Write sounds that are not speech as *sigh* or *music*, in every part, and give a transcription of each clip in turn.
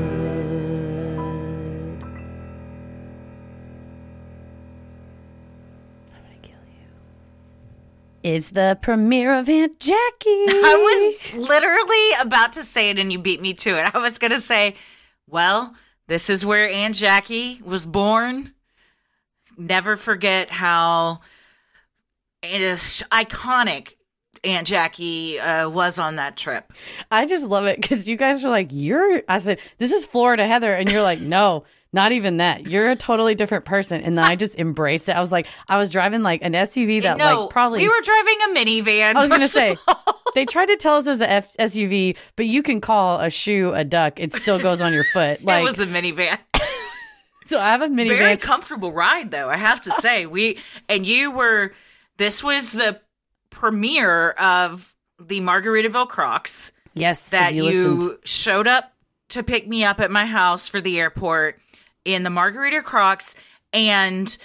I'm gonna kill you. Is the premiere of Aunt Jackie. *laughs* I was literally about to say it and you beat me to it. I was going to say, well, this is where Aunt Jackie was born. Never forget how it is iconic Aunt Jackie uh, was on that trip. I just love it because you guys were like, "You're," I said, "This is Florida Heather," and you're like, "No, not even that. You're a totally different person." And then I just embraced it. I was like, I was driving like an SUV that no, like probably we were driving a minivan. I was gonna first of say all. they tried to tell us it was a F- SUV, but you can call a shoe a duck. It still goes on your foot. Like *laughs* it was a minivan. so, I have a minivan. Very comfortable ride, though. I have Oh. to say, we and you were. This was the premiere of the Margaritaville Crocs yes, if that you, listened. showed up to pick me up at my house for the airport in the Margarita Crocs and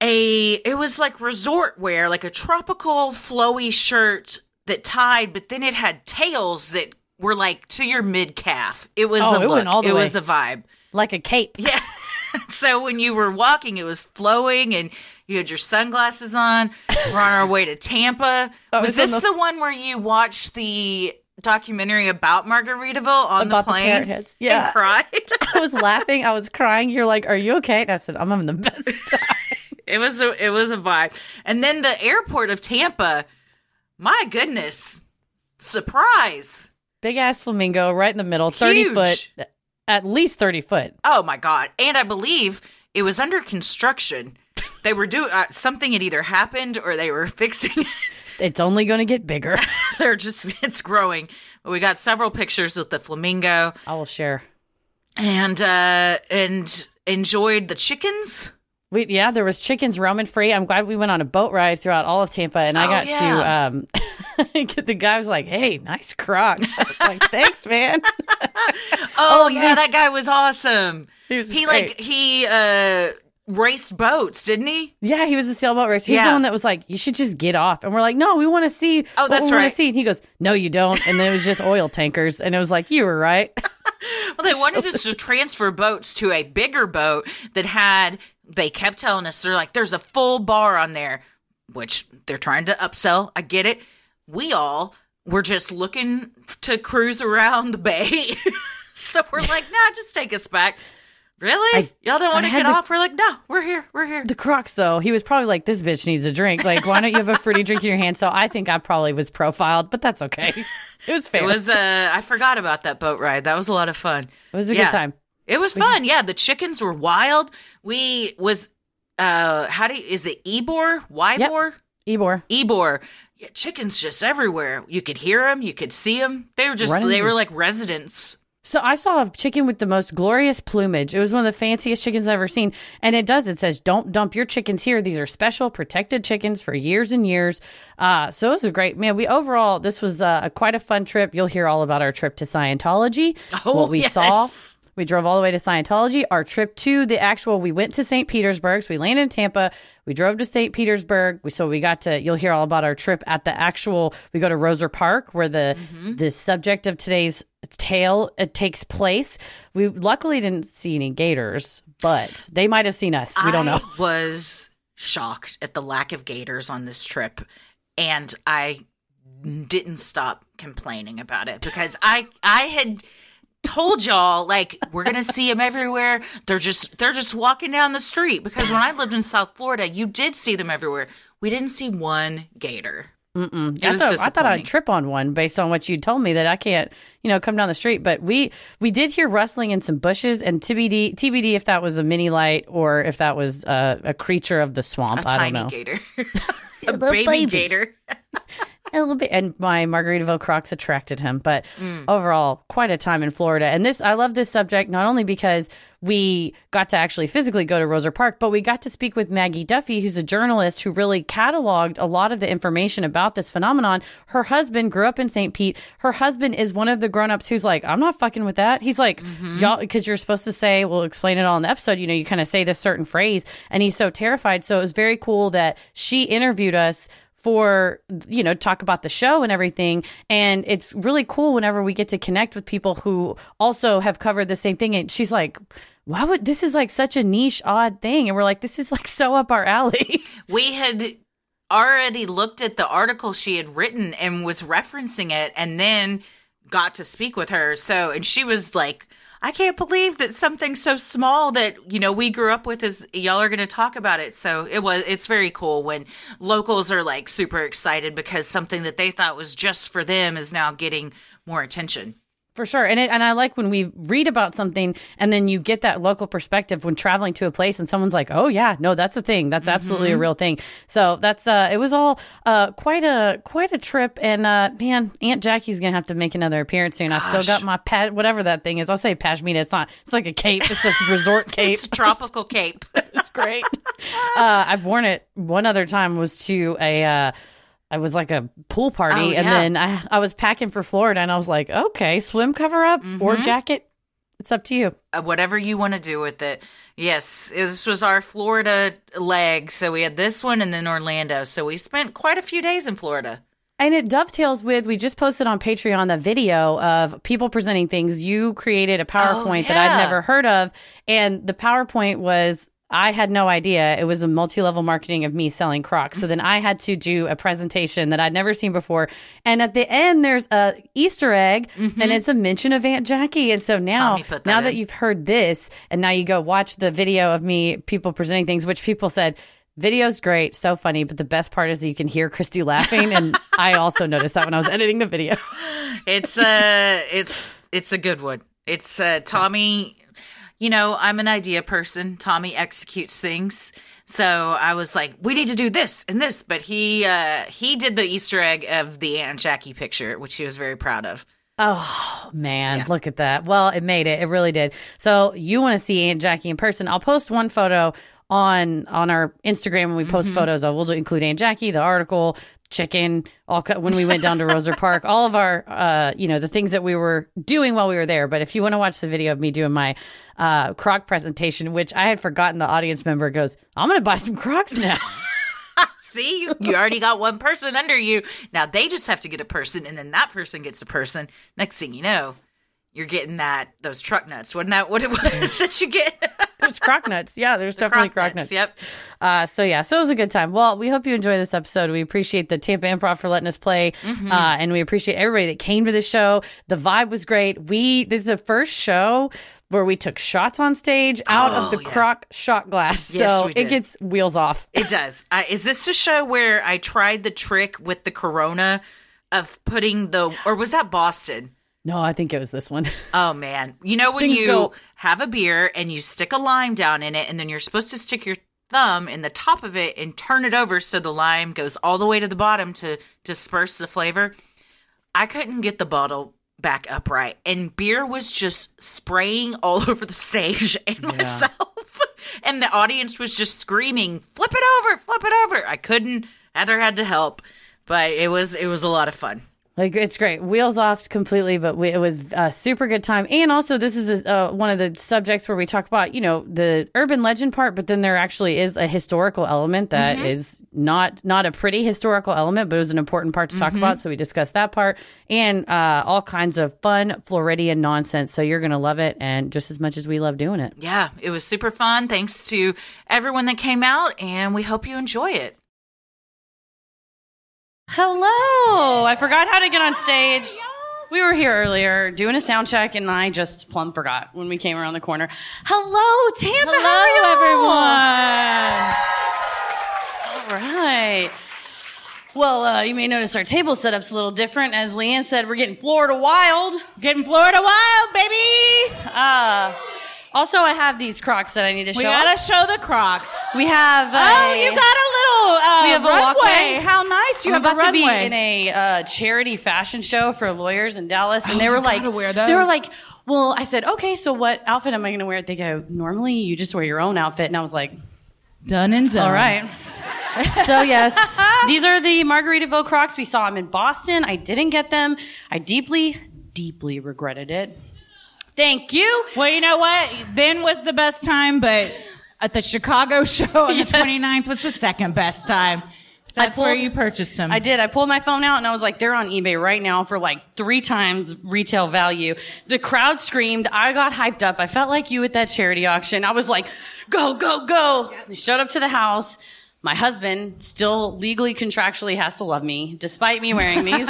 a it was like resort wear, like a tropical flowy shirt that tied, but then it had tails that were like to your mid calf. It was Oh, a it look. went all the it way. was a vibe. like a cape. Yeah. so when you were walking, it was flowing and you had your sunglasses on. We're on our way to *laughs* Tampa. I was was on this the- the-, one where you watched the documentary about Margaritaville on About the the plane parrot heads. Yeah. and cried? *laughs* *laughs* I was laughing. I was crying. You're like, "Are you okay?" And I said, "I'm having the best." *laughs* time. it was a it was a vibe. And then the airport of Tampa, my goodness. Surprise. Big ass flamingo right in the middle, thirty Huge. foot, at least thirty foot. Oh my god! And I believe it was under construction. They were doing uh, something had either happened or they were *laughs* fixing it. It's only going to get *laughs* bigger. they're just it's growing we got several pictures with the flamingo I will share. and uh and enjoyed the chickens We, yeah, there was chickens roaming free. I'm glad we went on a boat ride throughout all of Tampa, and I Oh, got yeah. to um, *laughs* the guy was like, "Hey, nice Crocs." I was *laughs* like, "Thanks, man." oh, yeah that guy was awesome He was like great. he uh raced boats didn't he yeah, he was a sailboat racer. He's the Yeah. one that was like, "You should just get off," and we're like, "No, we want to see." Oh, what that's we wanna right. See, and he goes, "No, you don't." And then it was just oil tankers, and it was like, "You were right." *laughs* well they wanted us to transfer boats to a bigger boat that had they kept telling us they're like there's a full bar on there which they're trying to upsell i get it we all were just looking to cruise around the bay *laughs* so we're like nah just take us back really I- y'all don't want I to had get the- off we're like no we're here we're here The Crocs, though, he was probably like, "This bitch needs a drink. Like, why don't you have a fruity drink in your hand?" So I think I probably was profiled, but that's okay. *laughs* It was fair. it was uh i forgot about that boat ride that was a lot of fun It was a Yeah. good time. It was fun. Yeah, the chickens were wild. We was uh how do you, is it Ebor? Wybor? Ebor. Ebor. Yeah, chickens just everywhere. You could hear them, you could see them. They were just Running they were loose. like residents. So I saw a chicken with the most glorious plumage. It was one of the fanciest chickens I've ever seen. And it does, it says, don't dump your chickens here. These are special protected chickens for years and years. Uh, so it was a great, man, we overall, this was uh, a, quite a fun trip. You'll hear all about our trip to Scientology, Oh, what we yes. saw. We drove all the way to Scientology. Our trip to the actual, we went to St. Petersburg. So we landed in Tampa. We drove to St. Petersburg. We, so we got to, you'll hear all about our trip at the actual, we go to Roser Park where the, Mm-hmm. the subject of today's tale it takes place. We luckily didn't see any gators, but they might have seen us. We don't know. *laughs* I was shocked at the lack of gators on this trip and I didn't stop complaining about it because I I had told y'all like we're going to see them everywhere. They're just they're just walking down the street because when I lived in South Florida, you did see them everywhere. We didn't see one gator. Mm-mm. It I was thought, I thought I'd disappointing. trip on one based on what you told me that I can't, you know, come down the street. But we we did hear rustling in some bushes and TBD TBD if that was a mini light or if that was uh, a creature of the swamp. A I tiny don't know. *laughs* gator. A a little baby. baby, gator. a little bit and my margaritaville crocs attracted him but overall quite a time in florida and this i love this subject not only because we got to actually physically go to roser park but we got to speak with maggie duffy who's a journalist who really cataloged a lot of the information about this phenomenon her husband grew up in st pete her husband is one of the grown-ups who's like i'm not fucking with that he's like y'all because you're supposed to say we'll explain it all in the episode you know you kind of say this certain phrase and he's so terrified so it was very cool that she interviewed us for you know talk about the show and everything and it's really cool whenever we get to connect with people who also have covered the same thing and she's like why would this is like such a niche odd thing and we're like this is like so up our alley *laughs* we had already looked at the article she had written and was referencing it and then got to speak with her so and she was like i can't believe that something so small that you know we grew up with is y'all are going to talk about it so it was it's very cool when locals are like super excited because something that they thought was just for them is now getting more attention For sure. And it, and I like when we read about something and then you get that local perspective when traveling to a place and someone's like, "Oh yeah, no, that's a thing. That's absolutely a real thing." So, that's uh it was all uh quite a quite a trip and uh man, Aunt Jackie's going to have to make another appearance soon. I still got my pet whatever that thing is. I'll say pashmina. It's not it's like a cape. It's a resort cape. *laughs* it's tropical cape It's great. *laughs* uh, I've worn it one other time was to a. Uh, I was like a pool party, Oh, and yeah. then I I was packing for Florida, and I was like, okay, swim cover up or Mm-hmm. jacket, it's up to you. uh, whatever you want to do with it. Yes, this was our Florida leg. So we had this one and then Orlando. So we spent quite a few days in Florida. And it dovetails with we just posted on Patreon the video of people presenting things. You created a PowerPoint that I'd Oh, yeah. never heard of, and the PowerPoint was I had no idea. It was a multi-level marketing of me selling Crocs. So then I had to do a presentation that I'd never seen before. And at the end, there's a Easter egg, and it's a mention of Aunt Jackie. And so now, Mm-hmm. Tommy put that now in. that you've heard this, and now you go watch the video of me people presenting things, which people said. Video's great, so funny, but the best part is that you can hear Christy laughing, *laughs* and I also noticed that when I was editing the video. It's uh *laughs* it's it's a good one. It's uh Tommy you know, I'm an idea person. Tommy executes things. So I was like, we need to do this and this, but he uh he did the Easter egg of the Aunt Jackie picture, which he was very proud of. Oh man, look at that! Well, it made it. It really did. So you want to see Aunt Jackie in person? I'll post one photo on on our Instagram when we post photos. I will include Aunt Jackie, the article, chicken, all co- when we went down to Roser Park, all of our uh, you know the things that we were doing while we were there. But if you want to watch the video of me doing my uh, croc presentation, which I had forgotten, the audience member goes, "I'm going to buy some Crocs now." *laughs* See, you, you already got one person under you. Now they just have to get a person, and then that person gets a person. Next thing you know, you're getting that those truck nuts. Wasn't that what it was *laughs* that you get? It's croc nuts. Yeah, there's definitely croc nuts. Yep. Uh, so yeah, so it was a good time. Well, we hope you enjoy this episode. We appreciate the Tampa Improv for letting us play, Mm-hmm. uh, and we appreciate everybody that came to the show. The vibe was great. We this is the first show where we took shots on stage out of Oh, the yeah. croc shot glass, Yes, so we it did. gets wheels off. It does. Uh, is this a show where I tried the trick with the Corona of putting the, or was that Boston? No, I think it was this one. *laughs* Oh man, you know when Things you go- have a beer and you stick a lime down in it, and then you're supposed to stick your thumb in the top of it and turn it over so the lime goes all the way to the bottom to disperse the flavor. I couldn't get the bottle back upright, and beer was just spraying all *laughs* over the stage and myself, *laughs* and the audience was just screaming, "Flip it over! Flip it over!" I couldn't. Heather had to help, but it was it was a lot of fun. Like it's great, wheels off completely, but we, it was a super good time. And also, this is uh, one of the subjects where we talk about, you know, the urban legend part, but then there actually is a historical element that is not not a pretty historical element, but it was an important part to talk about. So we discussed that part and uh, all kinds of fun Floridian nonsense. So you're gonna love it, and just as much as we love doing it. Yeah, it was super fun. Thanks to everyone that came out, and we hope you enjoy it. Hello, I forgot how to get on stage. We were here earlier doing a sound check, and I just plumb forgot when we came around the corner. Hello, Tampa. Hello, how are you? everyone. All right. Well, uh, you may notice our table setup's a little different. As Leanne said, we're getting Florida wild. Getting Florida wild, baby. Uh, also, I have these Crocs that I need to We show. gotta off. show the Crocs. we have. Oh, a- you got a little uh, We have a runway. walkway. How nice! You I'm have about to a be runway. in a uh, charity fashion show for lawyers in Dallas, and Oh, they you were like, gotta wear they were those. like, well, I said, okay, so what outfit am I going to wear? They go, normally you just wear your own outfit, and I was like, done and done. all right. *laughs* so yes, these are the Margaritaville Crocs. We saw them in Boston. I didn't get them. I deeply, deeply regretted it. Thank you. Well, you know what? Then was the best time, *laughs* but at the Chicago show on the 29th was the second best time. That's where pulled- you purchased them. I did. I pulled my phone out and I was like, they're on eBay right now for like three times retail value. The crowd screamed. I got hyped up. I felt like you at that charity auction. I was like, go, go, go. We showed up to the house. My husband still legally contractually has to love me despite me wearing these.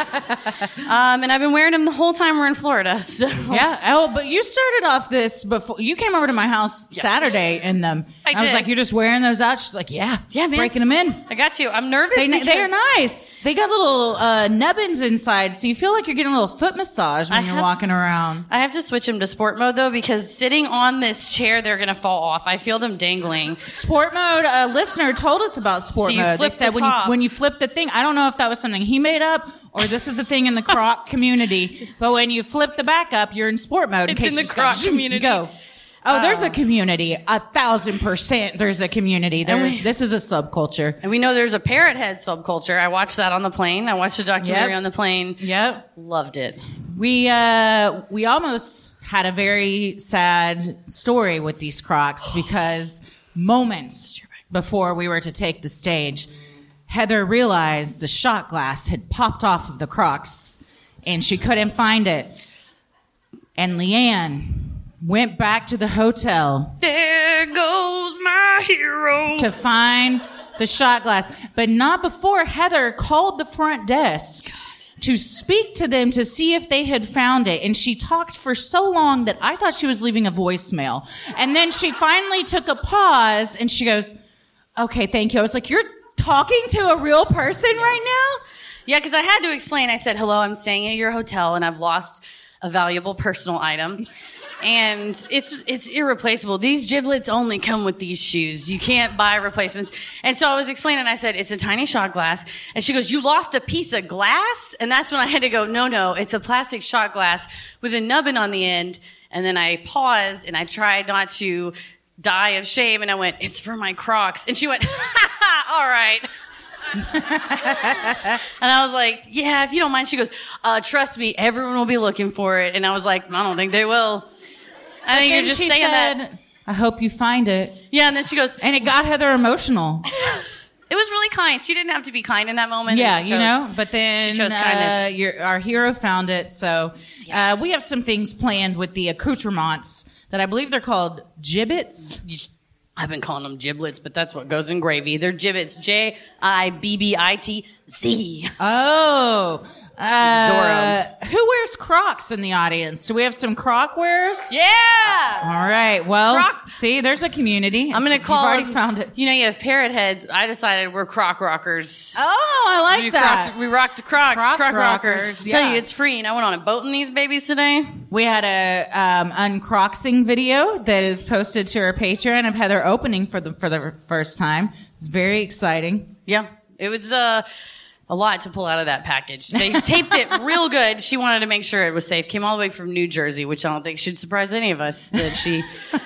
um, and I've been wearing them the whole time we're in Florida. *laughs* So Yeah. Oh, but you started off this before you came over to my house Saturday in them. I was did. like, you're just wearing those out. She's like, yeah, Yeah, man. breaking them in. I got you. I'm nervous. They, they are because- nice. They got little uh, nubbins inside, so you feel like you're getting a little foot massage when I you're have- walking around. I have to switch them to sport mode though because sitting on this chair, they're going to fall off. I feel them dangling. Sport mode. A listener told us about sport So you mode. They flip the said when you, top. when you flip the thing. I don't know if that was something he made up or this is a thing in *laughs* the croc community. But when you flip the back up, you're in sport mode. It's case in the you just croc go, zoom, community. Um, you Go. Oh, there's a community. A thousand percent. There's a community. There's, we- this is a subculture. And we know there's a parrot head subculture. I watched that on the plane. I watched the documentary Yep. on the plane. Yep. Loved it. We uh we almost had a very sad story with these Crocs because moments before we were to take the stage, Heather realized the shot glass had popped off of the Crocs and she couldn't find it. And Leanne went back to the hotel There goes my hero. to find the shot glass, but not before Heather called the front desk to speak to them to see if they had found it. And she talked for so long that I thought she was leaving a voicemail. And then she finally took a pause and she goes, Okay, thank you. I was like, You're talking to a real person right now? Yeah, because I had to explain. I said, hello, I'm staying at your hotel and I've lost a valuable personal item. And it's it's irreplaceable. These giblets only come with these shoes. You can't buy replacements. And so I was explaining. I said it's a tiny shot glass. And she goes, "You lost a piece of glass." And that's when I had to go, "No, no, it's a plastic shot glass with a nubbin on the end." And then I paused and I tried not to die of shame. And I went, "It's for my Crocs." And she went, *laughs* "Ha ha! All right." And I was like, yeah, if you don't mind. She goes, uh, trust me, everyone will be looking for it. And I was like, I don't think they will. I think you're And just she saying that. said, I hope you find it. Yeah. And then she goes, And it got Heather emotional. it was really kind. She didn't have to be kind in that moment. Yeah, And she you chose- know. But then she chose kindness. uh, your, our hero found it. So uh, we have some things planned with the accoutrements that I believe they're called gibbets. I've been calling them giblets, but that's what goes in gravy. They're gibbets. J I B B I T Z. Oh. Uh, Zorro. Who wears Crocs in the audience? Do we have some Croc wearers? Yeah. All right. Well, Croc- see, there's a community. I'm going to call You've already them- found it. You know, you have parrot heads. I decided we're croc rockers. Oh, I we, like that. crocked- we rocked the crocs, Croc croc rockers. rockers, Tell yeah. you, it's free. And I went on a boat in these babies today. We had a um, uncroxing video that is posted to our Patreon of Heather opening for the for the first time. It's very exciting. Yeah, it was uh, a lot to pull out of that package. They taped it real good. She wanted to make sure it was safe. Came all the way from New Jersey, which I don't think should surprise any of us that she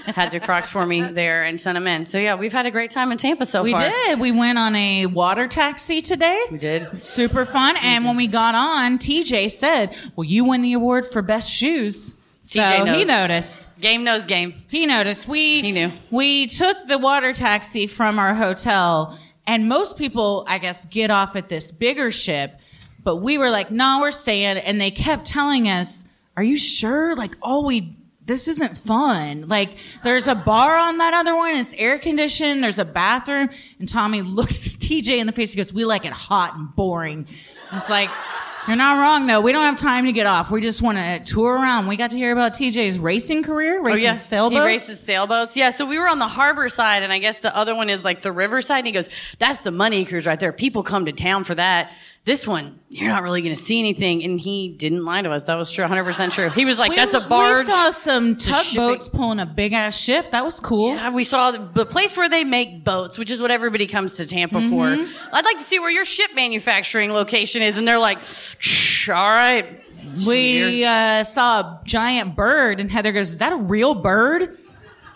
had the Crocs for me there and sent them in. So yeah, we've had a great time in Tampa so We far. did. We went on a water taxi today. We did. Super fun. And when we got on, TJ said, "Well, you won the award for best shoes." TJ so he knows. noticed. Game knows game. He noticed. We He knew. We took the water taxi from our hotel, and most people, I guess, get off at this bigger ship. But we were like, "No, we're staying," and they kept telling us, "Are you sure? Like, oh, we." This isn't fun. Like, there's a bar on that other one. It's air conditioned. There's a bathroom. *laughs* And Tommy looks at TJ in the face. He goes, We like it hot and boring. It's like, You're not wrong though. We don't have time to get off. We just want to tour around. We got to hear about TJ's racing career, racing Oh, yeah. sailboats. He races sailboats. Yeah. So we were on the harbor side, and I guess the other one is like the river side. And he goes, "That's the money cruise right there. People come to town for that. This one, you're not really going to see anything." And he didn't lie to us. That was true, 100 percent true. He was like, "That's a barge." We saw some shipping. tugboats pulling a big ass ship. That was cool. Yeah, we saw the, the place where they make boats, which is what everybody comes to Tampa Mm-hmm. for. I'd like to see where your ship manufacturing location is, and they're like, "Shh, "All right." We uh, saw a giant bird, and Heather goes, "Is that a real bird?"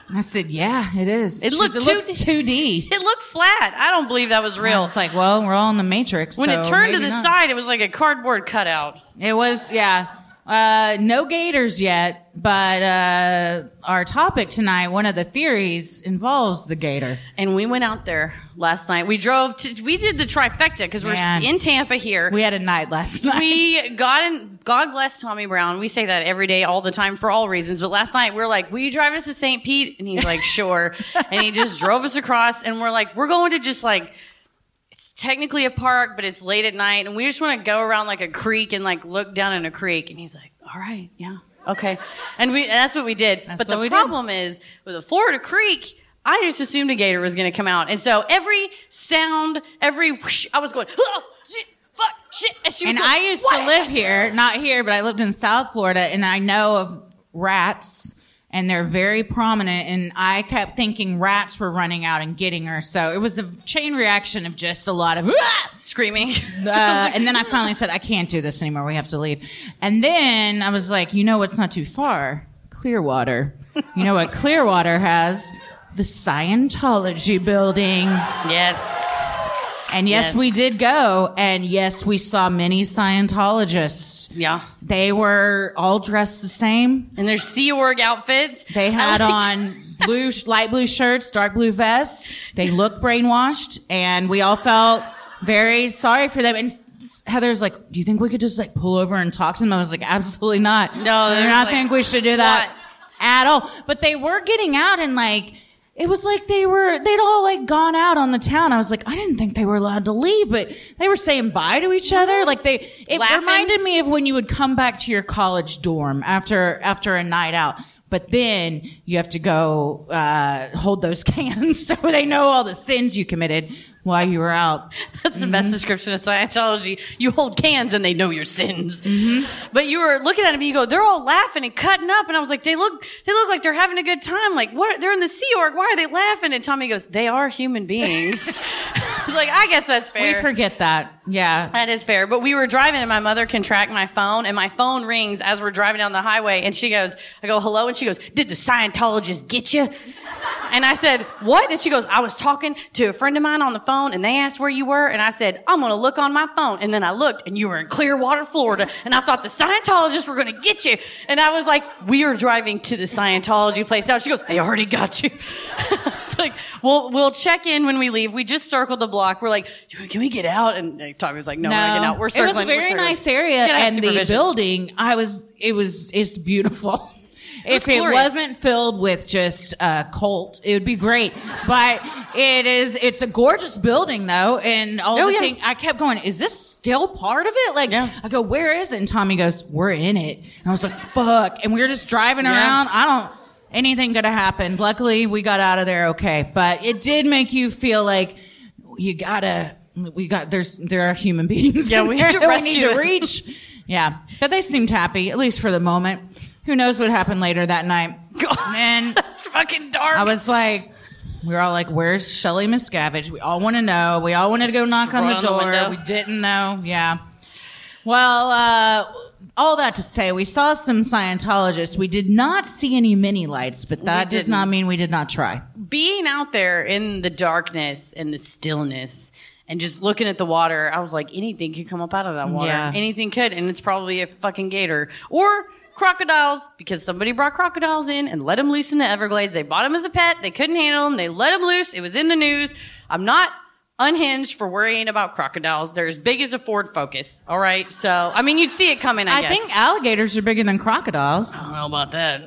And I said, "Yeah, it is. It She looked goes, too- it looks 2D." It looked flat. I don't believe that was *laughs* real. It's like, well, we're all in the Matrix. When it so turned to maybe the not. side, it was like a cardboard cutout. It was, yeah. Uh, no gators yet, but uh, our topic tonight, one of the theories involves the gator. And we went out there last night. We drove to, we did the trifecta because we're Man. in Tampa here. We had a night last *laughs* night. We got in, God bless Tommy Brown. We say that every day, all the time, for all reasons. But last night, we are like, Will you drive us to St. Pete? And he's like, Sure. and he just drove us across, and we're like, We're going to just like, it's technically a park, but it's late at night, and we just want to go around like a creek and like look down in a creek. And he's like, All right, yeah, okay. And we, and that's what we did. but what the we did. problem is with a Florida creek, I just assumed a gator was going to come out. And so every sound, every whoosh, I was going, oh, shit, fuck, shit. And, she was and going, I used "What?" to live here, not here, but I lived in South Florida, and I know of rats, and they're very prominent. And I kept thinking rats were running out and getting her, so it was a chain reaction of just a *laughs* lot of. *laughs* "Ah!" Screaming. Uh, and then I finally said, I can't do this anymore. We have to leave. And then I was like, you know what's not too far? Clearwater. You know what Clearwater has? The Scientology building. yes. And yes, Yes. we did go. And yes, we saw many Scientologists. Yeah. They were all dressed the same. And their Sea Org outfits. *laughs* They had I was like, on blue, sh- light blue shirts, dark blue vests. They looked brainwashed, and we all felt very sorry for them. And Heather's like, "Do you think we could just like pull over and talk to them?" I was like, "Absolutely not. No, I do there's, not like, think we should do that at all." But they were getting out and like. It was like they were, they'd all like gone out on the town. I was like, I didn't think they were allowed to leave, but they were saying bye to each other. Like they, it Mm-hmm. Laughing. reminded reminded me of when you would come back to your college dorm after after a night out. But then you have to go uh, hold those *laughs* cans so they know all the sins you committed while you were out. That's the Mm-hmm. best description of Scientology. You hold cans and they know your sins. Mm-hmm. But you were looking at them and you go, they're all laughing and cutting up. And I was like, they look, they look like they're having a good time. Like, what? They're in the Sea Org. Why are they laughing? And Tommy goes, they are human beings. *laughs* I was like, I guess that's fair. We forget that. Yeah. That is fair. But we were driving and my mother can track my phone and my phone rings as we're driving down the highway and she goes, I go, hello. And she goes, did the Scientologist get you? And I said, what? And she goes, I was talking to a friend of mine on the phone and they asked where you were. And I said, I'm going to look on my phone. And then I looked and you were in Clearwater, Florida. And I thought the Scientologists were going to get you. And I was like, we are driving to the Scientology place now. She goes, they already got you. *laughs* it's like, we'll, we'll check in when we leave. We just circled the block. We're like, can we get out? And uh, Tommy was like, no, we're not getting out. We're circling. It was a we're very circling. nice area, Gotta have and the supervision. building. I was. It was. It's beautiful. *laughs* was If it glorious. wasn't filled with just a cult, it would be great. But it is. It's a gorgeous building, though, and all Oh, the yeah. thing. I kept going. Is this still part of it? Like, Yeah. I go, where is it? And Tommy goes, we're in it. And I was like, fuck. And we were just driving around. I don't. Anything could have happened. Luckily, we got out of there okay. But it did make you feel like you gotta. We got there's there are human *laughs* beings. Yeah, we need to We rescue need to it. reach. Yeah, but they seemed happy, at least for the moment. Who knows what happened later that *laughs* night? *laughs* Man, It's fucking dark. I was like, we were all like, "Where's Shelly Miscavige?" We all want to know. We all wanted to go knock on the run on the door. window. we didn't know. Yeah. Well, uh, all that to say, we saw some Scientologists. We did not see any mini lights, but that does didn't. not mean we did not try. being out there in the darkness and the stillness and just looking at the water, I was like, anything could come up out of that water. Yeah. Anything could. And it's probably a fucking gator or crocodiles because somebody brought crocodiles in and let them loose in the Everglades. They bought them as a pet. They couldn't handle them. They let them loose. It was in the news. I'm not unhinged for worrying about crocodiles. They're as big as a Ford Focus. All right. So, I mean, you'd see it coming, I, I guess. think alligators are bigger than crocodiles. I don't know about that.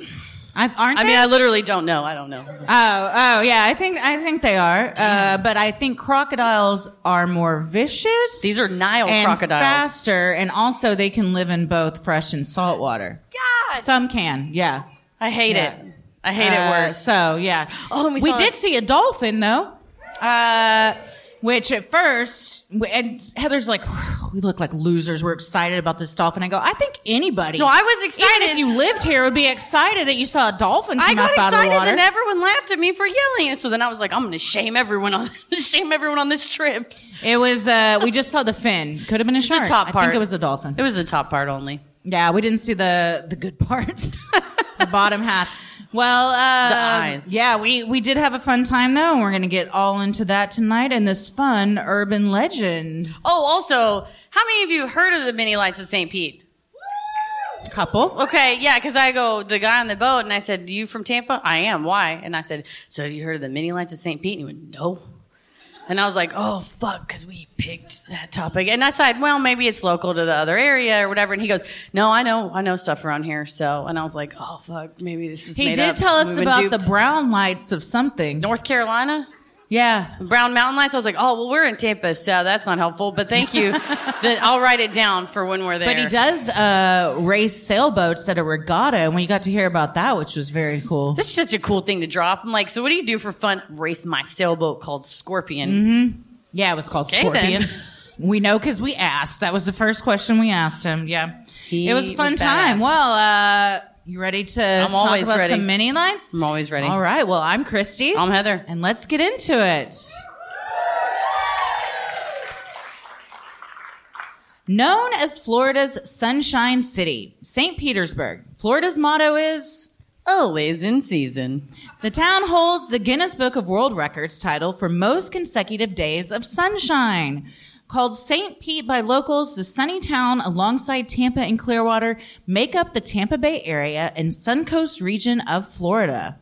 I, aren't I they? mean, I literally don't know. I don't know. oh, oh, yeah. I think I think they are, uh, but I think crocodiles are more vicious. These are Nile and crocodiles. faster, and also they can live in both fresh and salt water. Yeah, some can. Yeah, I hate Yeah. it. I hate Uh, it worse. So yeah. Oh, and we saw- did see a dolphin though, uh, which at first, and Heather's like, we look like losers. We're excited about this dolphin. I go, I think anybody. No, I was Even excited. if you lived here, would be excited that you saw a dolphin. I come got up out of the excited water. and everyone laughed at me for yelling. And so then I was like, I'm going to shame everyone on *laughs* shame everyone on this trip. It was. uh We just saw the fin. Could have been a the shark. top I part. think it was the dolphin. It was the top part only. yeah, we didn't see the the good *laughs* part, the bottom half. Well, uh, eyes. Yeah, we we did have a fun time though, and we're gonna get all into that tonight and this fun urban legend Oh, also, how many of you heard of the mini lights of St. Pete? couple. Okay, yeah, because I go the guy on the boat, and I said, "You from Tampa?" I am. Why? And I said, "So you heard of the mini lights of St. Pete?" And he went, "No." And I was like, "Oh fuck," because we picked that topic. And I said, "Well, maybe it's local to the other area or whatever." And he goes, "No, I know, I know stuff around here." So, and I was like, "Oh fuck, maybe this was." He made did up. tell us We've been about the duped." brown lights of something. North Carolina. Yeah, Brown Mountain Lights. I was like, oh, well, we're in Tampa, so that's not helpful. But thank *laughs* you. Then I'll write it down for when we're there. but he does uh race sailboats at a regatta, and we got to hear about that, which was very cool. That's such a cool thing to drop. I'm like, so what do you do for fun? Race my sailboat called Scorpion. Mm-hmm. Yeah, it was called Okay, Scorpion. then. We know because we asked. That was the first question we asked him. Yeah, He it was a fun was time. badass. Well, uh, you ready to I'm talk always about ready. some mini lights? I'm always ready. All right. Well, I'm Christy, I'm Heather. and let's get into it. Known as Florida's Sunshine City, St. Petersburg, Florida's motto is Always in season. the town holds the Guinness Book of World Records title for most consecutive days of sunshine. Called St. Pete by locals, the sunny town alongside Tampa and Clearwater make up the Tampa Bay area and Suncoast region of Florida.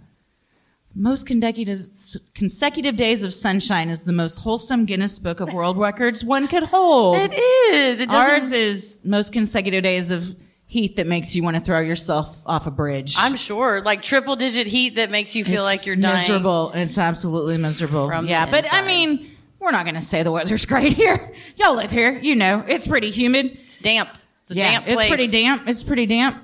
Most consecutive, consecutive days of sunshine is the most wholesome Guinness Book of World Records one could hold. It is. It doesn't. Ours is most consecutive days of heat that makes you want to throw yourself off a bridge. I'm sure, like triple digit heat that makes you feel It's like you're dying. Miserable. It's absolutely miserable. From the yeah, but I inside. mean, we're not going to say the weather's *laughs* great here. Y'all live here, you know. It's pretty humid. It's damp. It's a yeah, damp it's place. pretty damp. It's pretty damp.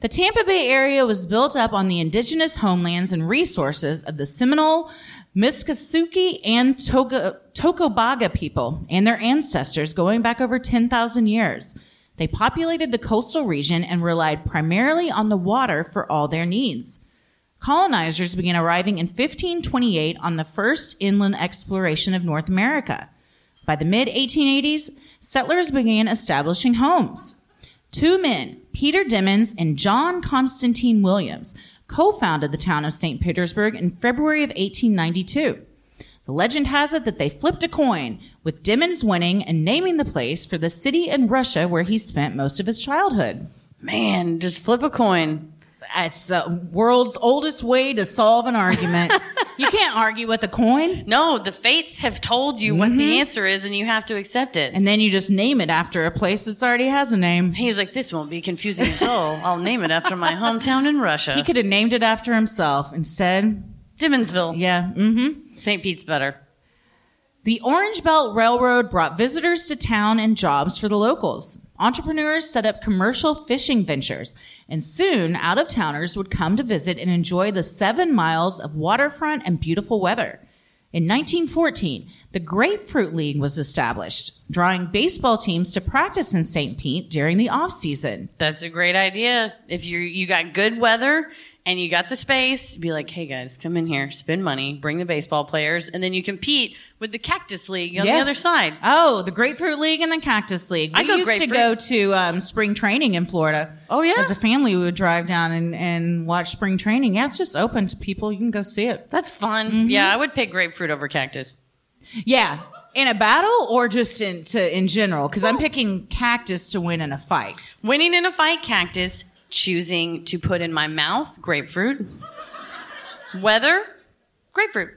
The Tampa Bay area was built up on the indigenous homelands and resources of the Seminole, Miskasuki, and Toga, Tocobaga people and their ancestors going back over 10,000 years. They populated the coastal region and relied primarily on the water for all their needs. Colonizers began arriving in 1528 on the first inland exploration of North America. By the mid 1880s, settlers began establishing homes. Two men, Peter Dimmons and John Constantine Williams, co-founded the town of St. Petersburg in February of 1892. The legend has it that they flipped a coin, with Dimmons winning and naming the place for the city in Russia where he spent most of his childhood. Man, just flip a coin. That's the world's oldest way to solve an argument. you can't argue with a coin, No, the fates have told you what Mm-hmm. the answer is, and you have to accept it. and then you just name it after a place that's already has a name. He's like, this won't be confusing at all. I'll name it after my hometown in Russia. He could have named it after himself instead. Dimmonsville. Yeah. Mm-hmm. St. Pete's better. The Orange Belt Railroad brought visitors to town and jobs for the locals. Entrepreneurs set up commercial fishing ventures, and soon out of towners would come to visit and enjoy the seven miles of waterfront and beautiful weather. In 1914, the Grapefruit League was established, drawing baseball teams to practice in St. Pete during the off season. That's a great idea. If you you got good weather and you got the space, be like, hey guys, come in here, spend money, bring the baseball players, and then you compete with the Cactus League on the Yeah. other side. Oh, the Grapefruit League and the Cactus League. We I go used to grapefruit. go to um, spring training in Florida. Oh, yeah? as a family, we would drive down and, and watch spring training. Yeah, it's just open to people. You can go see it. That's fun. Mm-hmm. Yeah, I would pick grapefruit over cactus. Yeah, in a battle or just in to, in general. Because I'm picking cactus to win in a fight. Winning in a fight, cactus. Choosing to put in my mouth, grapefruit. Weather, grapefruit.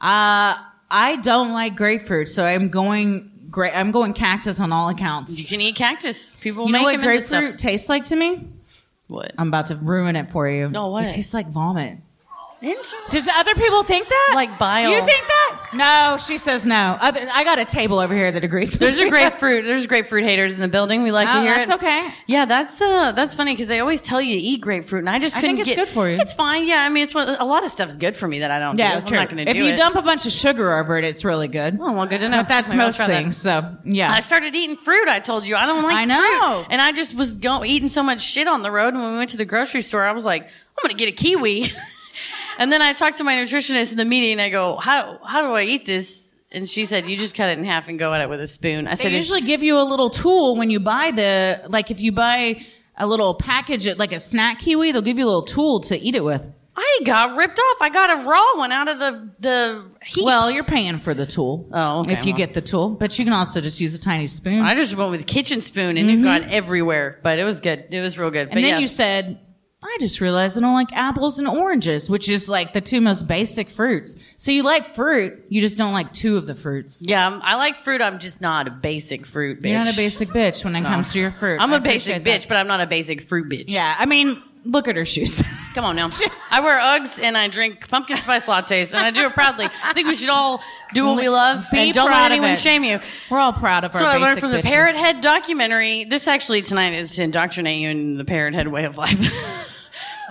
Uh, I don't like grapefruit, so I'm going gra- I'm going cactus on all accounts. You can eat cactus. People You make know what them into grapefruit stuff. tastes like to me? What? I'm about to ruin it for you. No way. It tastes like vomit. Interesting. Does other people think that? Like bile. You think that? No, she says no. Other, I got a table over here that agrees. There's a grapefruit. There's grapefruit haters in the building. We like to Oh, hear that's it. okay. Yeah, that's uh, that's funny because they always tell you to eat grapefruit, and I just I couldn't think it's get. good for you. It's fine. Yeah, I mean, it's one, a lot of stuff's good for me that I don't. Yeah, do. true. I'm not going to if do you it. dump a bunch of sugar over it, it's really good. Oh, well, good to know. But that's Maybe I'll most try that. things. So yeah, I started eating fruit. I told you I don't like. I know. fruit. and I just was go- eating so much shit on the road. And when we went to the grocery store, I was like, I'm gonna get a kiwi. *laughs* and then I talked to my nutritionist in the meeting. And I go, how how do I eat this? And she said, you just cut it in half and go at it with a spoon. I They said, "It's- usually give you a little tool when you buy the like if you buy a little package like a snack kiwi, they'll give you a little tool to eat it with. I got ripped off. I got a raw one out of the the heat. Well, you're paying for the tool. Oh, okay, if you well. get the tool, but you can also just use a tiny spoon. I just went with a kitchen spoon and it got everywhere, but it was good. It was real good. but Mm-hmm. and then yeah. you said, "I just realized I don't like apples and oranges, which is like the two most basic fruits. So you like fruit, you just don't like two of the fruits. yeah, I'm- I like fruit. I'm just not a basic fruit bitch. You're not a basic bitch when it comes to your fruit. I'm I a basic appreciate that. bitch, but I'm not a basic fruit bitch. Yeah, I mean, look at her shoes. *laughs* Come on now. I wear Uggs and I drink pumpkin spice lattes and I do it proudly. I think we should all do what we love Be and don't proud let of anyone it. shame you. We're all proud of That's our what I learned basic from the bitches. Parrot Head documentary. This actually tonight is to indoctrinate you in the Parrot Head way of *laughs* life.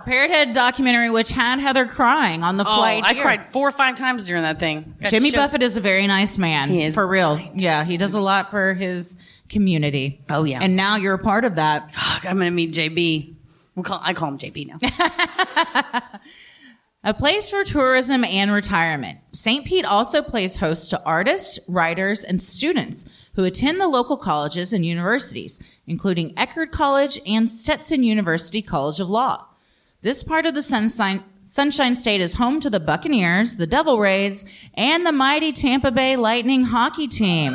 Parrot Head documentary, which had Heather crying on the flight. Oh, I here. cried four or five times during that thing. Got Oh, Jimmy choked. Buffett is a very nice man. He is for real. Yeah, he does a lot for his community. Oh, yeah. and now you're a part of that. Fuck, I'm gonna meet JB. We call I call him JB now. A place for tourism and retirement. St. Pete also plays host to artists, writers, and students who attend the local colleges and universities, including Eckerd College and Stetson University College of Law. This part of the Sunshine, Sunshine State is home to the Buccaneers, the Devil Rays, and the mighty Tampa Bay Lightning hockey team.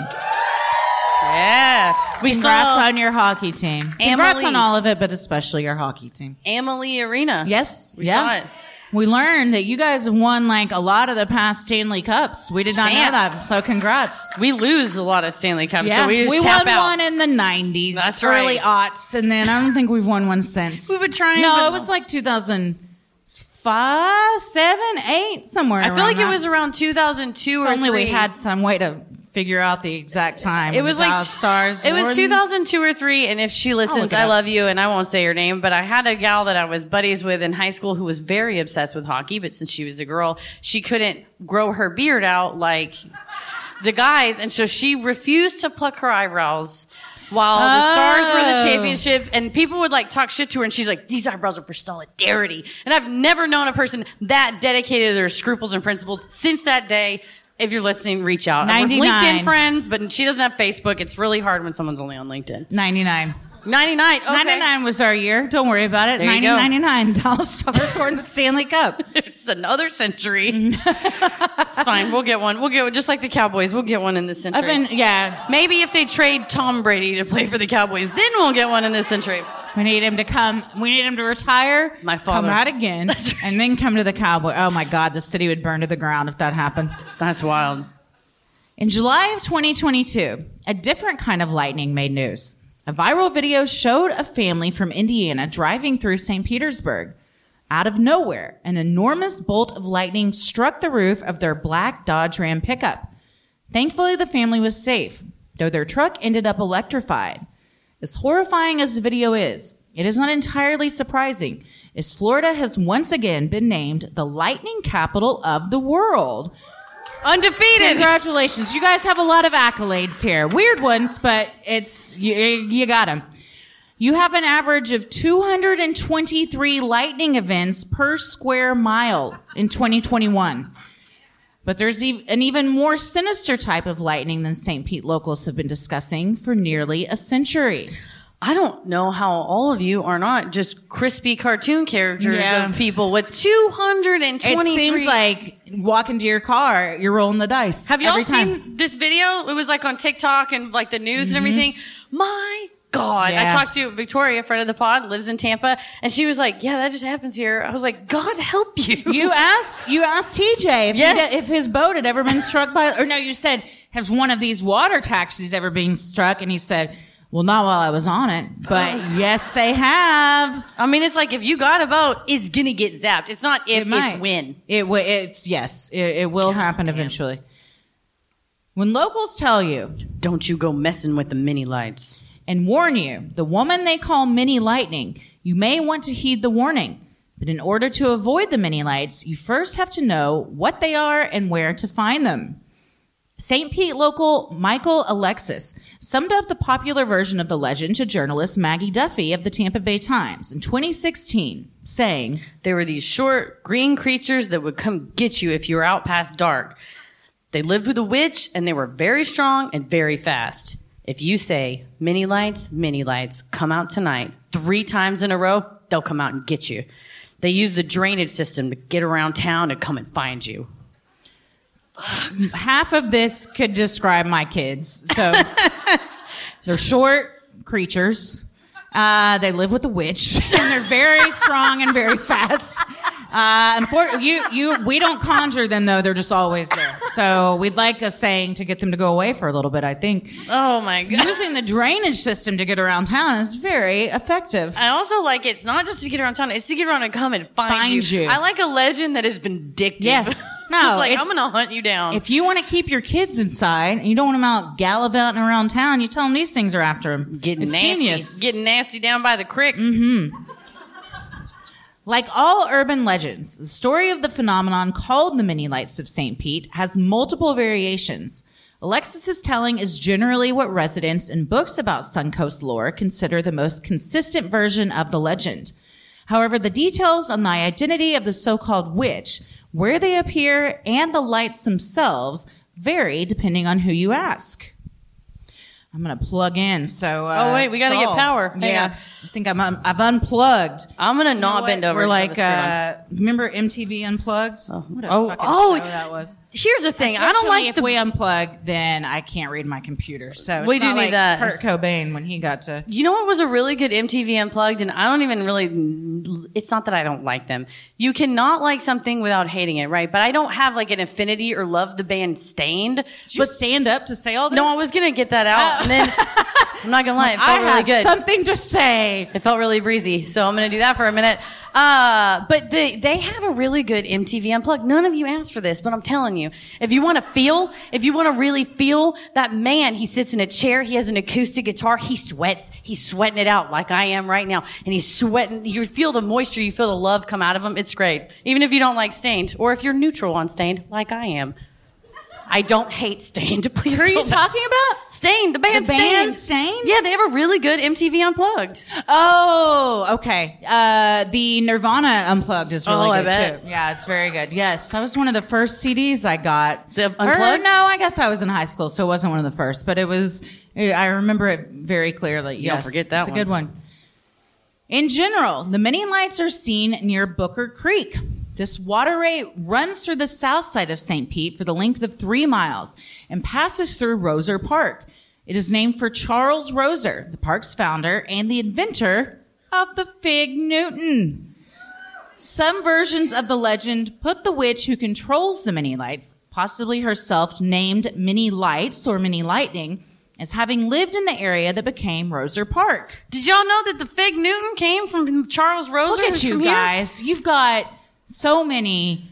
yeah, we Congrats saw on your hockey team. Congrats Emily. on all of it, but especially your hockey team. Emily Arena. Yes, we yeah. saw it. We learned that you guys have won like a lot of the past Stanley Cups. We did not know that, Champs. so congrats. We lose a lot of Stanley Cups, so Yeah, we just tap won out. one in the '90s, That's early right. aughts, and then I don't think we've won one since. We've been trying, No, but- it was like 2005, seven, eight, somewhere. I feel around like it that. was around 2002 or If only we three. had some way to figure out the exact time. It was like Dallas stars. It was Warden. 2002 or three, and if she listens, look it I up. love you, and I won't say your name. But I had a gal that I was buddies with in high school who was very obsessed with hockey. But since she was a girl, she couldn't grow her beard out like the guys, and so she refused to pluck her eyebrows. While the stars were the Oh. championship, and people would like talk shit to her, and she's like, "These eyebrows are for solidarity." And I've never known a person that dedicated to their scruples and principles since that day. If you're listening, reach out. And we're 99. LinkedIn friends friends, but she doesn't have Facebook. It's really hard when someone's only on LinkedIn. 99. 99. Okay. 99 was our year. Don't worry about it. There you go. 1999, *laughs* Dallas Stars won the Stanley Cup. *laughs* It's another century. *laughs* it's fine. We'll get one. We'll get one. Just like the Cowboys, we'll get one in this century. I've been, yeah, Maybe if they trade Tom Brady to play for the Cowboys, then we'll get one in this century. we need him to come. We need him to retire. My father. Come *laughs* out again and then come to the Cowboy. Oh my God, the city would burn to the ground if that happened. That's wild. In July of 2022, a different kind of lightning made news. A viral video showed a family from Indiana driving through St. Petersburg. Out of nowhere, an enormous bolt of lightning struck the roof of their black Dodge Ram pickup. Thankfully, the family was safe, though their truck ended up electrified. As horrifying as the video is, it is not entirely surprising, as Florida has once again been named the lightning capital of the world. Undefeated. Congratulations. You guys have a lot of accolades here. Weird ones, but it's, you, you got them. You have an average of 223 lightning events per square mile in 2021. But there's ev- an even more sinister type of lightning than St. Pete locals have been discussing for nearly a century. I don't know how all of you are not just crispy cartoon characters Yeah. of people with 223. It seems like walking to your car, you're rolling the dice. Have y'all every time. Mm-hmm. seen this video? It was like on TikTok and like the news and everything. My God. I Yeah. talked to Victoria, a friend of the pod, lives in Tampa, and she was like, Yeah, that just happens here. I was like, God help *laughs* you. *laughs* You asked you asked TJ if, he Yes. did- if his boat had ever been struck by or no, you said has one of these water taxis ever been struck? And he said, Well, not while I was on it, *gasps* but yes, they have. I mean, it's like if you got a boat, it's gonna get zapped. It's not if it's when. It will. It's yes. It, it will happen eventually. When locals tell you Don't you go messing with the mini lights. and warn you, the woman they call Mini Lightning, you may want to heed the warning. But in order to avoid the mini lights, you first have to know what they are and where to find them. St. Pete local Michael Alexis summed up the popular version of the legend to journalist Maggie Duffy of the Tampa Bay Times in 2016, saying, There were these short green creatures that would come get you if you were out past dark. They lived with a witch and they were very strong and very fast. If you say, mini lights, mini lights, come out tonight, three times in a row, they'll come out and get you. They use the drainage system to get around town and come and find you. half of this could describe my kids. *laughs* So they're short creatures. Uh, they live with a witch, *laughs* and they're very strong and very fast. Uh, and for, you, you, we don't conjure them though; they're just always there. So we'd like a saying to get them to go away for a little bit. I think Oh my God. using the drainage system to get around town is very effective. I also like it's not just to get around town, it's to get around and come and find, Find you. I like a legend that is vindictive. Yeah. *laughs* No, it's like it's- I'm gonna hunt you down. If you want to keep your kids inside and you don't want them out gallivanting around town, you tell them these things are after them. getting it's nasty. genius. Getting nasty down by the creek. Like all urban legends, the story of the phenomenon called the mini lights of St. Pete has multiple variations. Alexis's telling is generally what residents in books about Suncoast lore consider the most consistent version of the legend. However, the details on the identity of the so-called witch, where they appear, and the lights themselves vary depending on who you ask. I'm gonna plug in, so uh, Oh, wait, we gotta get stall. power. Hang on. yeah, I think I'm um, I've unplugged. I'm gonna You know not what? bend over. We're and shove like, a skirt on. uh, remember MTV Unplugged? Oh, what a Oh, fucking oh, show that was. here's the thing. I don't Fortunately, like if the. we unplug, then I can't read my computer. So it's We do not need like that. Kurt Cobain when he got to you know what was a really good MTV Unplugged, and I don't even really. It's not that I don't like them. You cannot like something without hating it, right? But I don't have like an affinity or love the band Stained. but stand up to say all this. No, I was gonna get that out, and *laughs* then I'm not gonna lie, it I felt really have good. something to say. It felt really breezy, so I'm going to do that for a minute. Uh, but they they have a really good MTV Unplugged. None of you asked for this, but I'm telling you, if you want to feel, if you want to really feel that man, he sits in a chair, he has an acoustic guitar, he sweats, he's sweating it out like I am right now, and he's sweating. You feel the moisture, you feel the love come out of him. It's great, even if you don't like Stained, or if you're neutral on Stained, like I am. I don't hate Stained. *laughs* Please, Who are you don't- talking about? Stained, the band, The band Stained. Stained? Yeah, they have a really good MTV Unplugged. Oh, okay. Uh, the Nirvana Unplugged is really Oh, good I bet. too. Yeah, it's very good. Yes, that was one of the first CDs I got. The Or, Unplugged? no, I guess I was in high school, so it wasn't one of the first, but it was. I remember it very clearly. You don't forget that it's a good one. In general, the mini lights are seen near Booker Creek. This waterway runs through the south side of St. Pete for the length of three miles and passes through Roser Park. It is named for Charles Roser, the park's founder and the inventor of the Fig Newton. Some versions of the legend put the witch who controls the mini lights, possibly herself named Mini Lights or Mini Lightning, as having lived in the area that became Roser Park. Did y'all know that the fig Newton came from Charles Roser? Look at who's you from here? guys. You've got so many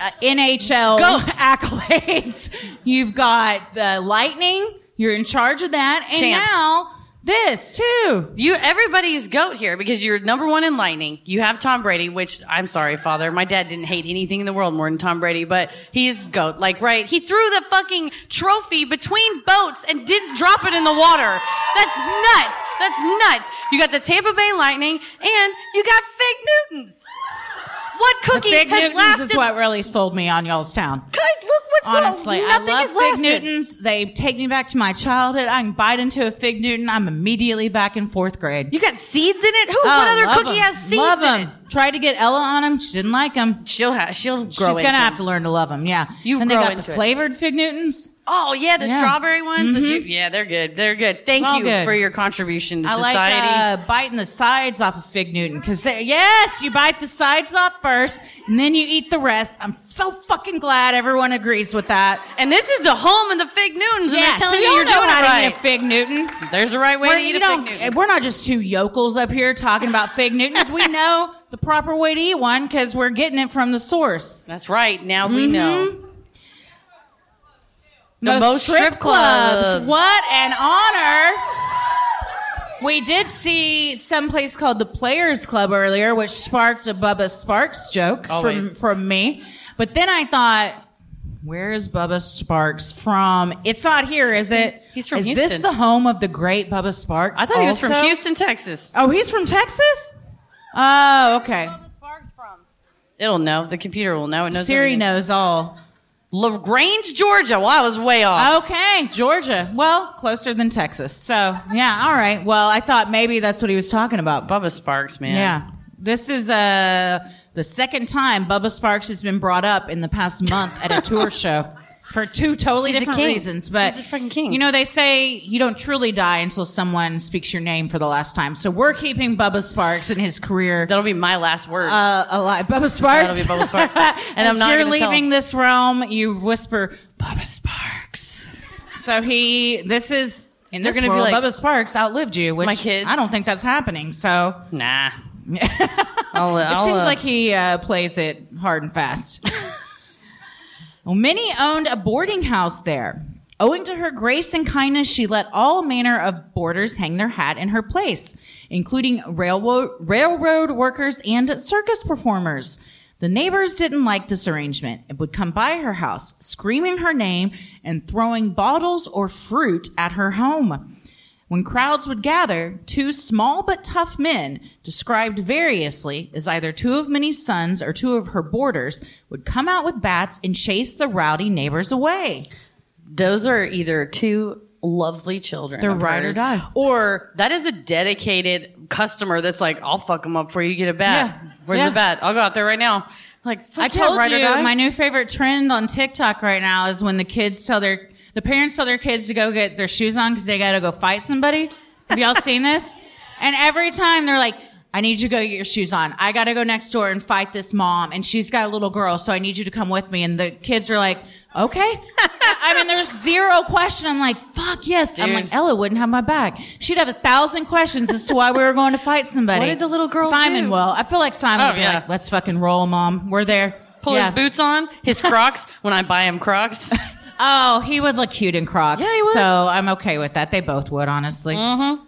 uh, NHL Goats. *laughs* accolades. You've got the Lightning. You're in charge of that. And Champs. now this, too. You everybody's goat here because you're number one in lightning. You have Tom Brady, which I'm sorry, father. My dad didn't hate anything in the world more than Tom Brady, but he's goat. Like right, he threw the fucking trophy between boats and didn't drop it in the water. That's nuts. That's nuts. You got the Tampa Bay Lightning and you got fig Newtons. What The cookie Fig has Newtons lasted? is what really sold me on y'all's town. God, look what's Honestly, the, I nothing love has Fig lasted. Newtons. They take me back to my childhood. I can bite into a Fig Newton. I'm immediately back in fourth grade. You got seeds in it? Who? Oh, what other love cookie 'em. has seeds Love in it? 'em. Tried to get Ella on them. She didn't like them. She'll ha- she'll grow. She's gonna have to learn to love them. Yeah, You and they grow got into the it. flavored fig Newtons. Oh yeah, the Yeah. strawberry ones. that you- yeah, they're good. They're good. Thank It's all you good. for your contribution to I like society. uh, biting the sides off of Fig Newton because yes, you bite the sides off first, and then you eat the rest. I'm so fucking glad everyone agrees with that. and this is the home of the fig Newtons, and Yeah, they're so telling you y'all you're know doing how it to right. eat a Fig Newton. There's the right way We're, to eat you a fig don't- Newton. we're not just two yokels up here talking about Fig Newtons. *laughs* We know the proper way to eat one because we're getting it from the source. That's right. Now we Mm-hmm. know. The most, strip clubs. What an honor. We did see someplace called the Players Club earlier, which sparked a Bubba Sparks joke from, Always. from me. But then I thought, where is Bubba Sparks from? It's not here, is it? He's from Is this Houston. the home of the great Bubba Sparks? I thought he was from also? Houston, Texas. Oh, he's from Texas? Oh, okay. It'll know. The computer will know. It knows. Siri everything. knows all. Lagrange, Georgia. Well, I was way off. Okay, Georgia. Well, closer than Texas. So, yeah, all right. Well, I thought maybe that's what he was talking about. But Bubba Sparks, man. yeah, this is uh, the second time Bubba Sparks has been brought up in the past month at a *laughs* tour show for two totally He's a different king. reasons. But He's a freaking king. You know, they say you don't truly die until someone speaks your name for the last time. So we're keeping Bubba Sparks and his career That'll be my last word. uh, alive. Bubba Sparks. That'll be *laughs* Bubba Sparks. And I'm As not you're gonna tell leaving him. this realm, you whisper Bubba Sparks. So he, this is, and They're they're going gonna to be be like, like, Bubba Sparks outlived you, which "My kids." I don't think that's happening. So *laughs* nah. I'll, it seems like he uh, plays it hard and fast. well, Minnie owned a boarding house there. Owing to her grace and kindness, she let all manner of boarders hang their hat in her place, including railroad, railroad workers and circus performers. The neighbors didn't like this arrangement and would come by her house, screaming her name and throwing bottles or fruit at her home. When crowds would gather, two small but tough men, described variously as either two of Minnie's sons or two of her boarders, would come out with bats and chase the rowdy neighbors away. Those are either two lovely children. They're of ride or hers, die. Or that is a dedicated customer that's like, I'll fuck them up before you get a bat. Yeah. Where's Yeah. the bat? I'll go out there right now. Like, fuck I yeah, told ride or you die. my new favorite trend on TikTok right now is when the kids tell their the parents tell their kids to go get their shoes on because they got to go fight somebody. Have *laughs* y'all seen this? And every time they're like, "I need you to go get your shoes on. I got to go next door and fight this mom, and she's got a little girl, so I need you to come with me." And the kids are like, "Okay." I mean, there's zero question. I'm like, "Fuck yes." I'm like, Dude. Ella wouldn't have my back. She'd have a thousand questions as to why we were going to fight somebody. What did the little girl Simon do? will. I feel like Simon Oh, would be yeah. like, "Let's fucking roll, mom. We're there." Pull Yeah. his boots on, *laughs* his Crocs, when I buy him Crocs. Oh, he would look cute in Crocs. Yeah, he would. So I'm okay with that. They both would, honestly. Mm-hmm.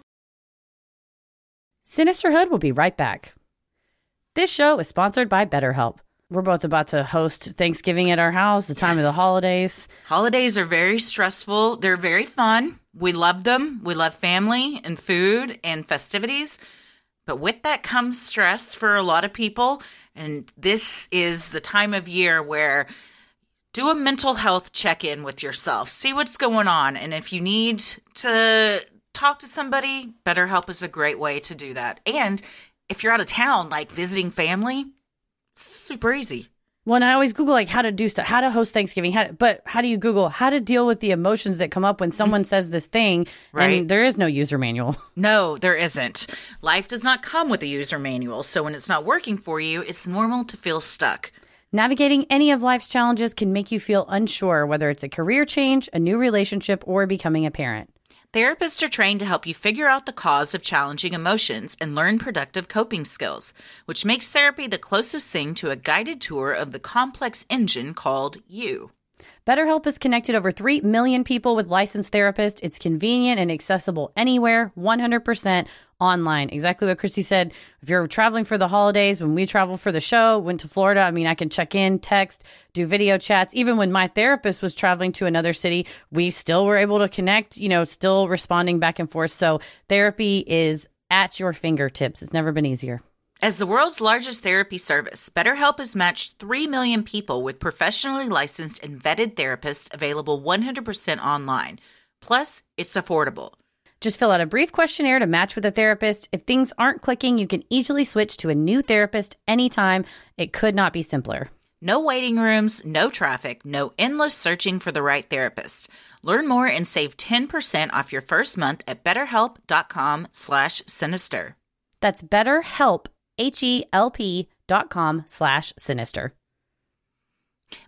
Sinisterhood will be right back. This show is sponsored by BetterHelp. We're both about to host Thanksgiving at our house, the time of the holidays. Holidays are very stressful. They're very fun. We love them. We love family and food and festivities. But with that comes stress for a lot of people. And this is the time of year where do a mental health check in with yourself. See what's going on. And if you need to talk to somebody, BetterHelp is a great way to do that. And if you're out of town, like visiting family, super easy. Well, and I always Google like how to do stuff, how to host Thanksgiving, how to, but how do you Google how to deal with the emotions that come up when someone says this thing? Right. And there is no user manual. *laughs* No, there isn't. Life does not come with a user manual, so when it's not working for you, it's normal to feel stuck. Navigating any of life's challenges can make you feel unsure whether it's a career change, a new relationship, or becoming a parent. Therapists are trained to help you figure out the cause of challenging emotions and learn productive coping skills, which makes therapy the closest thing to a guided tour of the complex engine called you. BetterHelp has connected over 3 million people with licensed therapists. It's convenient and accessible anywhere, 100% online. Exactly what Christy said. If you're traveling for the holidays, when we traveled for the show, went to Florida, I mean, I can check in, text, do video chats. Even when my therapist was traveling to another city, we still were able to connect, you know, still responding back and forth. So therapy is at your fingertips. It's never been easier. As the world's largest therapy service, BetterHelp has matched 3 million people with professionally licensed and vetted therapists available 100% online. Plus, it's affordable. Just fill out a brief questionnaire to match with a therapist. If things aren't clicking, you can easily switch to a new therapist anytime. It could not be simpler. No waiting rooms, no traffic, no endless searching for the right therapist. Learn more and save 10% off your first month at betterhelp.com slash sinister. That's BetterHelp, H-E-L-P dot com slash sinister.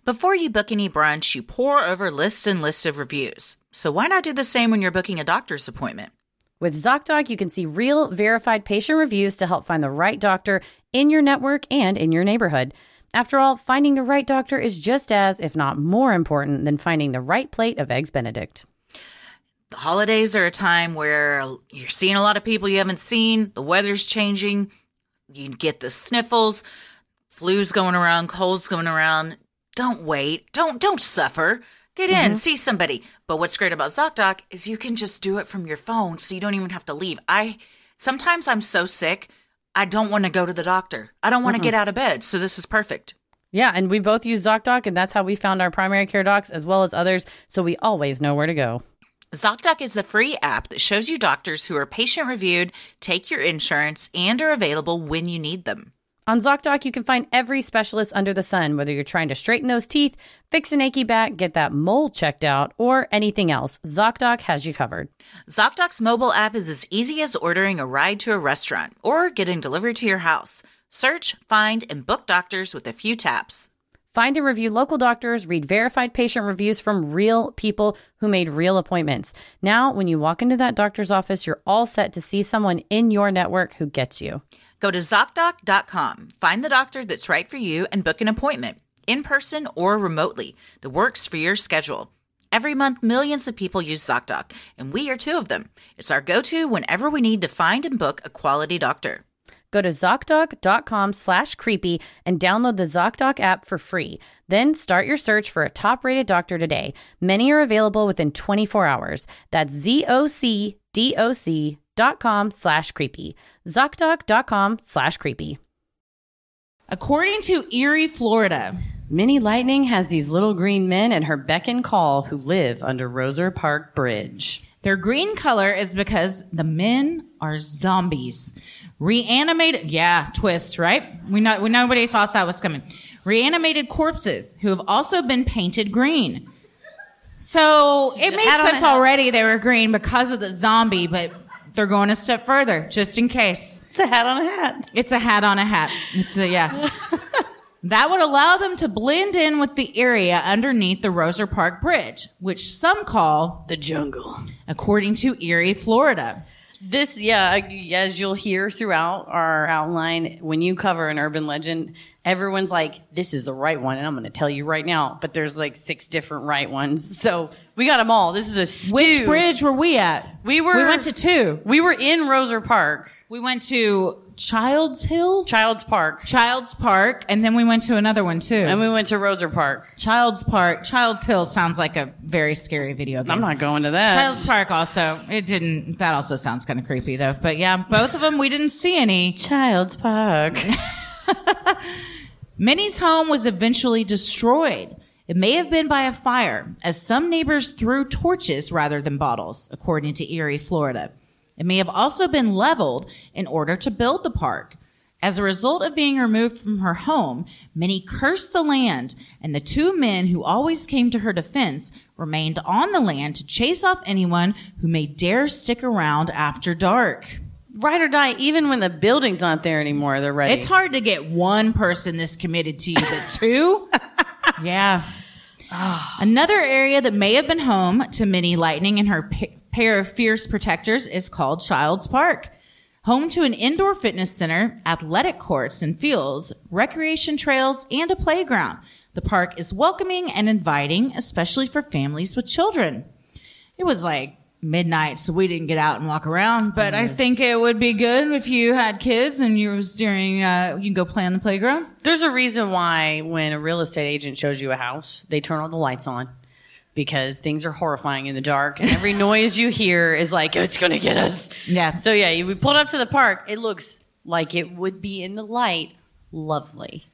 Before you book any brunch, you pore over lists and lists of reviews. So why not do the same when you're booking a doctor's appointment? With ZocDoc, you can see real, verified patient reviews to help find the right doctor in your network and in your neighborhood. After all, finding the right doctor is just as, if not more important, than finding the right plate of Eggs Benedict. The holidays are a time where you're seeing a lot of people you haven't seen, the weather's changing, you get the sniffles, flu's going around, cold's going around. Don't wait. Don't don't suffer. Get in, see somebody. But what's great about ZocDoc is you can just do it from your phone, so you don't even have to leave. I sometimes I'm so sick, I don't want to go to the doctor. I don't want to get out of bed, so this is perfect. Yeah, and we both use ZocDoc, and that's how we found our primary care docs as well as others, so we always know where to go. ZocDoc is a free app that shows you doctors who are patient reviewed, take your insurance, and are available when you need them. On ZocDoc, you can find every specialist under the sun, whether you're trying to straighten those teeth, fix an achy back, get that mole checked out, or anything else. ZocDoc has you covered. ZocDoc's mobile app is as easy as ordering a ride to a restaurant or getting delivered to your house. Search, find, and book doctors with a few taps. Find and review local doctors, read verified patient reviews from real people who made real appointments. Now, when you walk into that doctor's office, you're all set to see someone in your network who gets you. Go to ZocDoc.com, find the doctor that's right for you, and book an appointment, in person or remotely, that works for your schedule. Every month, millions of people use ZocDoc, and we are two of them. It's our go to whenever we need to find and book a quality doctor. Go to ZocDoc.com slash creepy and download the ZocDoc app for free. Then start your search for a top rated doctor today. Many are available within 24 hours. That's ZocDoc.com slash creepy. ZocDoc.com slash creepy. According to Erie, Florida, Minnie Lightning has these little green men at her beck and call who live under Roser Park Bridge. their green color is because the men are zombies. Reanimated, yeah, twist, right? We not, we, nobody thought that was coming. Reanimated corpses who have also been painted green. So it made I don't sense know. already they were green because of the zombie, but they're going a step further just in case. It's a hat on a hat. It's a hat on a hat. It's a, *laughs* yeah. that would allow them to blend in with the area underneath the Roser Park Bridge, which some call The jungle. according to Erie, Florida. This, yeah, as you'll hear throughout our outline, when you cover an urban legend, everyone's like, this is the right one. And I'm going to tell you right now, but there's like six different right ones. So we got them all. This is a stew. Which bridge were we at? We were- We went to two. We were in Roser Park, We went to Child's Hill, Child's Park, Child's Park, and then we went to another one too. and we went to Roser Park. Child's Park, Child's Hill sounds like a very scary video game. I'm not going to that. Child's Park also. It didn't. That also sounds kind of creepy though. But yeah, both of them we didn't see any. Child's Park. *laughs* Minnie's home was eventually destroyed. It may have been by a fire, as some neighbors threw torches rather than bottles, according to Erie, Florida. It may have also been leveled in order to build the park. As a result of being removed from her home, Minnie cursed the land, and the two men who always came to her defense remained on the land to chase off anyone who may dare stick around after dark. Ride or die, even when the building's not there anymore, they're ready. It's hard to get one person this committed to you, but two? yeah. Another area that may have been home to Minnie Lightning and her pa- pair of fierce protectors is called Child's Park. Home to an indoor fitness center, athletic courts and fields, recreation trails, and a playground. The park is welcoming and inviting, especially for families with children. It was like midnight, so we didn't get out and walk around. But I Mm-hmm. think it would be good if you had kids and you was during uh, you can go play on the playground. There's a reason why when a real estate agent shows you a house, they turn all the lights on because things are horrifying in the dark and every *laughs* noise you hear is like, it's going to get us. Yeah. So yeah, you- we pulled up to the park. It looks like it would be in the light. Lovely.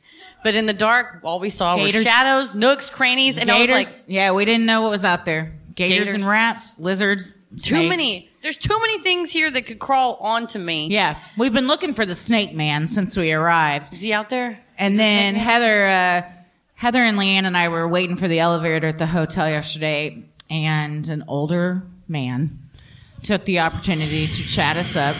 But in the dark, all we saw were Gators. shadows, nooks, crannies, and I was like, yeah, we didn't know what was out there. Gators, Gators. and rats, lizards, too snakes. many. There's too many things here that could crawl onto me. Yeah, we've been looking for the snake man since we arrived, Is he out there? and Is this then him? Heather, uh, Heather and Leanne and I were waiting for the elevator at the hotel yesterday, and an older man took the opportunity to chat us up.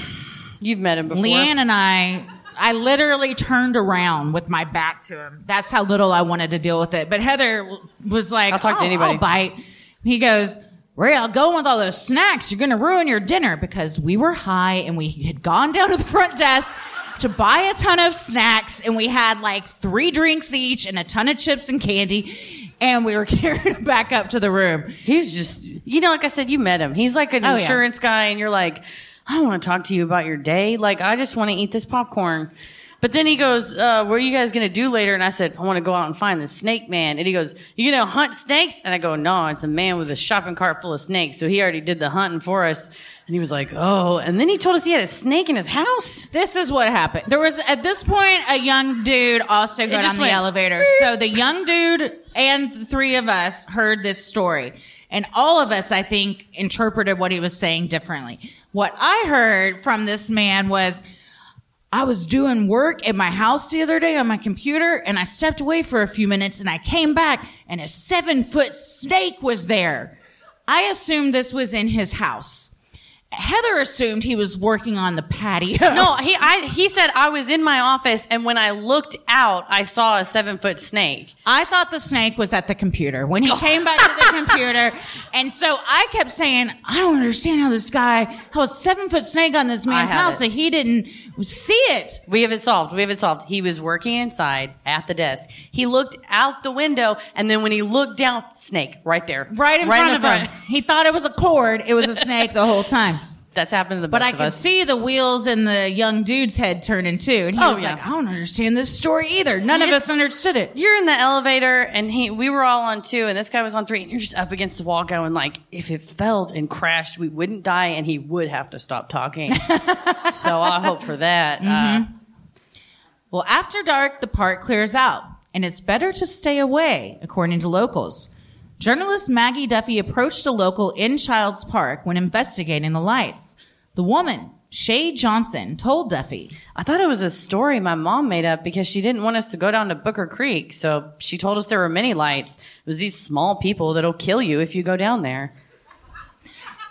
You've met him before. Leanne and I, I literally turned around with my back to him. That's how little I wanted to deal with it. But Heather w- was like, "Oh, I'll talk to anybody." I'll bite. And he goes, where y'all going with all those snacks? You're going to ruin your dinner because we were high and we had gone down to the front desk to buy a ton of snacks and we had like three drinks each and a ton of chips and candy. And we were *laughs* carried back up to the room. He's just, you know, like I said, you met him. He's like an Oh, yeah. insurance guy, and you're like, I don't want to talk to you about your day. Like, I just want to eat this popcorn. But then he goes, uh, What are you guys going to do later? And I said, I want to go out and find the snake man. And he goes, You going to hunt snakes? And I go, No, it's a man with a shopping cart full of snakes. So he already did the hunting for us. And he was like, Oh. And then he told us he had a snake in his house. This is what happened. There was at this point a young dude also got just on the went elevator. So the young dude and the three of us heard this story. And all of us, I think, interpreted what he was saying differently. What I heard from this man was I was doing work at my house the other day on my computer and I stepped away for a few minutes and I came back and a seven foot snake was there. I assumed this was in his house. Heather assumed he was working on the patio. *laughs* No, he I, he said I was in my office, and when I looked out, I saw a seven foot snake. I thought the snake was at the computer when he came back to *laughs* the computer. And so I kept saying, I don't understand how this guy, how a seven foot snake on this man's I have house it. that he didn't see it. We have it solved. We have it solved. He was working inside at the desk. He looked out the window, and then when he looked down, snake right there, Right in front the of him. He thought it was a cord. It was a snake the whole *laughs* time. That's happened to the But best I of could us. see the wheels in the young dude's head turning too. And he Oh, was yeah. like, I don't understand this story either. None of It's- us understood it. You're in the elevator, and he we were all on two, and this guy was on three, and you're just up against the wall, going like, if it fell and crashed, we wouldn't die, and he would have to stop *laughs* talking. so I hope for that. Uh, Well, after dark, the park clears out, and it's better to stay away, according to locals. Journalist Maggie Duffy approached a local in Childs Park when investigating the lights. The woman, Shay Johnson, told Duffy, I thought it was a story my mom made up because she didn't want us to go down to Booker Creek. So she told us there were many lights. It was these small people that'll kill you if you go down there.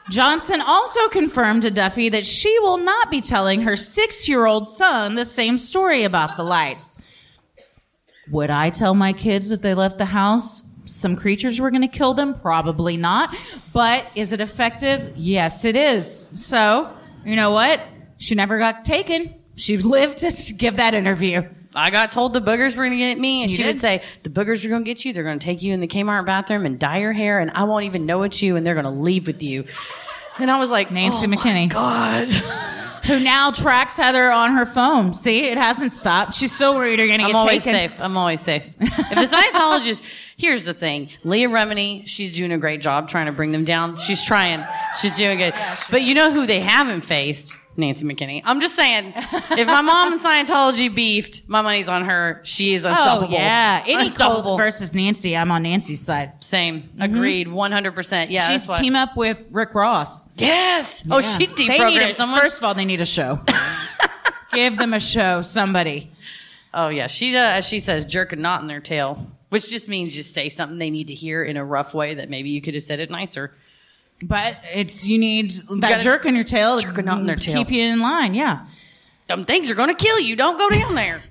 Johnson also confirmed to Duffy that she will not be telling her six year old son the same story about the lights. Would I tell my kids that they left the house? Some creatures were going to kill them? Probably not. But is it effective? Yes, it is. So, you know what? She never got taken. She lived to *laughs* give that interview. I got told the boogers were going to get me. And You she did? would say, The boogers are going to get you. They're going to take you in the Kmart bathroom and dye your hair. And I won't even know it's you. And they're going to leave with you. And I was like, Nancy "Oh my McKinney. God. *laughs* Who now tracks Heather on her phone. See, it hasn't stopped. She's still worried you're going to I'm get always taken. safe. I'm *laughs* always safe. If the Scientologist, here's the thing. Leah Remini, she's doing a great job trying to bring them down. She's trying. She's doing good. but you know who they haven't faced? Nancy McKinney. I'm just saying, if my mom and Scientology beefed, my money's on her. She is Oh unstoppable. yeah, any unstoppable. Colt versus Nancy. I'm on Nancy's side. Same. Agreed. 100%. Yeah. She's that's why- team up with Rick Ross. Yes. Oh, she They need deprogrammed it. someone. First of all, they need a show. *laughs* Give them a show, somebody. Oh yeah, she uh, she says jerk a knot in their tail, which just means just say something they need to hear in a rough way that maybe you could have said it nicer. But it's you need that gotta jerk in your tail. jerk a knot in their to tail. Keep you in line. Yeah. Them things are gonna kill you. Don't go down there.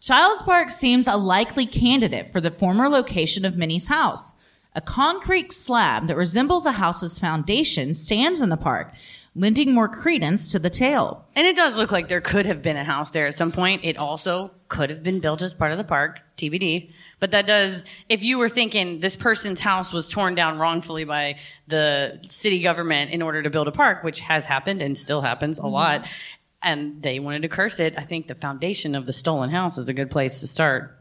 Childs Park seems a likely candidate for the former location of Minnie's house. A concrete slab that resembles a house's foundation stands in the park, lending more credence to the tale. and it does look like there could have been a house there at some point. It also could have been built as part of the park, TBD. But that does, if you were thinking this person's house was torn down wrongfully by the city government in order to build a park, which has happened and still happens a Mm-hmm. lot, and they wanted to curse it, I think the foundation of the stolen house is a good place to start.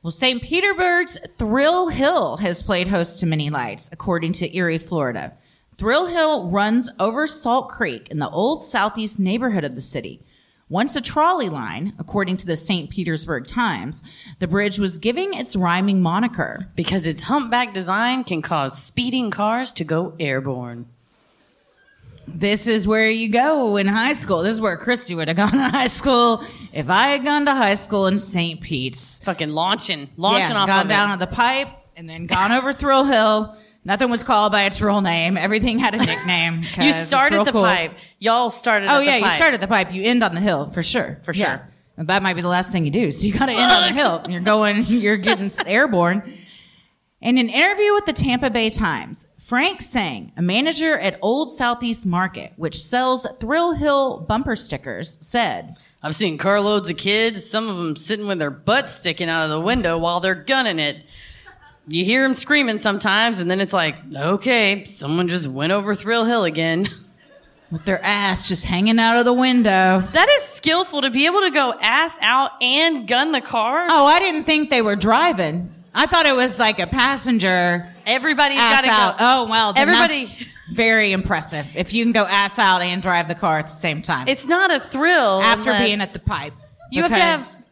Well, St. Petersburg's Thrill Hill has played host to many lights, according to Erie, Florida. Thrill Hill runs over Salt Creek in the old southeast neighborhood of the city. Once a trolley line, according to the St. Petersburg Times, the bridge was giving its rhyming moniker. Because its humpback design can cause speeding cars to go airborne. This is where you go in high school. This is where Christy would have gone to high school if I had gone to high school in St. Pete's. Fucking launching, launching yeah, off gone of it. down on the pipe and then gone over Thrill Hill Nothing was called by its real name. Everything had a nickname. 'cause *laughs* You it's real started the cool. pipe. Y'all started. Oh at the yeah, you pipe. start at the pipe. You end on the hill for sure, for Yeah. sure. And That might be the last thing you do. So you got to end on the hill. You're going. *laughs* You're getting airborne. In an interview with the Tampa Bay Times, Frank Sang, a manager at Old Southeast Market, which sells Thrill Hill bumper stickers, said, I've seen carloads of kids, some of them sitting with their butts sticking out of the window while they're gunning it. You hear them screaming sometimes, and then it's like, okay, someone just went over Thrill Hill again. *laughs* with their ass just hanging out of the window. That is skillful to be able to go ass out and gun the car. Oh, I didn't think they were driving. I thought it was like a passenger Everybody's ass got to out. go. Oh well, then Everybody- that's very impressive. If you can go ass out and drive the car at the same time, It's not a thrill after unless- being at the pipe. You have to have- Because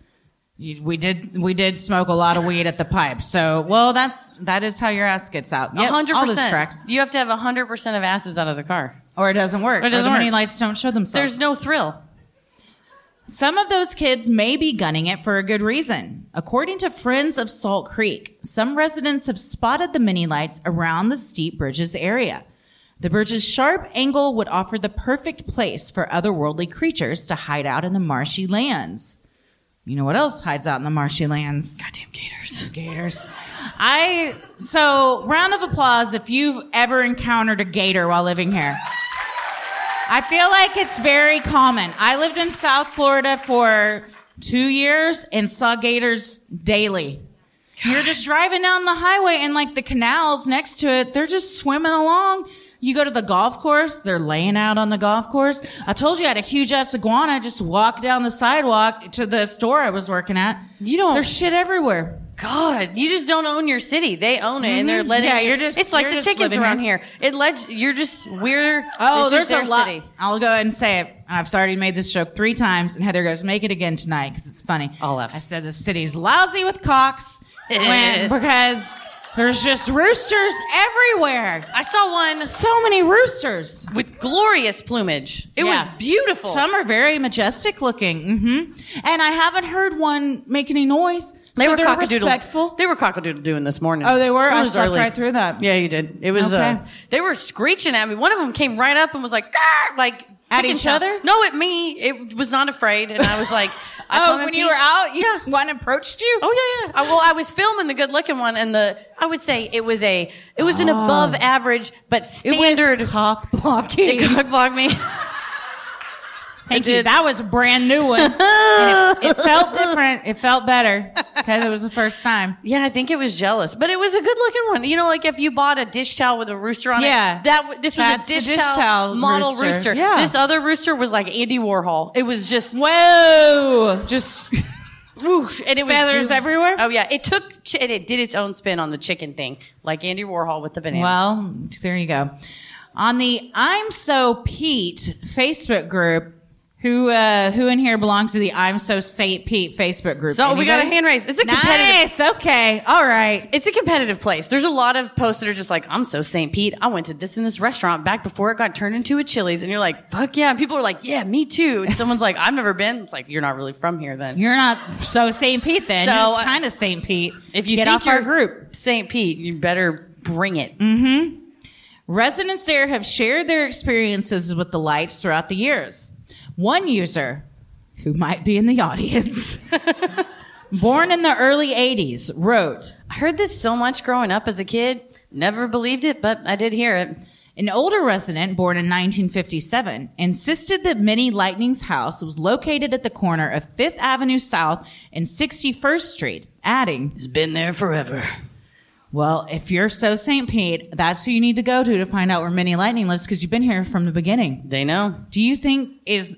you- We did. We did smoke a lot of weed at the pipe. So well, that's that is how your ass gets out. Yep, hundred All percent. those tracks, You have to have hundred percent of asses out of the car. or it doesn't work. Or it doesn't the many work. lights don't show themselves. There's no thrill. Some of those kids may be gunning it for a good reason. According to Friends of Salt Creek, some residents have spotted the mini lights around the steep bridges area. The bridge's sharp angle would offer the perfect place for otherworldly creatures to hide out in the marshy lands. You know what else hides out in the marshy lands? Goddamn gators. Gators. I, so round of applause if you've ever encountered a gator while living here. I feel like it's very common. I lived in South Florida for two years and saw gators daily. You're just driving down the highway and like the canals next to it, they're just swimming along. You go to the golf course, they're laying out on the golf course. I told you I had a huge ass iguana just walk down the sidewalk to the store I was working at. You don't- There's shit everywhere. God, you just don't own your city. They own it, and they're Mhm. letting. Yeah, you're just- It's like you're the just chickens living around here. here. It lets you're just we're. Oh, this is there's a their lot. City. I'll go ahead and say it. I've already made this joke three times, and Heather goes, "Make it again tonight because it's funny." I'll laugh. I said the city's lousy with cocks *laughs* when, because there's just roosters everywhere. I saw one So many roosters. with glorious plumage. It Yeah. was beautiful. Some are very majestic looking. hmm And I haven't heard one make any noise. they so were they're cockadoodle. respectful. They were cockadoodle doing this morning. Oh, they were? It I was slept early. right through that. Yeah, you did. It was. Okay. Uh, they were screeching at me. One of them came right up and was like, "Grr," like At chicken each sound. other? No, at me. It was not afraid, and *laughs* I was *laughs* like, I come oh, in when you peace. were out, you, one approached you. Oh yeah, yeah. I, well, I was filming the good looking one, and the I would say it was a it was an above average but standard. It was cock blocking. It *laughs* cock blocked me. Thank you. That was a brand new one. And it, it *laughs* felt different. It felt better because it was the first time. Yeah, I think it was jealous, but it was a good looking one. You know, like if you bought a dish towel with a rooster on Yeah. it. that w- this was That's a the dish, dish towel, towel model rooster. rooster. Yeah. This other rooster was like Andy Warhol. It was just Whoa! Just *laughs* whoosh, and it was Feathers everywhere? Oh yeah, it took ch- and it did its own spin on the chicken thing, like Andy Warhol with the banana. well, there you go. On the I'm So Pete Facebook group, who uh, who in here belongs to the I'm So Saint Pete Facebook group? So we got a Anybody? hand raise. It's a competitive. Nice. Okay. All right. it's a competitive place. There's a lot of posts that are just like, I'm so St. Pete. I went to this and this restaurant back before it got turned into a Chili's. And you're like, fuck yeah. And people are like, yeah, me too. And someone's like, I've never been. It's like, you're not really from here then. You're not so Saint Pete then. So, you're just uh, kind of Saint Pete. if you get think off our you're- group. St. Pete, you better bring it. Mm. Residents there have shared their experiences with the lights throughout the years. One user, who might be in the audience, *laughs* born in the early 80s, wrote I heard this so much growing up as a kid. Never believed it, but I did hear it. An older resident born in 1957 insisted that Minnie Lightning's house was located at the corner of Fifth Avenue South and 61st Street, adding, It's been there forever. Well, if you're so St. Pete, that's who you need to go to to find out where Minnie Lightning lives because you've been here from the beginning. They know. Do you think is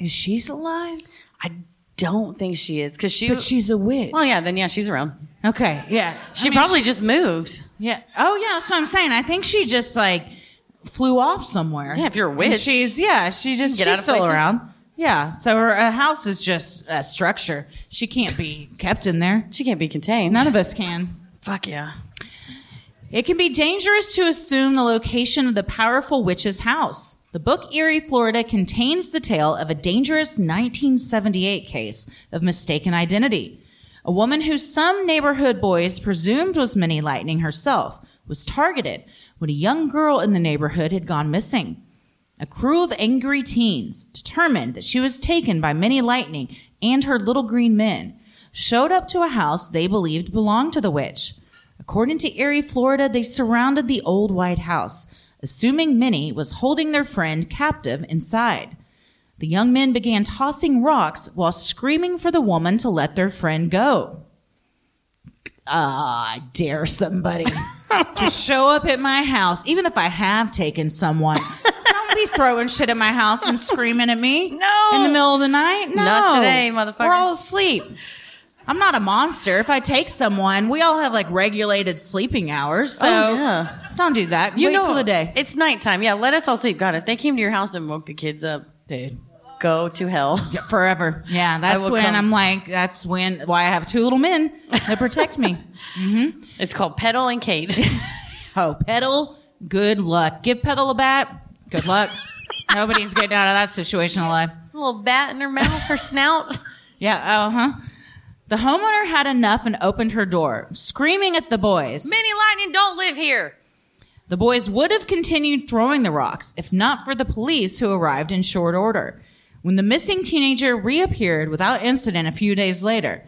is she's alive? I don't think she is because she. But she's a witch. well, yeah, then yeah, she's around. Okay. Yeah. She probably just moved. yeah. Oh yeah. That's what I'm saying. I think she just like flew off somewhere. Yeah, if you're a And witch. she's yeah. She just Get she's out of still places. around. Yeah. So her uh, house is just a structure. She can't be kept in there. She can't be contained. None of us can. Fuck yeah. It can be dangerous to assume the location of the powerful witch's house. The book Erie, Florida contains the tale of a dangerous 1978 case of mistaken identity. A woman who some neighborhood boys presumed was Minnie Lightning herself was targeted when a young girl in the neighborhood had gone missing. A crew of angry teens, determined that she was taken by many lightning and her little green men, showed up to a house they believed belonged to the witch. According to Erie, Florida, they surrounded the old White House, assuming Minnie was holding their friend captive inside. The young men began tossing rocks while screaming for the woman to let their friend go. Ah, I dare somebody *laughs* to show up at my house, even if I have taken someone. Don't be throwing shit at my house and screaming at me. No. In the middle of the night? No. Not today, motherfucker. We're all asleep. I'm not a monster. If I take someone, we all have like regulated sleeping hours. So Oh, yeah. don't do that. Wait till the day. It's nighttime. Yeah, let us all sleep. God, if they came to your house and woke the kids up, dude, go to *laughs* hell. forever. Yeah, that's will when come. I'm like, that's when why I have two little men that protect *laughs* me. It's called Petal and *laughs* Kate. Oh, pedal, good luck. Give pedal a bat. Good *laughs* luck. Nobody's getting out of that situation alive. little bat in her mouth, her *laughs* snout. Yeah. Oh, huh. The homeowner had enough and opened her door, screaming at the boys. Minnie Lightning don't live here. The boys would have continued throwing the rocks if not for the police who arrived in short order. When the missing teenager reappeared without incident a few days later,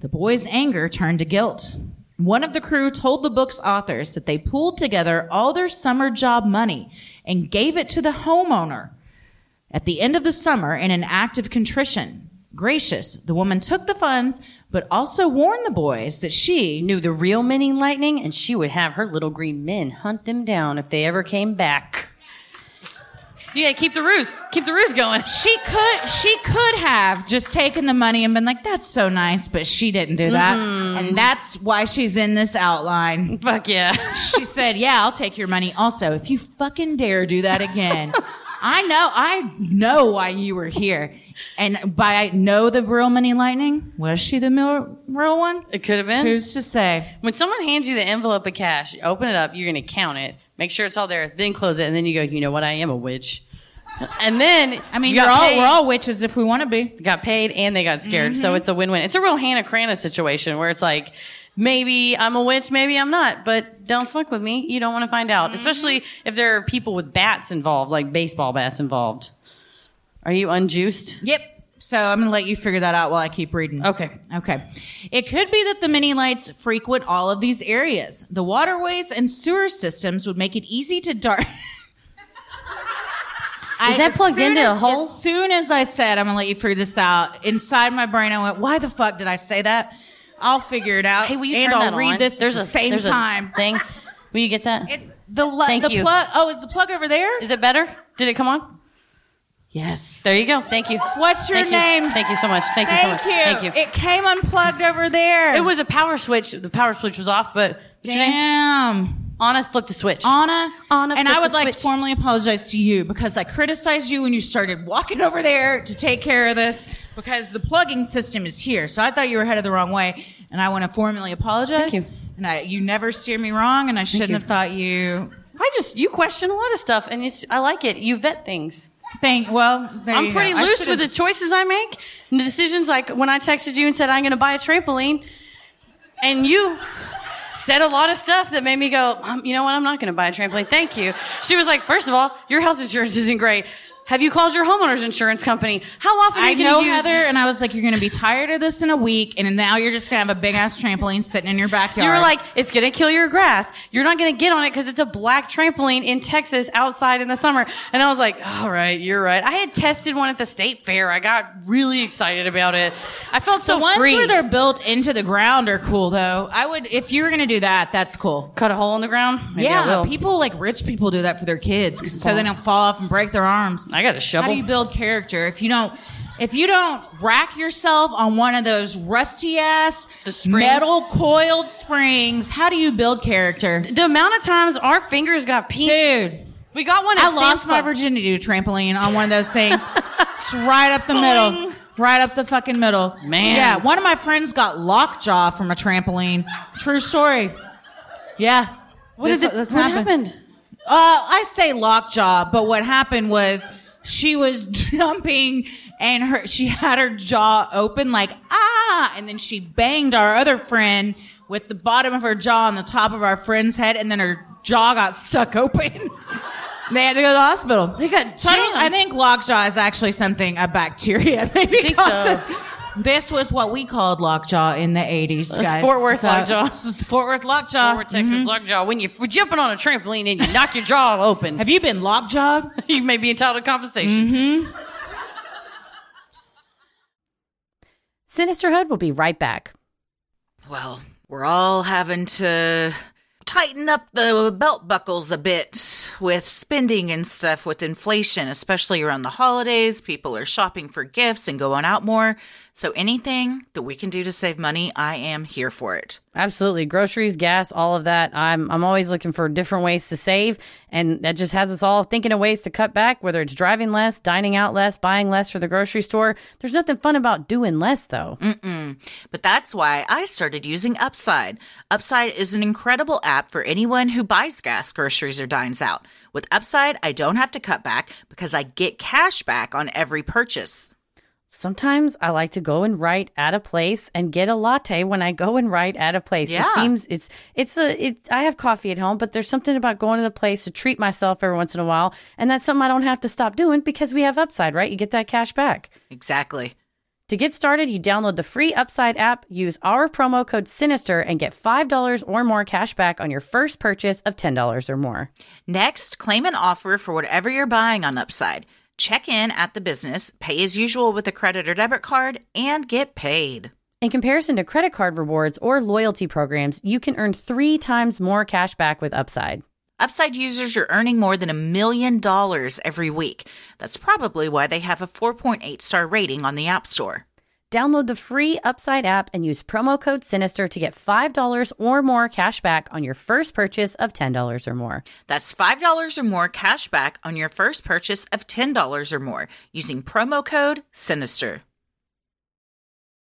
the boys' anger turned to guilt. One of the crew told the book's authors that they pooled together all their summer job money and gave it to the homeowner. At the end of the summer, in an act of contrition, gracious, the woman took the funds, but also warned the boys that she Knew the real Minnie Lightning, and she would have her little green men hunt them down if they ever came back. You gotta keep the ruse. Keep the ruse going. *laughs* She could she could have just taken the money and been like, that's so nice, but she didn't do that. And that's why she's in this *laughs* outline. Fuck yeah. She said, Yeah, I'll take your money. Also, if you fucking dare do that again, I know I know why you were here. And by I know the real money lightning, was she the mil- real one? It could have been. Who's to say? When someone hands you the envelope of cash, you open it up, you're going to count it, make sure it's all there, then close it, and then you go, you know what, I am a witch. And then, I mean, you you're got all, paid, we're all witches if we want to be. got paid and they got scared. So Mm-hmm. it's a win-win. It's a real Hannah Crana situation where it's like, maybe I'm a witch, maybe I'm not, but don't fuck with me. You don't want to find out, Mm-hmm. especially if there are people with bats involved, like baseball bats involved. Are you unjuiced? Yep. So I'm going to let you figure that out while I keep reading. Okay. Okay. It could be that the mini lights frequent all of these areas. The waterways and sewer systems would make it easy to *laughs* dart. Is that plugged into a hole? As soon as I said, I'm going to let you figure this out, inside my brain, I went, why the fuck did I say that? I'll figure it out. Hey, will you and turn I'll that read on? this there's at a, the same there's a time. thing. Will you get that? Is it's the, li- Thank the you. plug. Oh, is the plug over there? it better? Did it come on? yes. There you go. Thank you. What's your Thank name? You. Thank you so much. Thank, you so much. Thank you. Thank you. It, It came unplugged over there. was a power switch. The power switch was off, but what's your name? Damn. Anna flipped a switch. Anna, Anna and flipped I would the like to switch. formally apologize to you because I criticized you when you started walking over there to take care of this because the plugging system is here. So I thought you were headed the wrong way, and I want to formally apologize. Thank you. And I, you never steered me wrong, and I shouldn't have thought you. I just you question a lot of stuff, and it's I like it. You vet things. Thank. Well, there I'm you pretty go. I loose should with the have- choices I make and the decisions. Like when I texted you and said I'm going to buy a trampoline, and you said a lot of stuff that made me go, um, you know what? I'm not going to buy a trampoline. Thank you. She was like, first of all, your health insurance isn't great. Have you called your homeowner's insurance company? How often are I you going know to use Heather, and I was like, "You're going to be tired of this in a week, and now you're just going to have a big ass trampoline sitting in your backyard." You were like, it's gonna kill your grass. You're not gonna get on it because it's a black trampoline in Texas outside in the summer. And I was like, all right, you're right. I had tested one at the state fair. I got really excited about it. I felt so The ones free. where they're built into the ground are cool, though. I would, if you were going to do that, that's cool. Cut a hole in the ground. Maybe I will. people like rich people do that for their kids 'cause- so they don't fall off and break their arms. I got a shovel. How do you build character if you don't? If you don't rack yourself on one of those rusty ass The springs. metal coiled springs, how do you build character? the amount of times our fingers got pinched. Dude. we got one. At I lost Sam's my Club. virginity to trampoline on one of those *laughs* things. it's right up the middle. Right up the fucking middle. Man. Yeah, one of my friends got lockjaw from a trampoline. True story. Yeah. What is This- it? this what happened? Uh, I say lockjaw, but what happened was she was *laughs* jumping and her she had her jaw open like ah, and then she banged our other friend with the bottom of her jaw on the top of our friend's head, and then her jaw got stuck *laughs* open. they had to go to the hospital. They got so I, don't- I jammed. think lockjaw is actually something a bacteria *laughs* maybe think so. causes. This was what we called lockjaw in the 80s, guys. Fort Worth lockjaw. This is Fort Worth lockjaw. Forward Texas lockjaw. When you- if you're jumping on a trampoline and you knock your jaw open, *laughs* Have you been lockjaw? you may be entitled to compensation. Sinisterhood will be right back. Well, we're all having to tighten up the belt buckles a bit with spending and stuff with inflation, especially around the holidays. People are shopping for gifts and going out more. So anything that we can do to save money, I am here for it. Absolutely. Groceries, gas, all of that. I'm I'm always looking for different ways to save and that just has us all thinking of ways to cut back whether it's driving less, dining out less, buying less for the grocery store. There's nothing fun about doing less though. But that's why I started using Upside. Upside is an incredible app for anyone who buys gas, groceries, or dines out. With Upside, I don't have to cut back because I get cash back on every purchase. Sometimes I like to go and write at a place and get a latte when I go and write at a place. Yeah. It seems it's it's a it I have coffee at home, but there's something about going to the place to treat myself every once in a while, and that's something I don't have to stop doing because we have upside, right? You get that cash back. Exactly. To get started, you download the free Upside app, use our promo code SINISTER, and get $5 or more cash back on your first purchase of $10 or more. Next, claim an offer for whatever you're buying on Upside. Check in at the business, pay as usual with a credit or debit card, and get paid. In comparison to credit card rewards or loyalty programs, you can earn three times more cash back with Upside. Upside users are earning more than a million dollars every week. That's probably why they have a 4.8 star rating on the App Store. Download the free Upside app and use promo code SINISTER to get $5 or more cash back on your first purchase of $10 or more. That's $5 or more cash back on your first purchase of $10 or more using promo code SINISTER.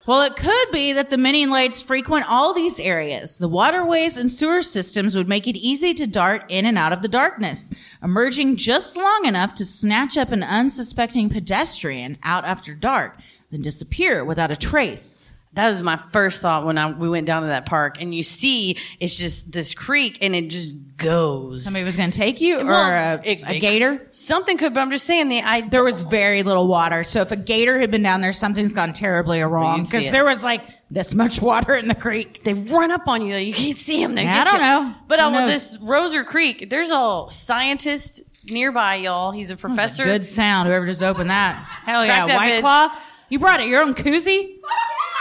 Well, it could be that the mini lights frequent all these areas. The waterways and sewer systems would make it easy to dart in and out of the darkness, emerging just long enough to snatch up an unsuspecting pedestrian out after dark, then disappear without a trace. That was my first thought when I, we went down to that park, and you see it's just this creek, and it just goes. Somebody was going to take you, or Well, a, it- a it- gator. Something could, but I'm just saying the I There was very little water, so if a gator had been down there, something's gone terribly wrong see because it. there was like this much water in the creek. they run up on you. You can't see them. They Yeah, I get don't you. know. But Who uh, knows? this Roser Creek, there's a scientist nearby, y'all. He's a professor. Good sound. Whoever just opened that. Hell Crack yeah. that White bitch. Claw. You brought it. Your own koozie?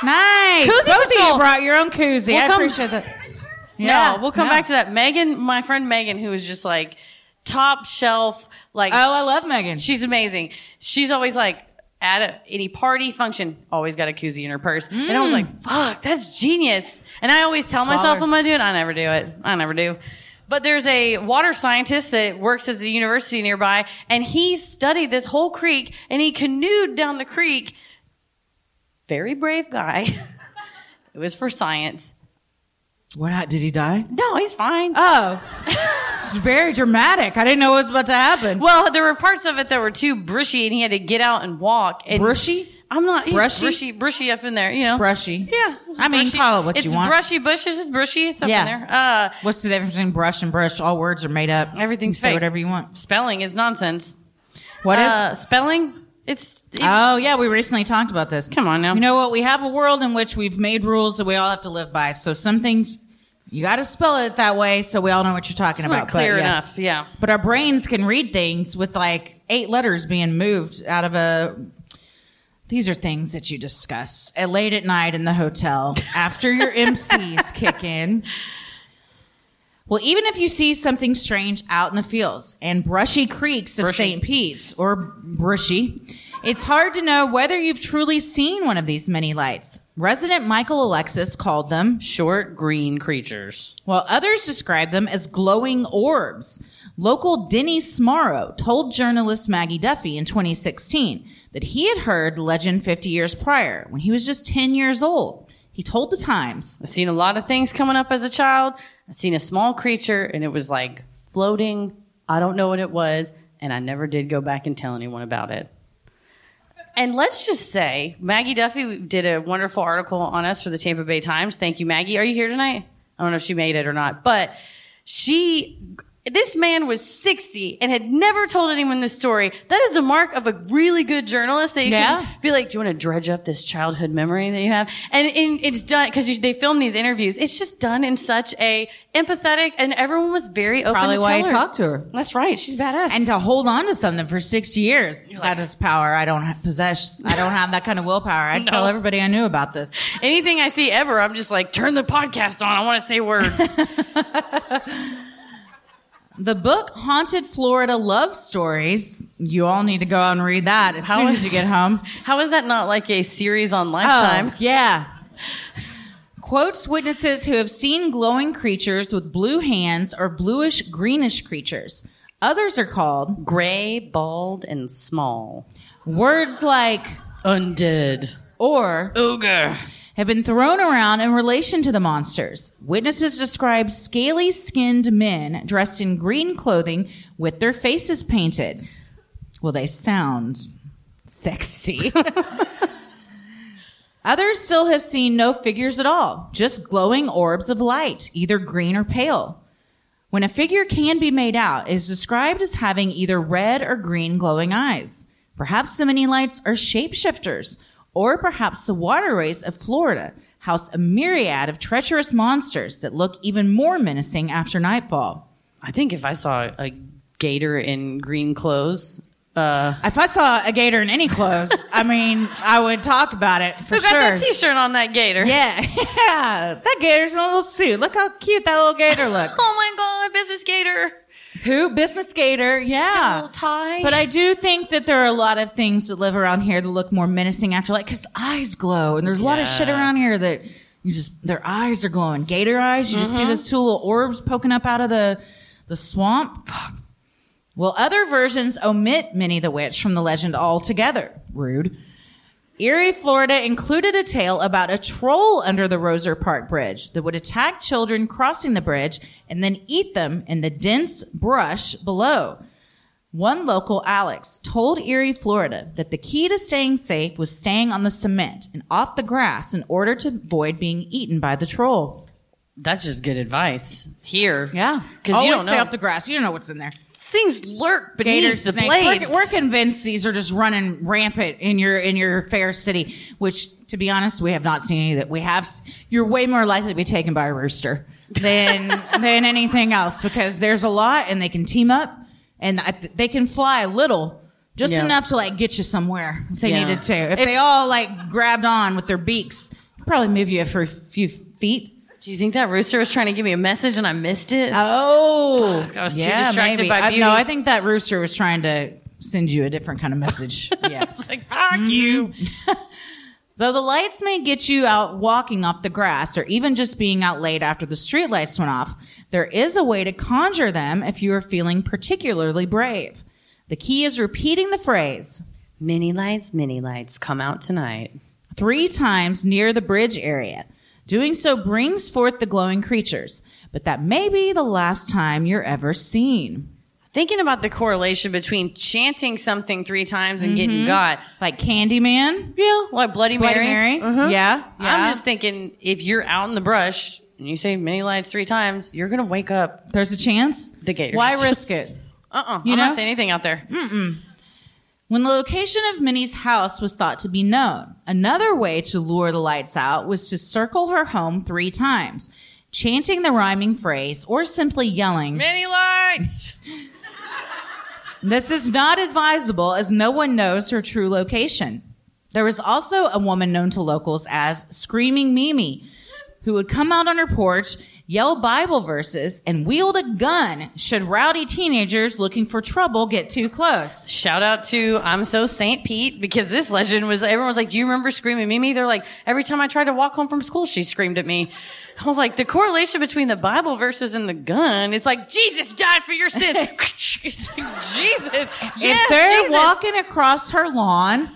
Nice. Koozie Both of patrol. you brought your own koozie. We'll I come- appreciate that. no, we'll come back to that. Megan, my friend Megan, who is just like top shelf. Like, Oh, I love Megan. She's amazing. She's always like at a, any party function, always got a koozie in her purse. And I was Mm. like, fuck, that's genius. And I always tell myself I'm gonna do it. I never do it. I never do. But there's a water scientist that works at the university nearby, and he studied this whole creek, and he canoed down the creek. Very brave guy. *laughs* it was for science. What Did he die? No, he's fine. Oh. it's very dramatic. I didn't know what was about to happen. Well, there were parts of it that were too brushy, and he had to get out and walk. And Brushy? I'm not he's Brushy? brushy, brushy up in there. You know, Brushy. Yeah, it's I mean, brushy. call it what it's you want. brushy bushes. It's brushy. It's up Yeah. in there. Uh, What's the difference between brush and brush? All words are made up. Everything's You can say fake. whatever you want. spelling is nonsense. What is? uh, spelling? It's Oh yeah, we recently talked about this. Come on now. You know what? We have a world in which we've made rules that we all have to live by. So some things you got to spell it that way so we all know what you're talking it's about. not clear but, yeah. enough. Yeah. But our brains can read things with like eight letters being moved out of a. These are things that you discuss at late at night in the hotel after your MCs kick in. Well, even if you see something strange out in the fields and brushy creeks of St. Pete's or brushy, it's hard to know whether you've truly seen one of these mini lights. Resident Michael Alexis called them Short green creatures. while others describe them as glowing orbs. Local Denny Smarrow told journalist Maggie Duffy in 2016 that he had heard legend 50 years prior when he was just 10 years old. He told the Times, I've seen a lot of things coming up as a child. I've seen a small creature, and it was like floating. I don't know what it was, and I never did go back and tell anyone about it. And let's just say Maggie Duffy did a wonderful article on us for the Tampa Bay Times. Thank you, Maggie. Are you here tonight? I don't know if she made it or not, but she, this man was 60 and had never told anyone this story. That is the mark of a really good journalist that you Yeah. can be like, do you want to dredge up this childhood memory that you have? And, and it's done because they film these interviews. It's just done in such a empathetic and everyone was very open. Probably to why I tell her. talked to her. That's right. She's badass. And to hold on to something for 60 years, that is power. I don't ha- possess. I don't have that kind of willpower. *laughs* I'd tell everybody I knew about this. anything I see ever, I'm just like, turn the podcast on. I want to say words. The book Haunted Florida Love Stories. You all need to go out and read that as How soon is- as you get home. How is that not like a series on Lifetime? Oh, yeah. Quotes witnesses who have seen glowing creatures with blue hands or bluish greenish creatures. Others are called Gray, bald, and small. words like Undead. or Ogre. have been thrown around in relation to the monsters. Witnesses describe scaly skinned men dressed in green clothing with their faces painted. Well, they sound sexy. *laughs* Others still have seen no figures at all, just glowing orbs of light, either green or pale. When a figure can be made out, it is described as having either red or green glowing eyes. Perhaps the mini lights are shapeshifters, or perhaps the waterways of Florida house a myriad of treacherous monsters that look even more menacing after nightfall. I think if I saw a gator in green clothes, uh, If I saw a gator in any *laughs* clothes, I mean, I would talk about it for who got sure. that T-shirt on that gator? yeah, *laughs* yeah, that gator's in a little suit. Look how cute that little gator look. *laughs* Oh my god, business gator. Who business gator? Yeah, Little tie. But I do think that there are a lot of things that live around here that look more menacing after like because eyes glow, and there's a lot of shit around here that you just their eyes are glowing. Gator eyes. You just see those two little orbs poking up out of the the swamp. Well, other versions omit Minnie the Witch from the legend altogether. Rude. Erie, Florida included a tale about a troll under the Roser Park Bridge that would attack children crossing the bridge and then eat them in the dense brush below. One local, Alex, told Erie, Florida that the key to staying safe was staying on the cement and off the grass in order to avoid being eaten by the troll. That's just good advice. Here, Because because you don't stay know off the grass. You don't know what's in there. things lurk beneath Gators, the snakes. blades. We're, we're convinced these are just running rampant in your in your fair city. Which, to be honest, we have not seen any that we have. s- You're way more likely to be taken by a rooster *laughs* than than anything else because there's a lot and they can team up and I, th- they can fly a little. Just Yeah. enough to like get you somewhere if they Yeah. needed to. If, they all like grabbed on with their beaks, could probably move you for a few feet. Do you think that rooster was trying to give me a message and I missed it? Oh, I was too distracted by I, beauty. no, I think that rooster was trying to send you a different kind of *laughs* message. yes. It's like fuck you. Though the lights may get you out walking off the grass or even just being out late after the street lights went off, there is a way to conjure them if you are feeling particularly brave. The key is repeating the phrase Mini lights, mini lights, come out tonight. three times near the bridge area. Doing so brings forth the glowing creatures, but that may be the last time you're ever seen. Thinking about the correlation between chanting something three times and getting got, Like Candyman, yeah, like Bloody, Mm-hmm. Bloody Mary. Uh-huh. Mary, yeah, I'm yeah. just thinking if you're out in the brush and you say many lights three times, you're gonna wake up there's a chance. the gators. Why risk it? Uh uh-uh, You I'm know? Mm. not saying anything out there. When the location of Minnie's house was thought to be known, another way to lure the lights out was to circle her home three times, chanting the rhyming phrase or simply yelling, Many lights. This is not advisable as no one knows her true location. There was also a woman known to locals as Screaming Mimi, who would come out on her porch, yell Bible verses, and wield a gun should rowdy teenagers looking for trouble get too close. Shout out to I'm so Saint Pete because this legend was everyone was like, Do you remember screaming Mimi? They're like, every time I tried to walk home from school, she screamed at me. I was like, the correlation between the Bible verses and the gun, it's like Jesus died for *laughs* your sins. *laughs* it's like Jesus. if they're walking across her lawn,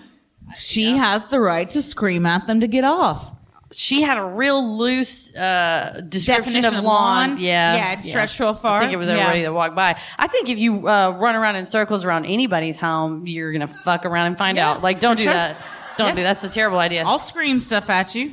she has the right to scream at them to get off. she had a real loose uh, description Definition of of lawn. lawn? Yeah, Yeah, it stretched real far. I think it was Yeah. everybody that walked by. I think if you uh, run around in circles around anybody's home, you're gonna fuck around and find out. Like, don't do sure. that. Don't do that's a terrible idea. I'll scream stuff at you.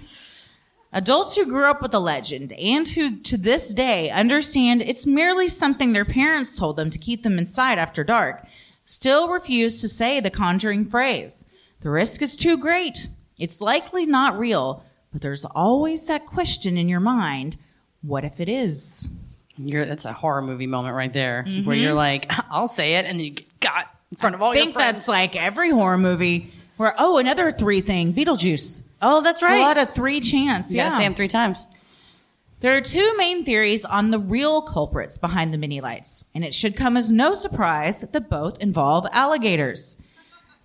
Adults who grew up with the legend and who to this day understand it's merely something their parents told them to keep them inside after dark still refuse to say the conjuring phrase. The risk is too great. It's likely not real, but there's always that question in your mind. What if it is? You're, that's a horror movie moment right there, where you're like, *laughs* "I'll say it," and then you get got in front of all Mm-hmm. I your think friends. that's like every horror movie where, oh, another three thing, Beetlejuice. oh, that's right. It's a lot of three chance. you yeah. gotta say them three times. There are two main theories on the real culprits behind the mini lights, and it should come as no surprise that both involve alligators.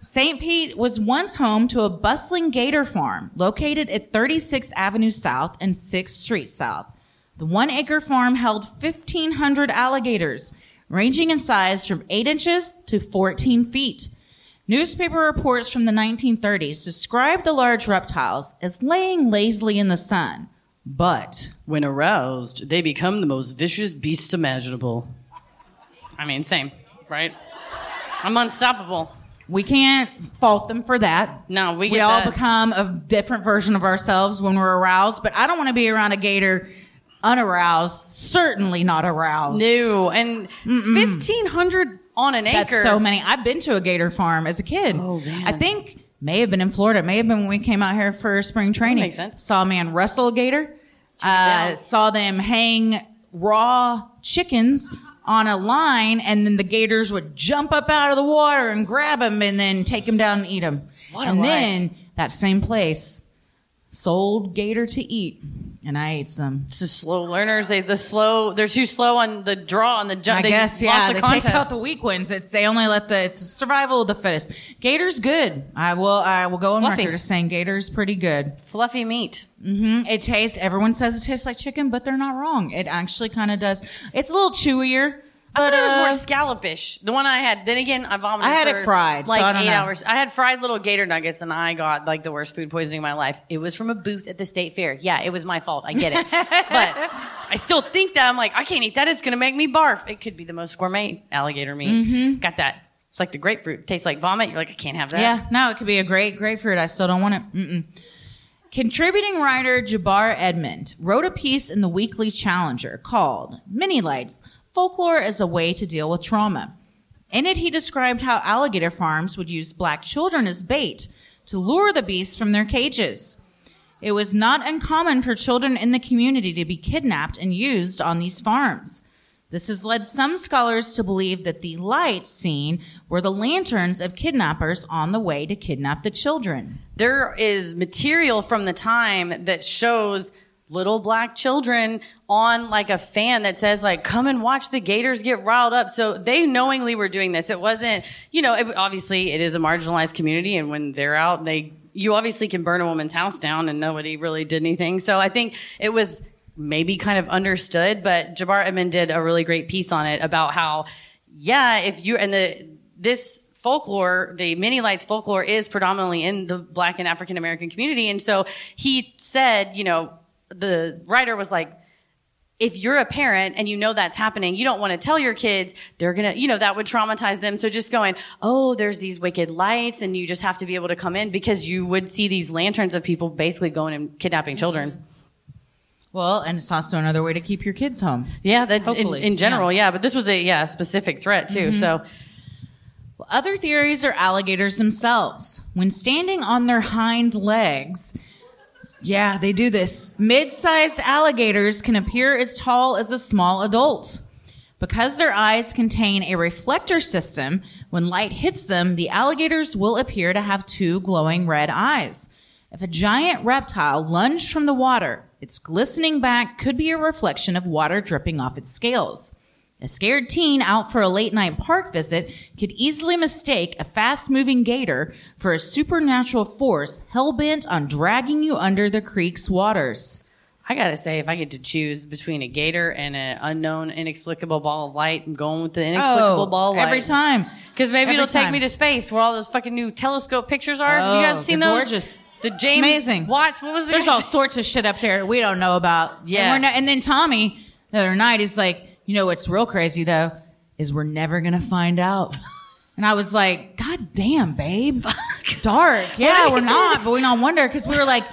St. Pete was once home to a bustling gator farm located at 36th Avenue South and 6th Street South. The one acre farm held 1,500 alligators, ranging in size from 8 inches to 14 feet. Newspaper reports from the 1930s described the large reptiles as laying lazily in the sun, but When aroused, they become the most vicious beasts imaginable. I mean, same, right? I'm unstoppable. We can't fault them for that. No, we we get all that. become a different version of ourselves when we're aroused. But I don't want to be around a gator unaroused. Certainly not aroused. No, and 1,500 on an acre. That's so many. I've been to a gator farm as a kid. Oh, man. I think may have been in Florida. It May have been when we came out here for spring training. makes sense. Saw a man wrestle a gator. Uh, down. saw them hang raw chickens on a line, and then the gators would jump up out of the water and grab them, and then take them down and eat them. What a and life. then that same place sold gator to eat, and I ate some. It's just slow learners. They the slow. They're too slow on the draw on the jump. I they guess, lost yeah. The they contest. take out the weak ones. It's they only let the it's survival of the fittest. Gator's good. I will I will go on Fluffy. record as saying Gator's pretty good. fluffy meat. Mm, It tastes. Everyone says it tastes like chicken, but they're not wrong. It actually kind of does. It's a little chewier. I But thought it was more uh, scallopish. The one I had. Then again, I vomited. I had for it fried, so like I don't eight know. hours. I had fried little gator nuggets, and I got like the worst food poisoning of my life. It was from a booth at the state fair. Yeah, it was my fault. *laughs* I get it, but I still think that I'm like I can't eat that. It's gonna make me barf. It could be the most gourmet alligator meat. Mm-hmm. Got that. It's like the grapefruit. Tastes like vomit. You're like I can't have that. yeah. No, it could be a great grapefruit. I still don't want it. Mm-mm. Contributing writer Jabbar Edmond wrote a piece in the Weekly Challenger called "Mini Lights: Folklore as a Way to Deal with Trauma." In it, he described how alligator farms would use black children as bait to lure the beasts from their cages. It was not uncommon for children in the community to be kidnapped and used on these farms. This has led some scholars to believe that the lights seen were the lanterns of kidnappers on the way to kidnap the children. there is material from the time that shows little black children on like a fan that says like come and watch the gators get riled up so they knowingly were doing this it wasn't you know it, obviously it is a marginalized community and when they're out they you obviously can burn a woman's house down and nobody really did anything so i think it was maybe kind of understood but jabbar edmond did a really great piece on it about how yeah if you and the this folklore, the mini lights folklore is predominantly in the black and African American community. And so he said, you know, the writer was like, if you're a parent and you know that's happening, you don't want to tell your kids they're going to, you know, that would traumatize them. So just going, oh, there's these wicked lights and you just have to be able to come in because you would see these lanterns of people basically going and kidnapping children. Well, and it's also another way to keep your kids home. Yeah. That's in, Hopefully, in general. Yeah. But this was a, yeah, specific threat too. So Other theories are alligators themselves. When standing on their hind legs, yeah, they do this. Mid sized alligators can appear as tall as a small adult. Because their eyes contain a reflector system, when light hits them, the alligators will appear to have two glowing red eyes. If a giant reptile lunged from the water, its glistening back could be a reflection of water dripping off its scales. A scared teen out for a late night park visit could easily mistake a fast moving gator for a supernatural force hell bent on dragging you under the creek's waters. I gotta say, if I get to choose between a gator and an unknown, inexplicable ball of light, I'm going with the inexplicable ball of light Oh, every time. Because maybe Every it'll take time. me to space where all those fucking new telescope pictures are. Oh, you guys seen they're those? gorgeous. The James Amazing. Watts. What was the There's all sorts of shit up there we don't know about. Yeah. And, we're not, and then Tommy the other night is like, you know what's real crazy though is we're never gonna find out. *laughs* And I was like, God damn, *laughs* babe, dark. Yeah, we're not, but we don't wonder because we were like,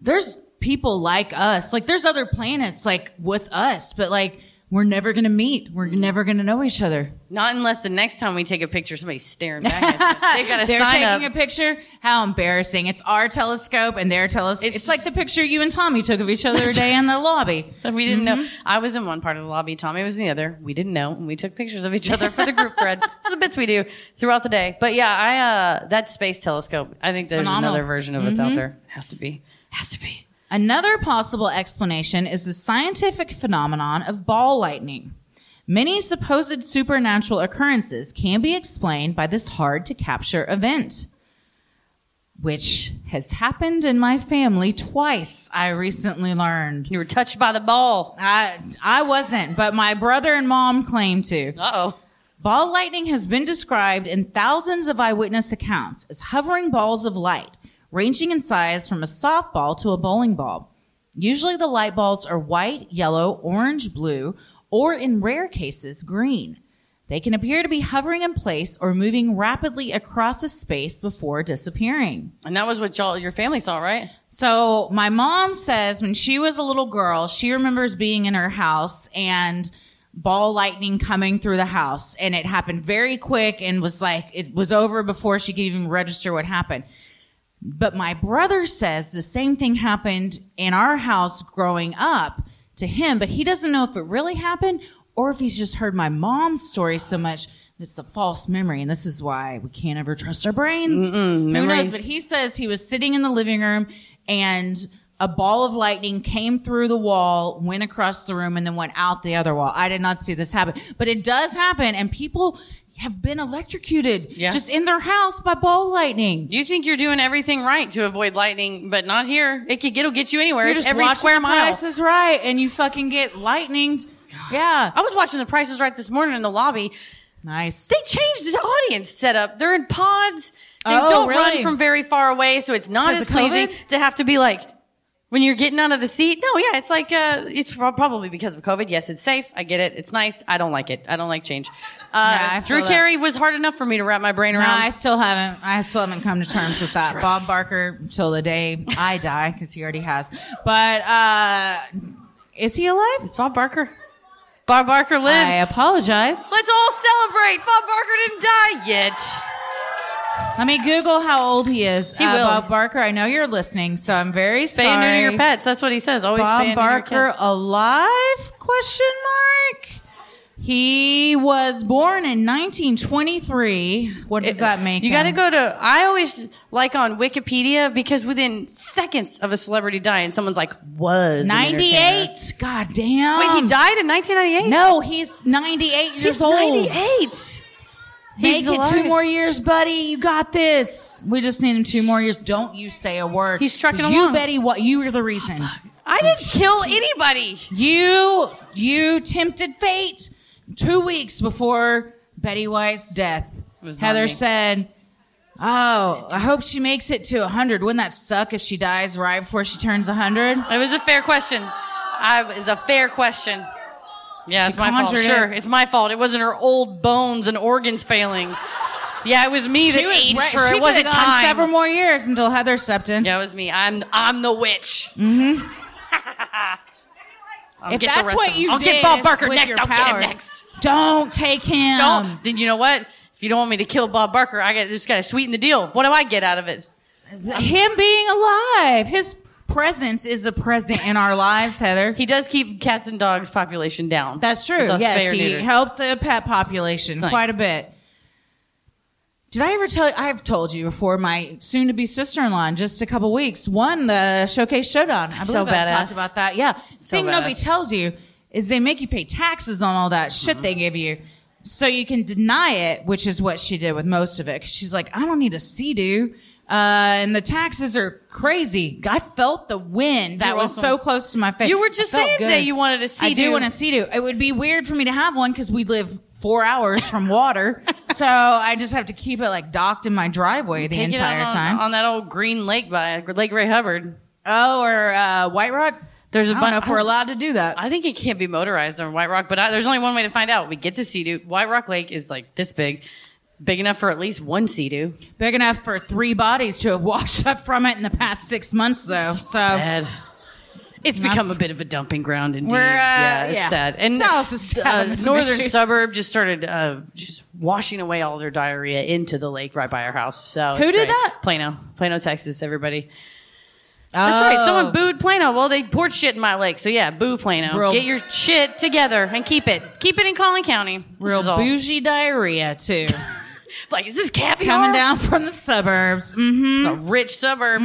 there's people like us. Like there's other planets like with us, but like we're never gonna meet. We're never gonna know each other. Not unless the next time we take a picture, somebody's staring back *laughs* at you. They've got a They're sign up. taking a picture. How embarrassing! It's our telescope and their telescope. It's- It's, like the picture you and Tommy took of each other today in the lobby. we didn't know. Mm-hmm. I was in one part of the lobby. Tommy was in the other. We didn't know. And we took pictures of each other for the group *laughs* thread. this is the bits we do throughout the day. But yeah, I, uh, that space telescope, I think there's phenomenal. Mm-hmm. another version of us out there. Has to be. Has to be. Another possible explanation is the scientific phenomenon of ball lightning. Many supposed supernatural occurrences can be explained by this hard to capture event, which has happened in my family twice, I recently learned. You were touched by the ball. I, I wasn't, but my brother and mom claim to. Uh oh. Ball lightning has been described in thousands of eyewitness accounts as hovering balls of light, ranging in size from a softball to a bowling ball. Usually the light balls are white, yellow, orange, blue, or in rare cases, green. They can appear to be hovering in place or moving rapidly across a space before disappearing. And that was what y'all, your family saw, right? So my mom says when she was a little girl, she remembers being in her house and ball lightning coming through the house and it happened very quick and was like it was over before she could even register what happened. But my brother says the same thing happened in our house growing up to him, but he doesn't know if it really happened or if he's just heard my mom's story so much it's a false memory and this is why we can't ever trust our brains. Who knows? But he says he was sitting in the living room and a ball of lightning came through the wall, went across the room, and then went out the other wall. I did not see this happen, but it does happen, and people have been electrocuted Yeah. just in their house by ball lightning. You think you're doing everything right to avoid lightning, but not here. It could, it'll get you anywhere. You're it's just every watching square The mile. Price is right, and you fucking get lightning. Yeah, I was watching The Price is Right this morning in the lobby. nice. They changed the audience setup. They're in pods. They Oh, don't run really? from very far away, so it's not 'Cause as of pleasing COVID? to have to be like when you're getting out of the seat. No, yeah, it's like uh, it's prob- probably because of COVID. Yes, it's safe. I get it. It's nice. I don't like it. I don't like change. Uh, Yeah, I feel Drew that. Carey was hard enough for me to wrap my brain No, around. I still haven't. I still haven't come to terms with that. Bob Barker till the day I die, because he already has. But uh is he alive? It's Bob Barker. Bob Barker lives. I apologize. Let's all celebrate. Bob Barker didn't die yet. Let me Google how old he is. Uh, He will. Bob Barker, I know you're listening, so I'm very Spay and sorry. neuter your pets. That's what he says. Always spay Bob and neuter your Barker kids. alive? Question mark. He was born in 1923. What does that make? You got to him? go to. I always like on Wikipedia because within seconds of a celebrity dying, someone's like was an entertainer. 98. God damn. Wait, he died in 1998. Um, No, he's 98 years he's old. 98. Make He's it two alive. more years, buddy. You got this. We just need him two more years. Don't you say a word. He's trucking You, along. Oh, Betty, what you were the reason. I didn't kill anybody. You you tempted fate two weeks before Betty White's death. was not Heather me. said, "Oh, I hope she makes it to hundred. Wouldn't that suck if she dies right before she turns hundred? It was a fair question. I it was a fair question. Yeah, it's my fault. conjured it. Sure, it's my fault. It wasn't her old bones and organs failing. Yeah, it was me that aged her. It wasn't time. several more years until Heather Septon. yeah, it was me. I'm I'm the witch. I'll If Mm, get the that's rest what of 'em. you I'll did get Bob Barker with next. your I'll get him powers, next. Don't take him. don't, then you know what? If you don't want me to kill Bob Barker, I got just got to sweeten the deal. What do I get out of it? him being alive. His presence is a present in our lives, Heather. He does keep cats and dogs population down. That's true. With the spay Yes, or he neuter. helped the pet population nice. quite a bit. Did I ever tell you? I've told you before my soon to be sister in law in just a couple weeks won the Showcase Showdown. I believe So I've badass. talked about that. Yeah. Thing nobody badass. tells you is they make you pay taxes on all that shit they give you. So you can deny it, which is what she did with most of it. 'Cause She's like, I don't need a CDU. Uh, and the taxes are crazy. I felt the wind that You're was so welcome. close to my face. You were just I felt saying that you wanted a I do Sea-Doo. want a sea It would be weird for me to have one because we live four hours from *laughs* water. so I just have to keep it like docked in my driveway the Take it out entire on, time. on that old green lake by Lake Ray Hubbard. oh, or uh, White Rock. There's a I don't bun- know if we're I- allowed to do that. I think it can't be motorized on White Rock, but I, there's only one way to find out. We get to Sea-Doo. White Rock Lake is like this big, big enough for at least one Sea-Doo. Big enough for three bodies to have *laughs* washed up from it in the past six months, though. So Bad. It's become a bit of a dumping ground indeed. We're, uh, yeah, it's yeah. sad. And Dallas is sad uh, on this northern issue. suburb just started uh, just washing away all their diarrhea into the lake right by our house. Who So it's did great. that? Plano, Plano, Texas. Everybody. That's right. Oh. Someone booed Plano. Well, they poured shit in my lake. So yeah, boo Plano. Real- Get your shit together and keep it. Keep it in Collin County. This Oh, real is all. bougie diarrhea *laughs* too, Like, is this caviar? coming down from the suburbs. Mm-hmm. A rich suburb.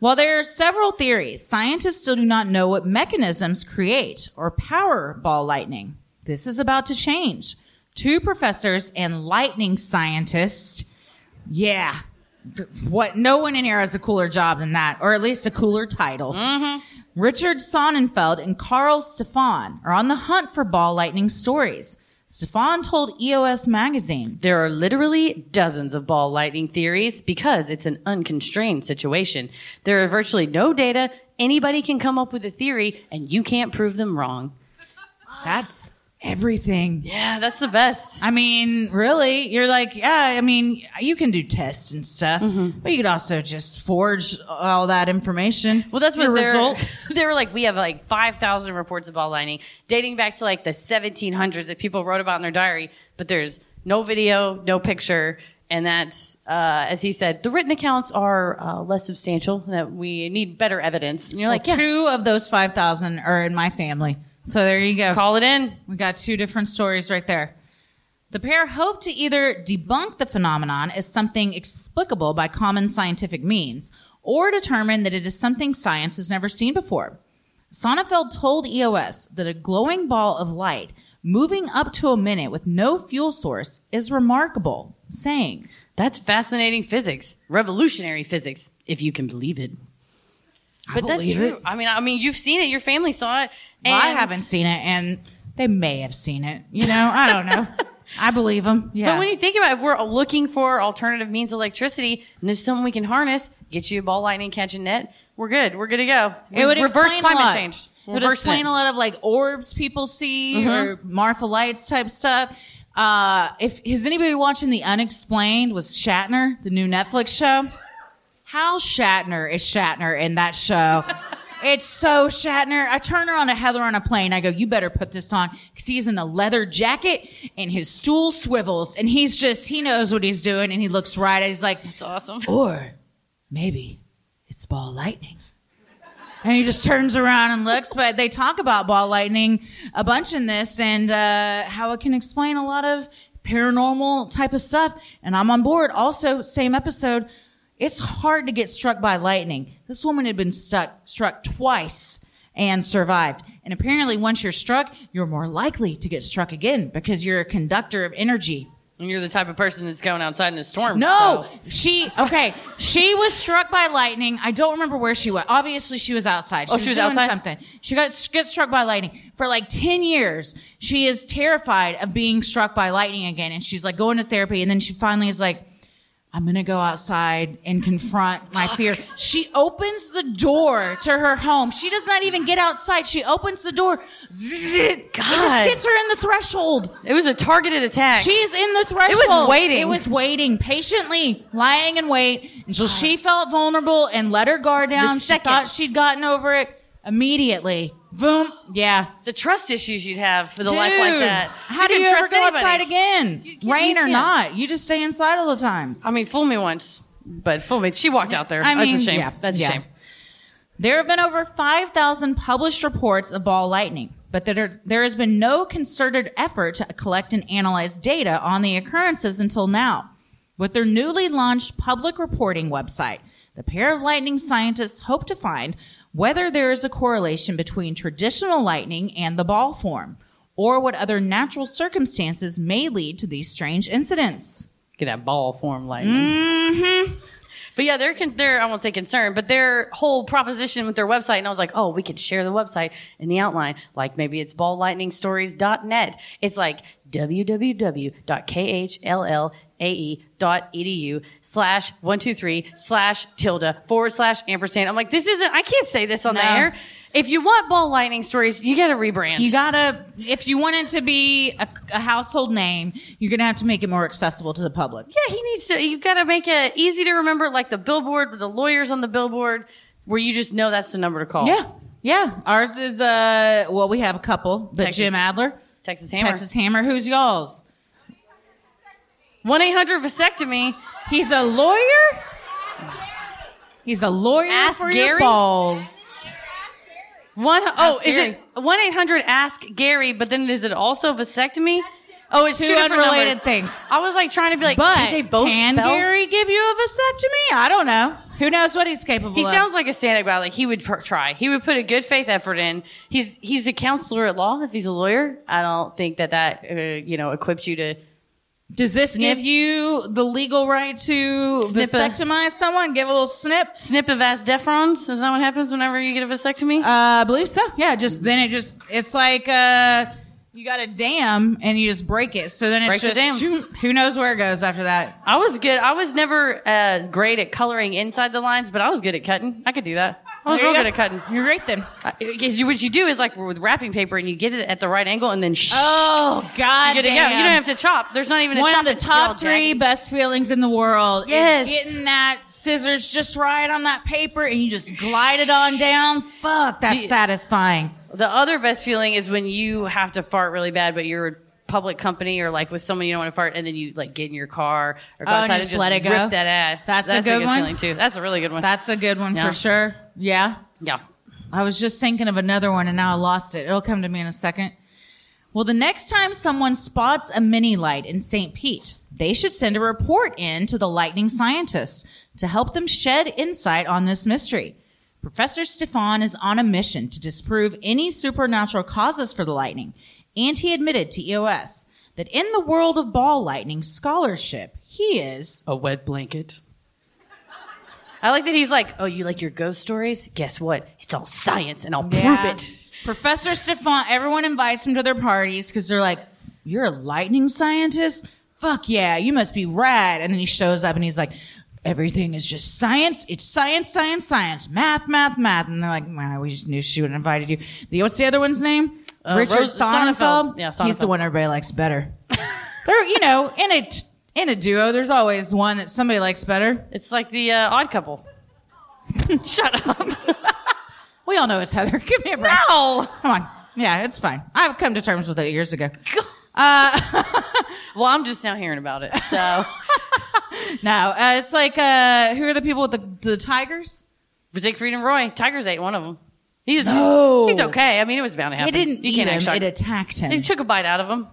While there are several theories, scientists still do not know what mechanisms create or power ball lightning. This is about to change. Two professors and lightning scientists. Yeah. What? No one in here has a cooler job than that, or at least a cooler title. Richard Sonnenfeld and Carl Stefan are on the hunt for ball lightning stories. Stefan told EOS magazine There are literally dozens of ball lightning theories because it's an unconstrained situation. There are virtually no data. Anybody can come up with a theory and you can't prove them wrong. that's everything. Yeah, that's the best. I mean, really, you're like, yeah, I mean, you can do tests and stuff, Mm-hmm. but you could also just forge all that information. Well, that's what Your they're, results. *laughs* they were like. We have like 5,000 reports of ball lightning dating back to like the 1700s that people wrote about in their diary, but there's no video, no picture. And that's, uh, as he said, the written accounts are uh, less substantial, that we need better evidence. And you're like, yeah, Two of those 5,000 are in my family. So there you go. call it in. We got two different stories right there. The pair hope to either debunk the phenomenon as something explicable by common scientific means or determine that it is something science has never seen before. Sonnefeld told EOS that a glowing ball of light moving up to a minute with no fuel source is remarkable, saying, That's fascinating physics, revolutionary physics, if you can believe it. But that's believe true. I mean, I mean, you've seen it. Your family saw it. well, I and- haven't seen it and they may have seen it. You know, I don't *laughs* know. I believe them. Yeah. But when you think about it, if we're looking for alternative means of electricity, and this is something we can harness, get you a ball lightning catching net, we're good. We're good to go. It would reverse explain a climate lot. change. It would Reversing explain it. a lot of like orbs people see or Marfa lights type stuff. Uh, if is anybody watching The Unexplained with Shatner, the new Netflix show? How Shatner is Shatner in that *laughs* show? It's so Shatner. I turn her on a Heather on a plane. I go, you better put this on because he's in a leather jacket and his stool swivels and he's just, he knows what he's doing and he looks right. He's like, It's awesome. or maybe it's ball lightning. And he just turns around and looks, but they talk about ball lightning a bunch in this and uh, how it can explain a lot of paranormal type of stuff. And I'm on board. Also, same episode, it's hard to get struck by lightning. This woman had been stuck, struck twice and survived. And apparently, once you're struck, you're more likely to get struck again because you're a conductor of energy. And you're the type of person that's going outside in a storm. No, so- *laughs* she okay. She was struck by lightning. I don't remember where she was. Obviously, she was outside. Oh, she was doing outside? Something. She got s- gets struck by lightning for like ten years. She is terrified of being struck by lightning again, and she's like going to therapy. And then she finally is like, "I'm gonna go outside and confront my fear." She opens the door to her home. She does not even get outside. She opens the door. Zzz, it just God. gets her in the threshold. It was a targeted attack. She's in the threshold. waiting. It was waiting patiently, lying in wait until she felt vulnerable and let her guard down. She second. thought she'd gotten over it immediately. Boom. Yeah. the trust issues you'd have for the life like Dude, that. How do couldn't you ever trust go anybody. outside again? can't- Rain you or can't. not, you just stay inside all the time. I mean, fool me once, but fool me. She walked out there. I mean, That's Oh, a shame. yeah, That's a yeah. shame. There have been over 5,000 published reports of ball lightning, but there, there has been no concerted effort to collect and analyze data on the occurrences until now. With their newly launched public reporting website, the pair of lightning scientists hope to find whether there is a correlation between traditional lightning and the ball form, or what other natural circumstances may lead to these strange incidents. Get that ball form lightning. Mm-hmm. But yeah, they're con- they're I won't say concerned, but their whole proposition with their website, and I was like, oh, we could share the website in the outline, like maybe it's balllightningstories.net. It's like E www.khllae.edu slash one two three slash tilde forward slash ampersand. I'm like, this isn't. I can't say this on the No. air. If you want ball lightning stories, you got to rebrand. You gotta, if you want it to be a, a household name, you're gonna have to make it more accessible to the public. Yeah, he needs to. You got to make it easy to remember, like the billboard with the lawyers on the billboard, where you just know that's the number to call. Yeah. Yeah. Ours is, uh, well, we have a couple, but Texas- Jim Adler, Texas Hammer. Texas Hammer. Who's y'all's? One eight hundred vasectomy. He's a lawyer. He's a lawyer Ask for your Gary. balls. One oh, Ask is Gary. it one eight hundred? Ask Gary. But then is it also vasectomy? Oh, it's two, Two different unrelated numbers. things. I was like trying to be like, But can they both can spell? Gary give you a vasectomy? I don't know. Who knows what he's capable He of? sounds like a stand-up guy. Like he would per- try. He would put a good faith effort in. He's he's a counselor at law. If he's a lawyer, I don't think that that uh, you know equips you to Does this Snip. give you the legal right to Snip a- vasectomize someone? Give a little snip? snip of vas deferens. Is that what happens whenever you get a vasectomy? Uh, I believe so. Yeah, just then it just it's like uh, you got a dam and you just break it. So then it's Break the just dam. shoot, who knows where it goes after that. I was good. I was never uh, great at coloring inside the lines, but I was good at cutting. I could do that. I was There real you good go. at cutting. You're right then. Because what you do is like with wrapping paper, and you get it at the right angle, and then shh, Oh God! you, get it, yeah, you don't have to chop. There's not even a One chop. of the it's all top three jaggedy. best feelings in the world. is Yes. getting that scissors just right on that paper and you just glide it on down. Fuck, that's The- satisfying. The other best feeling is when you have to fart really bad, but you're a public company or like with someone you don't want to fart, and then you like get in your car or go Oh, and outside you and just just, let it go? rip that ass. That's a a good one? feeling too. That's a really good one. That's a good one Yeah. for sure. Yeah. yeah. I was just thinking of another one and now I lost it. It'll come to me in a second. Well, the next time someone spots a mini light in St. Pete, they should send a report in to the lightning scientists to help them shed insight on this mystery. Professor Stefan is on a mission to disprove any supernatural causes for the lightning, and he admitted to EOS that in the world of ball lightning scholarship, he is A wet blanket. I like that he's like, oh, you like your ghost stories? Guess what? It's all science, and I'll Yeah. prove it. Professor Stefan, everyone invites him to their parties because they're like, You're a lightning scientist? Fuck yeah, you must be rad. And then he shows up and he's like, Everything is just science. It's science, science, science, math, math, math. And they're like, "Man, we just knew she would have invited you. The, what's the other one's name? Uh, Richard Rose- Sonnenfeld. Sonnenfeld. Yeah, He's the Sonnenfeld. one everybody likes better. they're, you know, in a, t- in a duo, there's always one that somebody likes better. It's like the uh, odd couple. Shut up. *laughs* We all know it's Heather. Give me a break. No. Come on. Yeah, it's fine. I've come to terms with it years ago. Well, I'm just now hearing about it. *laughs* So, No, uh, it's like uh, who are the people with the, the tigers? Siegfried and Roy, Tigers ate one of them. He's No. he's okay. I mean, it was bound to happen. You can't act shocked. attacked him. He took a bite out of him.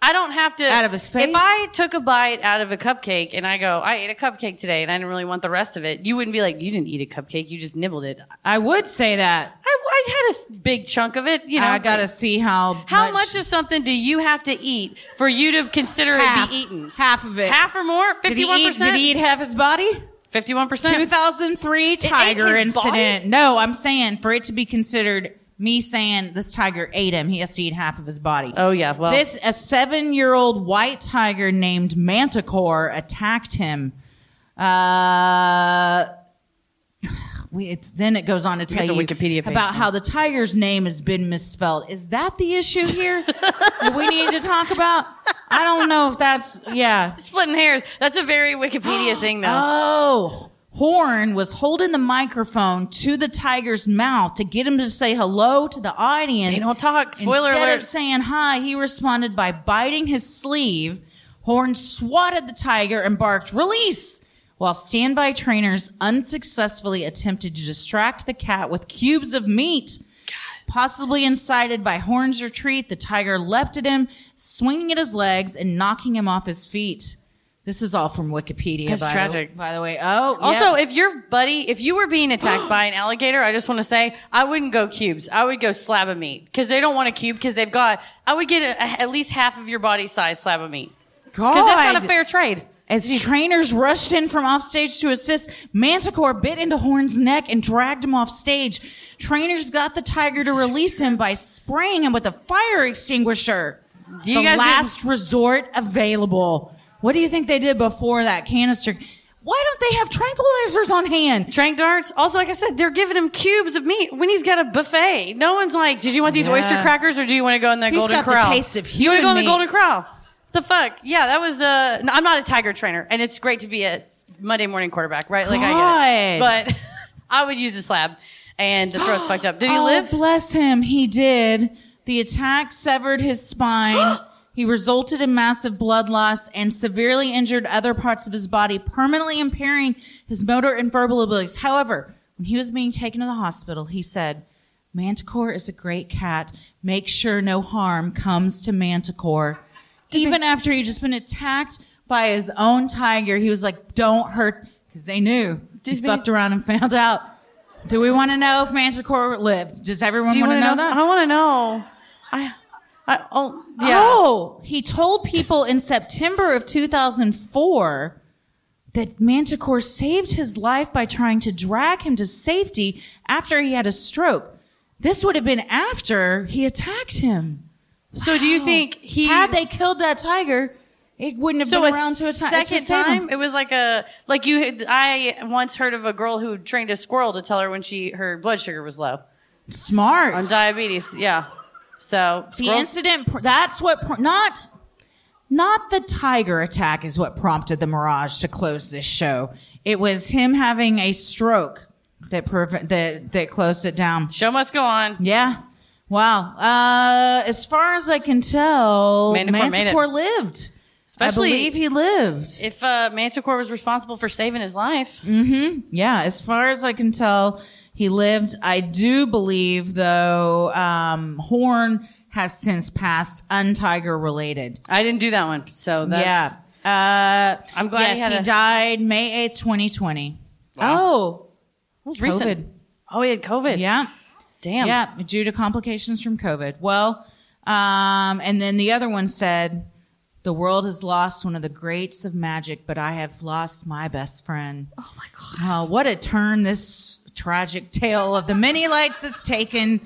I don't have to Out of his face? If I took a bite out of a cupcake and I go, I ate a cupcake today and I didn't really want the rest of it, you wouldn't be like, you didn't eat a cupcake, you just nibbled it. I would say that. I, I had a s- big chunk of it. You know, I gotta see how How much of something do you have to eat for you to consider it half, be eaten? Half of it. Half or more? Did he, Fifty-one eat, did he percent. eat half his body? Fifty-one percent. 2003 tiger his body? incident. No, I'm saying for it to be considered me saying this tiger ate him, he has to eat half of his body. Oh yeah. Well, this a seven year old white tiger named Manticore attacked him. Uh, *sighs* we, it's, then it goes on to tell the you Wikipedia page about now. how the tiger's name has been misspelled. Is that the issue *laughs* here that we need to talk about? I don't know if that's yeah. splitting hairs. That's a very *gasps* Wikipedia thing, though. Oh, Horn was holding the microphone to the tiger's mouth to get him to say hello to the audience. They don't talk. Spoiler Instead alert. of saying hi, he responded by biting his sleeve. Horn swatted the tiger and barked, release! While standby trainers unsuccessfully attempted to distract the cat with cubes of meat. Possibly incited by Horn's retreat, the tiger leapt at him, swinging at his legs and knocking him off his feet. This is all from Wikipedia. That's by the- tragic. by the way. Oh, Also, yeah. if your buddy, if you were being attacked by an alligator, I just want to say I wouldn't go cubes. I would go slab of meat because they don't want a cube because they've got. I would get a, a- at least half of your body size slab of meat because that's not a God. fair trade. As trainers rushed in from offstage to assist, Manticore bit into Horn's neck and dragged him off stage. Trainers got the tiger to release him by spraying him with a fire extinguisher. You the guys last resort available. What do you think they did before that canister? Why don't they have tranquilizers on hand? Drank darts. Also, like I said, they're giving him cubes of meat when he's got a buffet. No one's like, did you want these oyster crackers or do you want to go in the He's Golden got the Corral? taste of You want to human go in the meat. Golden Corral? The fuck? Yeah, that was the. No, I'm not a tiger trainer, and it's great to be a s- Monday morning quarterback, right? Like I get it, but *laughs* I would use a slab, and the throat's fucked up. Did *gasps* he oh, live? Bless him. He did. The attack severed *gasps* his spine. he resulted in massive blood loss and severely injured other parts of his body, permanently impairing his motor and verbal abilities. However, when he was being taken to the hospital, he said, Manticore is a great cat. Make sure no harm comes to Manticore. Even after he'd just been attacked by his own tiger, he was like, don't hurt, because they knew. He fucked around and found out. Do we want to know if Manticore lived? Does everyone Do you want to know, know? that? I want to know. I, I, oh, yeah. *gasps* Oh, he told people in September of 2004 that Manticore saved his life by trying to drag him to safety after he had a stroke. This would have been after he attacked him. So do you think he Had they killed that tiger, it wouldn't have so been a around to attack. second time? It was like a like you. I once heard of a girl who trained a squirrel to tell her when she her blood sugar was low Smart. on diabetes. Yeah. So the squirrels- incident pr- that's what pr- not not the tiger attack is what prompted the mirage to close this show it was him having a stroke that prevent that that closed it down show must go on. yeah wow uh as far as i can tell Manticore made it. manticore lived Especially- i believe he lived If uh, Manticore was responsible for saving his life, Mm. yeah as far as i can tell he lived i do believe though um horn has since passed untiger related I didn't do that one. So that's yeah. Uh, I'm glad yes, he had a- died May 8th, 2020. Oh, yeah. recent. COVID. Oh, he had COVID. yeah. Damn. Yeah, due to complications from COVID. Well, um, and then the other one said, the world has lost one of the greats of magic, but I have lost my best friend. Oh my God. what a turn this tragic tale of the many lights has taken.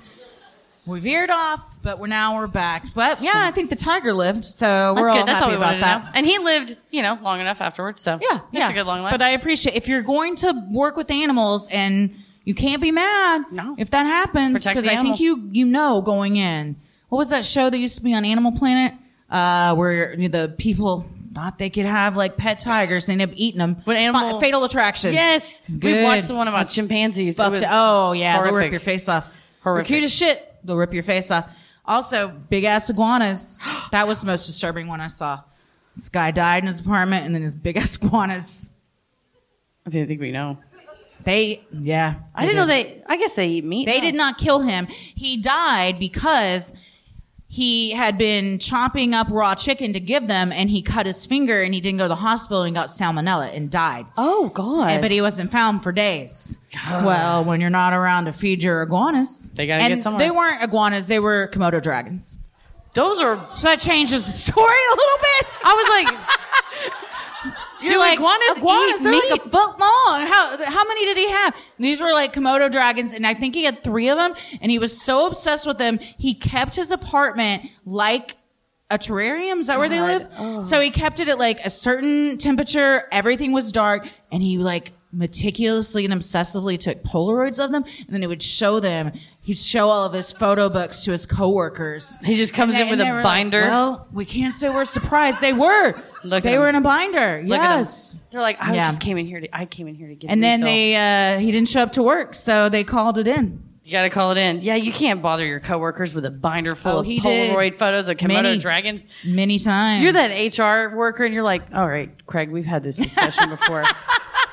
We veered off, but we're now we're back. But yeah, I think the tiger lived, so That's we're all good. That's all happy we about wanted that. to know. And he lived, you know, long enough afterwards. So Yeah, that's yeah. a good long life. But I appreciate if you're going to work with animals and you can't be mad No. if that happens Protect because the I think animals. you you know going in. What was that show that used to be on Animal Planet uh, where the people thought they could have like pet tigers, they end up eating them. But Fa- Animal- Fatal Attraction. yes, we Good. watched the one about chimpanzees. It Fucked was it. Oh yeah, they'll horrific. rip your face off. Horrific. They're cute as shit. They'll rip your face off. Also, big ass *gasps* iguanas. that was the most disturbing one I saw. This guy died in his apartment, and then his big ass iguanas. I didn't think we know. They, yeah. I didn't know they. I guess they eat meat. They did not kill him. He died because he had been chopping up raw chicken to give them, and he cut his finger, and he didn't go to the hospital, and got salmonella, and died. Oh God! And- But he wasn't found for *sighs* days. well, when you're not around to feed your iguanas, They gotta and get somewhere. They weren't iguanas; they were Komodo dragons. Those are. So that changes the story a little bit. I was like, *laughs* You're do iguanas, eat they're meat? like a foot long. How how many did he have? And these were like Komodo dragons, and I think he had three of them. And he was so obsessed with them, he kept his apartment like a terrarium. Is that where they live? Oh. So he kept it at like a certain temperature. Everything was dark, and he like meticulously and obsessively took Polaroids of them, and then he would show them. He'd show all of his photo books to his coworkers. he just comes And in with they were like, a binder. well, we can't say we're surprised. They were. Look at they them. were in a binder. Look at 'em. yes. They're like, I Yeah. just came in here to. I came in here to get. a And then refill. they uh, he didn't show up to work, so they called it in. you gotta call it in. Yeah, you can't bother your coworkers with a binder Oh, full of he did. Polaroid photos of Komodo Many. dragons. Many times. You're that HR worker, and you're like, all right, Craig, we've had this discussion before. *laughs*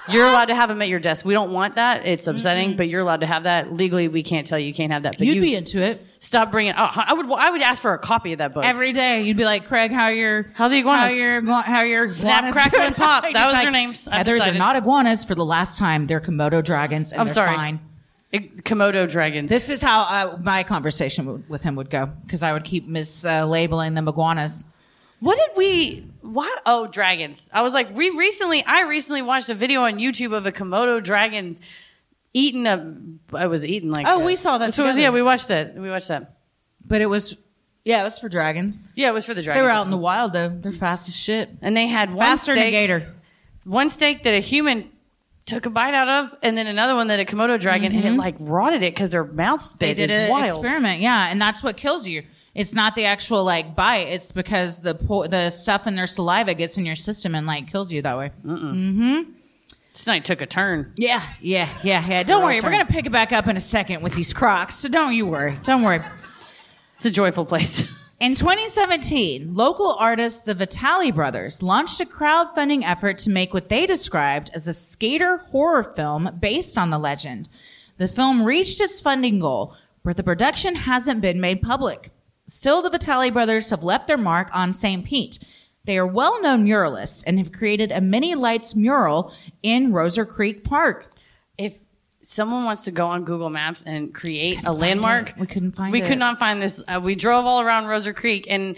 You're allowed to have them at your desk. We don't want that. It's upsetting, but you're allowed to have that. Legally, we can't tell you you can't have that. But You'd you be into it stop bringing. Oh, I would. I would ask for a copy of that book. every day. You'd be like, Craig, how are your How the iguanas? How your igua- how your Snap, iguanas crackle, *laughs* and pop. doing?" That was He's their names. I'm Heather, they're excited. not iguanas for the last time. They're Komodo dragons. And I'm they're sorry. Fine. Komodo dragons. This is how uh, my conversation w- with him would go because I would keep mislabeling them iguanas. What did we? Why? Oh, dragons. I was like, we recently. I recently watched a video on YouTube of a komodo dragons eating a. I was eating like. Oh, a- we saw that So it was- together. yeah, we watched that. We watched that. But it was, yeah, it was for dragons. Yeah, it was for the dragons. They were out in the wild though. They're fast as shit. and they had one Faster than a steak, gator. one steak that a human took a bite out of, and then another one that a komodo dragon, and it like rotted it because their mouth They spit did is an wild. experiment, yeah, and that's what kills you. It's not the actual like bite. It's because the po- the stuff in their saliva gets in your system and like kills you that way. This night took a turn. Yeah, yeah, yeah, yeah. Don't worry, we're sorry. gonna pick it back up in a second with these Crocs. So don't you worry. Don't worry. It's a joyful place. *laughs* In 2017, local artists the Vitali brothers launched a crowdfunding effort to make what they described as a skater horror film based on the legend. The film reached its funding goal, but the production hasn't been made public. Still, the Vitali brothers have left their mark on St. Pete. They are well-known muralists and have created a mini lights mural in Roser Creek Park. if someone wants to go on Google Maps and create a find landmark, it. We couldn't find We it. could not find this. Uh, we drove all around Roser Creek, and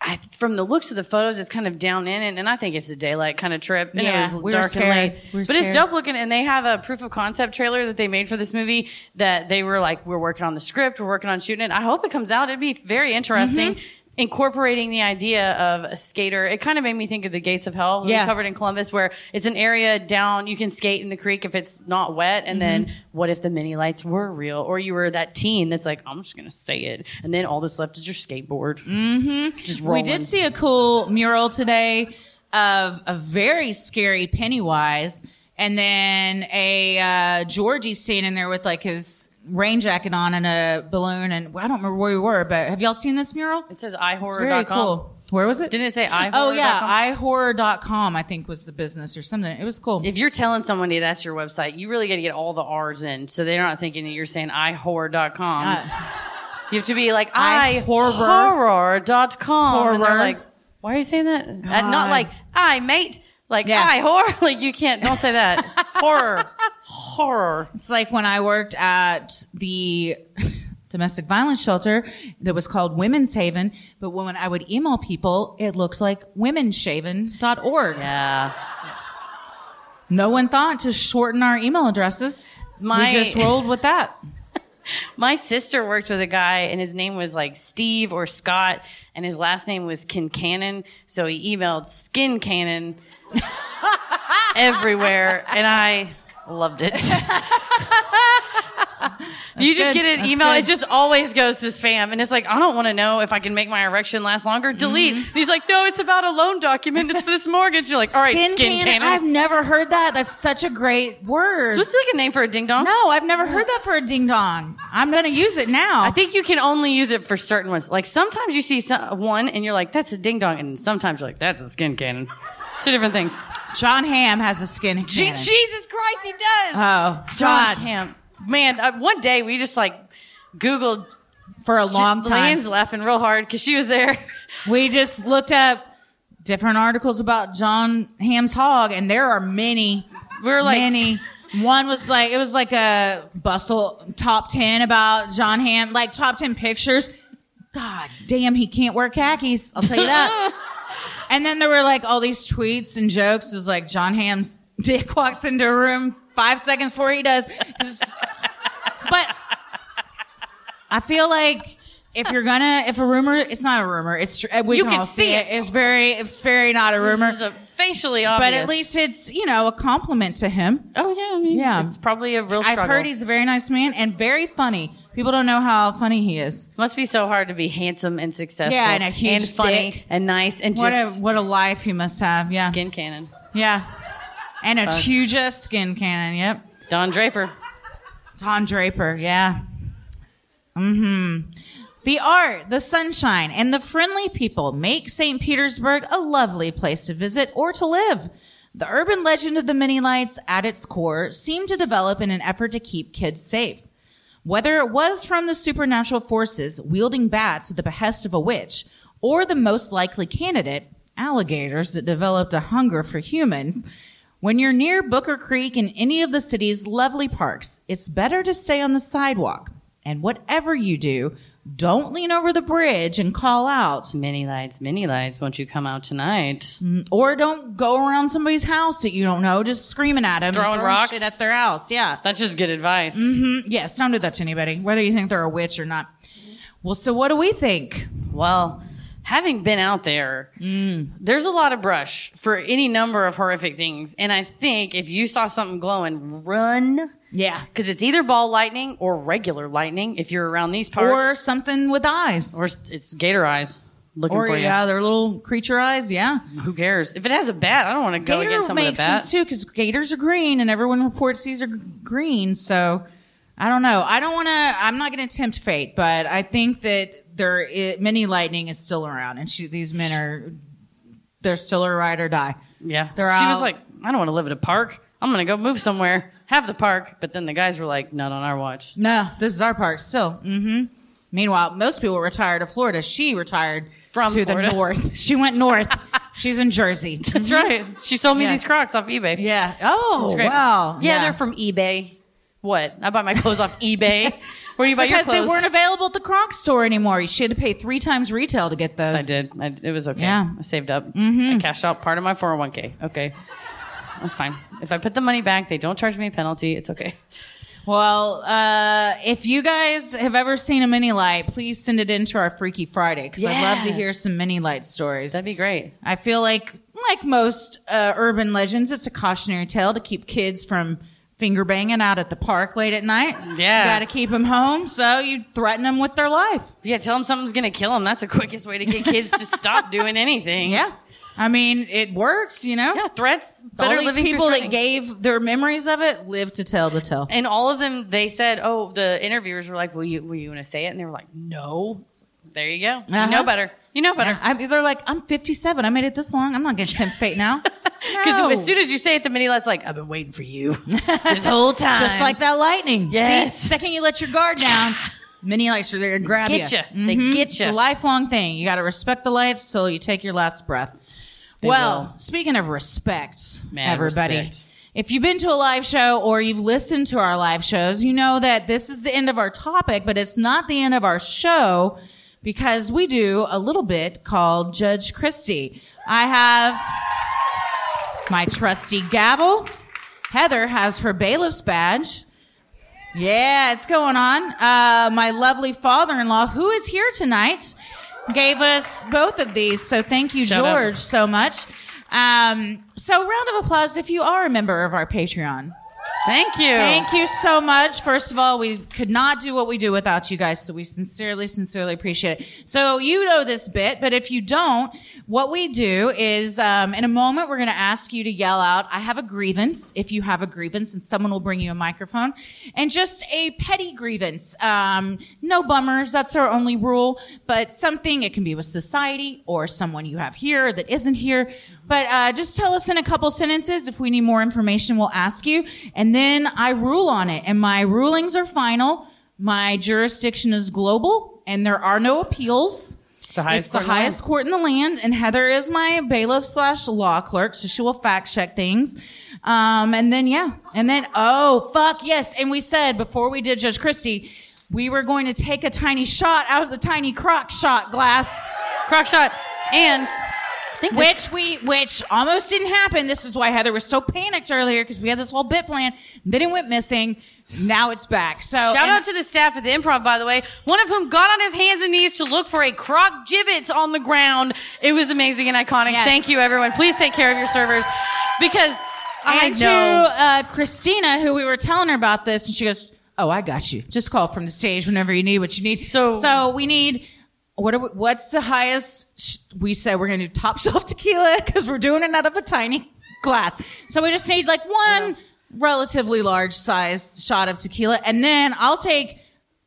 I, from the looks of the photos, it's kind of down in, and, and I think it's a daylight kind of trip. And Yeah, it we was were dark and scared. late, We were but it's scared. dope looking. And they have a proof of concept trailer that they made for this movie that they were like, "We're working on the script. We're working on shooting it. I hope it comes out. It'd be very interesting." Mm-hmm. Incorporating the idea of a skater, it kind of made me think of the Gates of Hell. Yeah. We covered in Columbus where it's an area down you can skate in the creek if it's not wet and then Mm-hmm. what if the mini lights were real or you were that teen that's like I'm just going to say it and then all that's left is your skateboard. Mhm. Just rolling. Mm-hmm. We did see a cool mural today of a very scary Pennywise, and then a uh, Georgie standing there with like his rain jacket on and a balloon. And well, I don't remember where we were, but have y'all seen this mural? It It's, says ihorror.com. very cool. Where was it? Didn't it say ihorror.com? Oh yeah, ihorror.com I think was the business or something. It was cool. If you're telling somebody that's your website, you really got to get all the R's in so they're not thinking that you're saying ihorror.com. you have to be like I- ihorror.com. And they're Horror. like, why are you saying that? And not God. like, I mate. Like, Yeah. I horror. *laughs* Like, you can't, don't say that. *laughs* horror. Horror. It's like when I worked at the *laughs* domestic violence shelter that was called Women's Haven, but when I would email people, it looked like womenshaven.org. Yeah. No one thought to shorten our email addresses. My- we just rolled with that. My sister worked with a guy, and his name was like Steve or Scott, and his last name was Kincannon. So he emailed Skin Cannon *laughs* everywhere, and I *laughs* loved it. you just good. get an That's email; good. it just always goes to spam, and it's like I don't want to know if I can make my erection last longer. Mm-hmm. Delete. And he's like, No, it's about a loan document. It's for this mortgage. You're like, All right, Skin, can- Cannon. I've never heard that. That's such a great word. so it's like a name for a ding dong. no, I've never heard that for a ding dong. I'm going to use it now. I think you can only use it for certain ones. Like sometimes you see some, one and you're like, that's a ding dong. And sometimes you're like, that's a skin cannon. *laughs* It's two different things. John Hamm has a skin. Je- cannon. Jesus Christ, he does. oh, John John, Hamm. Man, uh, one day we just like Googled for a long time. Lane's laughing real hard because she was there. *laughs* We just looked up different articles about John Ham's hog, and there are many. We were like, many. One was like it was like a bustle top ten about John Ham, like top ten pictures. God damn, he can't wear khakis. I'll tell you *laughs* that. and then there were like all these tweets and jokes. It was like John Ham's dick walks into a room five seconds before he does. Just- *laughs* but I feel like if you're gonna, if a rumor, it's not a rumor. It's tr- we You can, can all see see it. it. It's very, it's very not a rumor. this is a facially obvious. but at least it's you know a compliment to him. oh yeah, I mean, Yeah. it's probably a real I've struggle. heard he's a very nice man and very funny. People don't know how funny he is. Must be so hard to be handsome and successful, Yeah, and a huge and funny dick. and nice and What a just what a life he must have. Yeah, skin cannon. yeah, and a huge skin cannon. Yep, Don Draper. Don Draper. Yeah. Hmm. The art, the sunshine, and the friendly people make St. Petersburg a lovely place to visit or to live. The urban legend of the mini lights at its core seemed to develop in an effort to keep kids safe. Whether it was from the supernatural forces wielding bats at the behest of a witch, or the most likely candidate, alligators that developed a hunger for humans, when you're near Booker Creek and any of the city's lovely parks, it's better to stay on the sidewalk. And whatever you do, don't lean over the bridge and call out, Mini lights, mini lights, won't you come out tonight? or don't go around somebody's house that you don't know, just screaming at them, Throwing rocks? shit at their house. Yeah, Mm, That's just good advice. Mm-hmm. yes, don't do that to anybody, whether you think they're a witch or not. Well, so what do we think? Well, having been out there, Mm. there's a lot of brush for any number of horrific things. And I think if you saw something glowing, run. Yeah, Because it's either ball lightning or regular lightning if you're around these or parts. something with eyes, Or, s- it's gator eyes looking or for you. yeah, their little creature eyes. Yeah, Who cares? If it has a bat, I don't want to go gator against someone with makes a bat. sense too because gators are green, and everyone reports these are g- green. So I don't know. I don't want to. I'm not going to tempt fate, but I think that there i mini lightning is still around, and she, these men are they're still a ride or die. Yeah. They're she was out. like, I don't want to live at a park. I'm going to go move somewhere, have the park. But then the guys were like, not on our watch. No, this is our park still. Mm-hmm. Meanwhile, most people were tired of Florida. She retired From to Florida. the north. She went north. *laughs* She's in Jersey. That's right. She sold me Yeah. these Crocs off eBay. Yeah. Oh, It's great. wow. Yeah, they're from eBay. What? I buy my clothes off *laughs* eBay. Where do you buy your because clothes? they weren't available at the Crocs store anymore. She had to pay three times retail to get those. I did. I, it was okay. Yeah. I saved up. I cashed out part of my 401k. Okay. That's fine. If I put the money back, they don't charge me a penalty. It's okay. Well, uh, if you guys have ever seen a mini light, please send it in to our Freaky Friday because I'd love to Yeah. hear some mini light stories. That'd be great. I feel like, like most uh, urban legends, it's a cautionary tale to keep kids from finger banging out at the park late at night. Yeah. You got to keep them home, so you threaten them with their life. Yeah, tell them something's going to kill them. That's the quickest way to get kids to stop doing *laughs* anything. Yeah. I mean, it works, you know? Yeah, threats. Better Better All these living through people that threatening. gave their memories of it live to tell the tale. and all of them, they said, "Oh, the interviewers were like, will you, will you want to say it?" And they were like, "No." It's like, There you go. You know Uh-huh. better. You know better. I, they're like, I'm 57. I made it this long. I'm not going to tempt fate *laughs* now. Because No. as soon as you say it, the mini light's like, I've been waiting *laughs* for you this whole time. Just like that lightning. Yes. See, second you let your guard down, mini lights are there to grab Get you. ya. They get It's a ya. lifelong thing. You got to respect the lights till you take your last breath. well, speaking of respect, Mad everybody. respect. If you've been to a live show or you've listened to our live shows, you know that this is the end of our topic, but it's not the end of our show because we do a little bit called Judge Christie. I have my trusty gavel. Heather has her bailiff's badge. Yeah, it's going on. Uh, my lovely father-in-law, who is here tonight, gave us both of these. So thank you, Shout out. George, so much. Um, so round of applause if you are a member of our Patreon. Thank you. Thank you so much. First of all, we could not do what we do without you guys, so we sincerely, sincerely appreciate it. So you know this bit, but if you don't, what we do is um, in a moment we're going to ask you to yell out, "I have a grievance." If you have a grievance, and someone will bring you a microphone, and just a petty grievance. Um, no bummers. That's our only rule. But something it can be with society or someone you have here that isn't here. But uh, just tell us in a couple sentences. If we need more information, we'll ask you. And then I rule on it. And my rulings are final. My jurisdiction is global, and there are no appeals. It's the It's highest court in the the highest court in the land, and Heather is my bailiff slash law clerk, so she will fact check things. Um, and then yeah, and then oh fuck yes, and we said before we did Judge Christie, we were going to take a tiny shot out of the tiny crock shot glass, Crock shot. And I think this- which we which almost didn't happen. This is why Heather was so panicked earlier because we had this whole bit plan, then it went missing. Now it's back. So Shout Oh, and- out to the staff at the improv, by the way, one of whom got on his hands and knees to look for a crock gibbets on the ground. It was amazing and iconic. Yes. Thank you, everyone. Please take care of your servers because I and know. to uh, Christina, who we were telling her about this, and she goes, "Oh, I got you. Just call from the stage whenever you need what you need." So- so we need. What are we, what's the highest? Sh- we said we're gonna do top *laughs* shelf tequila because we're doing it out of a tiny glass. So we just need like one relatively large sized shot of tequila, and then I'll take.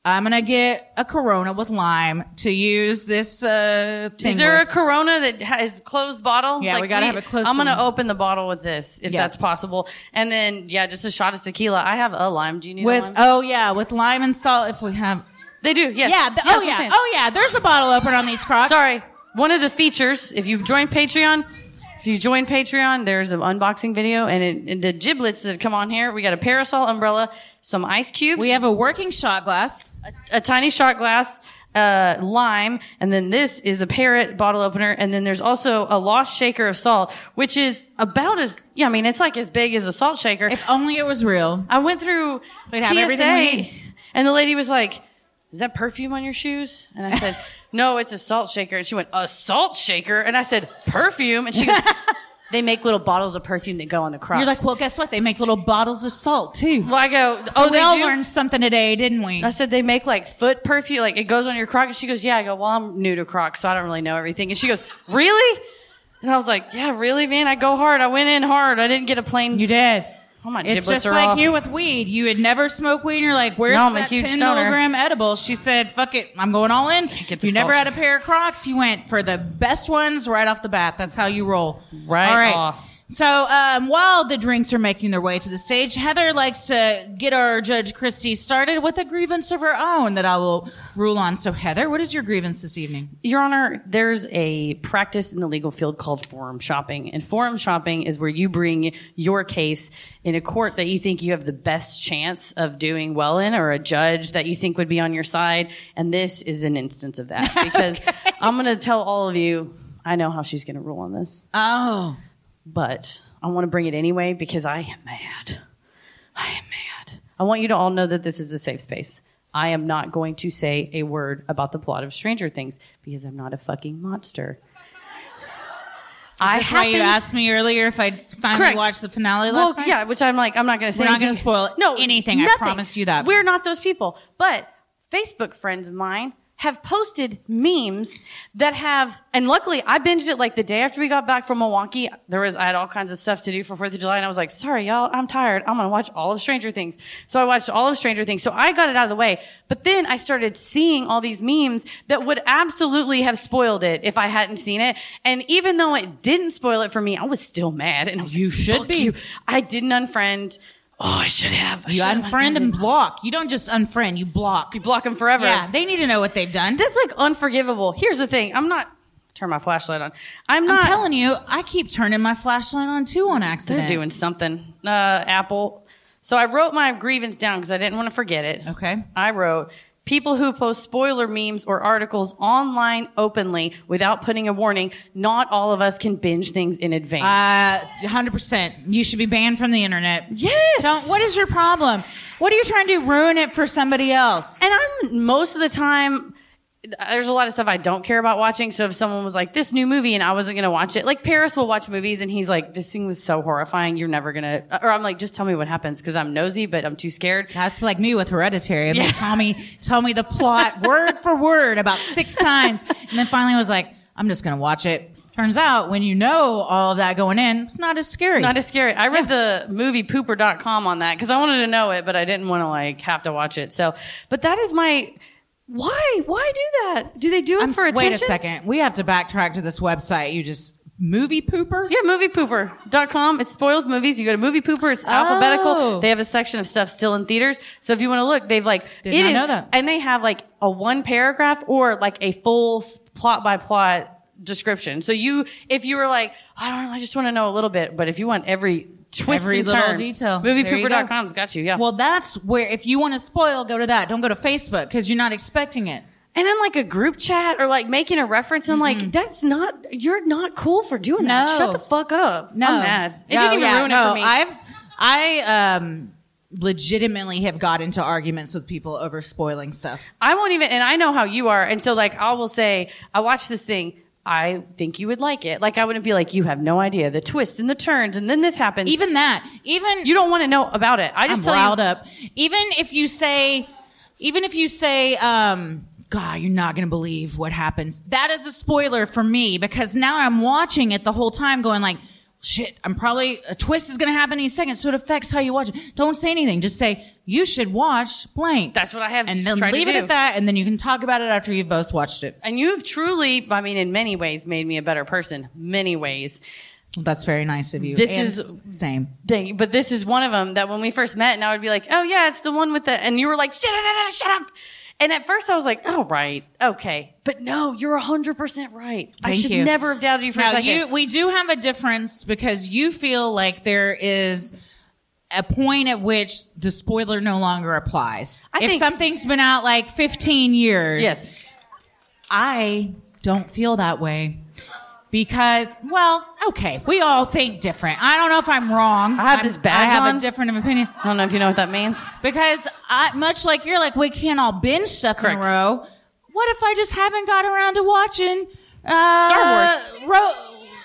I'm gonna get a Corona with lime to use this uh, thing. Is there with. a Corona that has closed bottle? Yeah, we gotta have a closed I'm gonna one. open the bottle with this if Yeah. that's possible, and then yeah, just a shot of tequila. I have a lime. Do you need a with lime? oh yeah with lime and salt if we have they do. Yes. Yeah. The, Yes, oh I'm yeah. saying. Oh yeah. There's a bottle opener on these Crocs. Sorry. One of the features, if you join Patreon, If you join Patreon, there's an unboxing video and, it, and the giblets that come on here. We got a parasol umbrella, some ice cubes, We have a working shot glass. a tiny shot glass, uh, lime, and then this is a parrot bottle opener. And then there's also a lost shaker of salt, which is about as, yeah, I mean, it's like as big as a salt shaker. If only it was real. I went through We'd have everything we TSA, need. and the lady was like, "Is that perfume on your shoes?" And *laughs* I said, "No, it's a salt shaker." And she went, "A salt shaker?" And I said, "Perfume?" And *laughs* she goes, "They make little bottles of perfume that go on the crops." You're like, well, guess what? They make little bottles of salt too. Well, I go, "Oh, we they all do?" learned something today, didn't we? I said they make like foot perfume, like it goes on your croc. And she goes, "Yeah." I go, "Well, I'm new to crocs, so I don't really know everything." And she goes, "Really?" And I was like, "Yeah, really, man. I go hard. I went in hard. I didn't get a plain." you did. oh my It's giblets just are like off. you with weed. You had never smoked weed, and you're like, "Where's No, I'm a that huge 10 stoner. milligram edible?" She said, "Fuck it, I'm going all in." get the You never salsa. had a pair of Crocs. You went for the best ones right off the bat. That's how you roll. Right all right. off. So um, while the drinks are making their way to the stage, Heather likes to get our Judge Christie started with a grievance of her own that I will rule on. So Heather, what is your grievance this evening? Your Honor, there's a practice in the legal field called forum shopping. And forum shopping is where you bring your case in a court that you think you have the best chance of doing well in or a judge that you think would be on your side. And this is an instance of that because I'm going to tell all of you, I know how she's going to rule on this, Oh, but I want to bring it anyway because I am mad. I am mad. I want you to all know that this is a safe space. I am not going to say a word about the plot of Stranger Things because I'm not a fucking monster. I that's why you happened- asked me earlier if I'd s- finally Correct. watched the finale Well, last night. yeah, which I'm like, I'm not going to say. We're not anything. gonna spoil no anything, I Nothing. promise you that. We're not those people. But Facebook friends of mine have posted memes that have, and luckily I binged it like the day after we got back from Milwaukee. There was I had all kinds of stuff to do for Fourth of July, and I was like, sorry y'all, I'm tired. I'm gonna watch all of Stranger Things. So I watched all of Stranger Things. So I got it out of the way. But then I started seeing all these memes that would absolutely have spoiled it if I hadn't seen it. And even though it didn't spoil it for me, I was still mad. And I was you should be. I didn't unfriend. Oh, I should have. I You should have unfriend unfriended. and block. You don't just unfriend, you block. You block them forever. Yeah, they need to know what they've done. That's like unforgivable. Here's the thing. I'm not turn my flashlight on. I'm I'm not telling you, I keep turning my flashlight on too on accident. they're doing something. Uh, Apple. So I wrote my grievance down because I didn't want to forget it. Okay. I wrote people who post spoiler memes or articles online openly without putting a warning. Not all of us can binge things in advance. Uh, 100%. You should be banned from the internet. Yes. Don't, what is your problem? What are you trying to do? Ruin it for somebody else. and I'm most of the time. There's a lot of stuff I don't care about watching. So if someone was like, "This new movie," and I wasn't gonna watch it, like Paris will watch movies, and he's like, "This thing was so horrifying. You're never gonna." Or I'm like, "Just tell me what happens," because I'm nosy, but I'm too scared. That's like me with Hereditary. Yeah. Tell me, tell me the *laughs* plot word for word about six times. And then finally I was like, I'm just going to watch it. Turns out when you know all of that going in, it's not as scary. Not as scary. I read the movie pooper.com on that because I wanted to know it, but I didn't want to like have to watch it. So, but that is my why? Why do that? Do they do it I'm for s- attention? Wait a second. We have to backtrack to this website. You just movie pooper? Yeah, moviepooper.com. It spoils movies. You go to movie pooper. It's Oh. alphabetical. They have a section of stuff still in theaters. So if you want to look, they've like, Did it not is- know that. and they have like a one paragraph or like a full s- plot by plot description. So you, if you were like, I don't know, I just want to know a little bit, but if you want every twist Every and little turn, detail. There you go. moviepooper.com's got you. Yeah. Well, that's where if you want to spoil, go to that. Don't go to Facebook because you're not expecting it. and in like a group chat or like making a reference, I'm like, that's not, you're not cool for doing that. No. Shut the fuck up. No, I'm mad. It No, didn't even yeah, ruin it no. for me. I've I um legitimately have got into arguments with people over spoiling stuff. I won't even, and I know how you are. And so, like, I will say, I watched this thing. I think you would like it. Like, I wouldn't be like, you have no idea the twists and the turns, and then this happens. Even that, even you don't want to know about it. I I'm just tell riled you, up. Even if you say, even if you say, um, God, you're not gonna believe what happens. That is a spoiler for me because now I'm watching it the whole time, going like, shit. I'm probably a twist is gonna happen any second, so it affects how you watch it. Don't say anything. Just say you should watch blank. That's what I have and then tried to leave it do. at that, and then you can talk about it after you've both watched it. and you've truly, I mean, in many ways, made me a better person. Many ways. Well, that's very nice of you. This And is- same. Dang, but this is one of them that when we first met, and I would be like, "Oh yeah, it's the one with the," and you were like, "Shut up, shut up!" And at first I was like, oh, right. Okay. But no, you're 100% right. I Thank should you. never have doubted you for a Now second. you, we do have a difference because you feel like there is a point at which the spoiler no longer applies. I if think- something's been out like 15 years, yes. I don't feel that way because, well, okay, we all think different. I don't know if I'm wrong. I have I'm- this badge I have on. a different opinion I don't know if you know what that means. because I, much like you're like, we can't all binge stuff Correct. in a row. What if I just haven't got around to watching uh, Star Wars? Ro-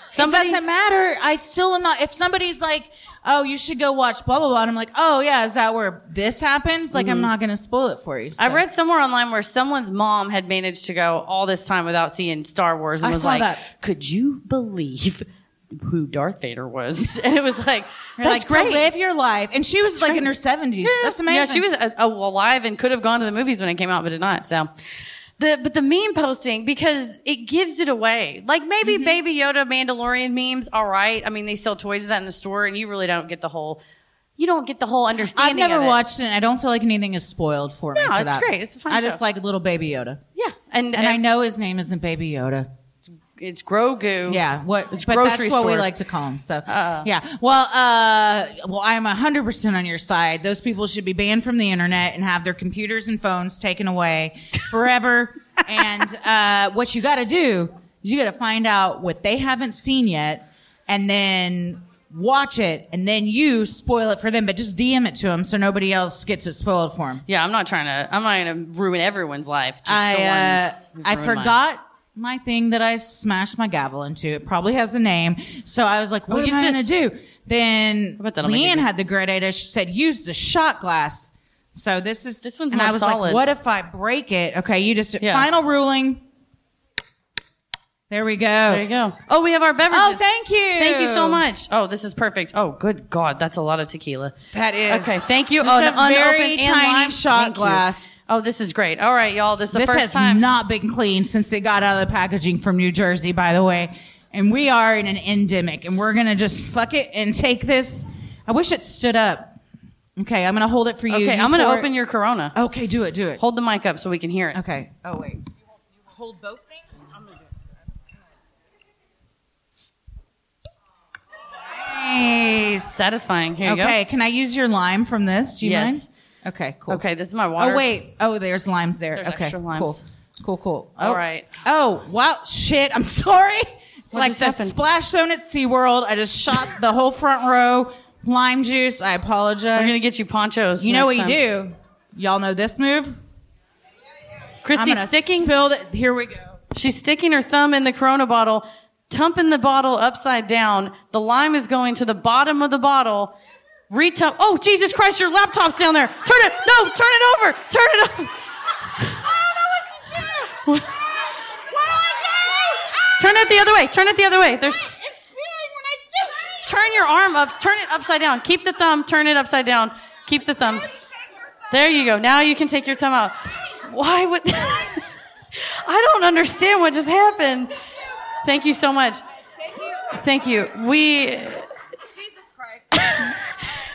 Somebody- it doesn't matter. I still am not. If somebody's like, oh, you should go watch blah blah blah, and I'm like, oh yeah, is that where this happens? Like, I'm not gonna spoil it for you. Mm-hmm. I so. read somewhere online where someone's mom had managed to go all this time without seeing Star Wars and I was saw like, that. could you believe who Darth Vader was? *laughs* And it was like, You're that's like, great. To live your life, and she was like in her 70s. That's amazing. Yeah, she was uh, uh, alive and could have gone to the movies when it came out, but did not. So, the but the meme posting because it gives it away. Like maybe Mm-hmm. Baby Yoda Mandalorian memes. All right, I mean they sell toys of that in the store, and you really don't get the whole. You don't get the whole I've understanding. never of it. watched it. and I don't feel like anything is spoiled for me. No, for it's that. great. It's a fun I show. just like little Baby Yoda. Yeah, and, And I know his name isn't Baby Yoda. it's Grogu. Yeah, what? It's but grocery that's what we store. Uh-uh. like to call them. So, yeah. Well, uh, well, I'm hundred percent on your side. Those people should be banned from the internet and have their computers and phones taken away *laughs* forever. and uh, what you got to do is you got to find out what they haven't seen yet, and then watch it, and then you spoil it for them. But just DM it to them so nobody else gets it spoiled for them. Yeah, I'm not trying to. I'm not going to ruin everyone's life. Just the I, ones uh, who've I ruined mine. forgot my thing that I smashed my gavel into. It probably has a name. So I was like, what use am I this. going to do? Then bet that'll make it Leanne good. had the great idea. She said, use the shot glass. So this is, This one's and more I was solid. like, what if I break it? Okay. You just, Yeah. final ruling. There we go. There you go. Oh, we have our beverages. Oh, thank you. Thank you so much. Oh, this is perfect. Oh, good God, that's a lot of tequila. That is. Okay, thank you. This oh, is an a very unopened and tiny lime. shot Thank you. glass. Oh, this is great. All right, y'all. This is the this first has time. not been cleaned since it got out of the packaging from New Jersey, by the way. And we are in an endemic, and we're gonna just fuck it and take this. I wish it stood up. Okay, I'm gonna hold it for you. okay, You I'm gonna pour it- open your Corona. Okay, do it, do it. Hold the mic up so we can hear it. Oh. Okay. Oh wait. Hold both things. Nice. Satisfying. Here you go. Okay, can I use your lime from this? Do you Yes. mind? Okay, cool. Okay, this is my water. Oh wait. Oh, there's limes there. There's okay. extra limes. Cool. Cool. Cool. Oh. All right. Oh wow. Shit. I'm *laughs* sorry. It's What like just the happened? splash zone at SeaWorld. I just shot the whole front row lime juice. I apologize. We're gonna get you ponchos. you know what next you time. do. Y'all know this move. I'm Christy's gonna sticking. Spill it. Here we go. She's sticking her thumb in the Corona bottle, tumping the bottle upside down. The lime is going to the bottom of the bottle. Retump. Oh, Jesus Christ, your laptop's down there. Turn it. No, turn it over. Turn it over. *laughs* Turn it the other way. Turn it the other way. There's. Turn your arm up. Turn it upside down. Keep the thumb. Turn it upside down. Keep the thumb. There you go. Now you can take your thumb out. Why would. *laughs* I don't understand what just happened. Thank you so much. Thank you. We.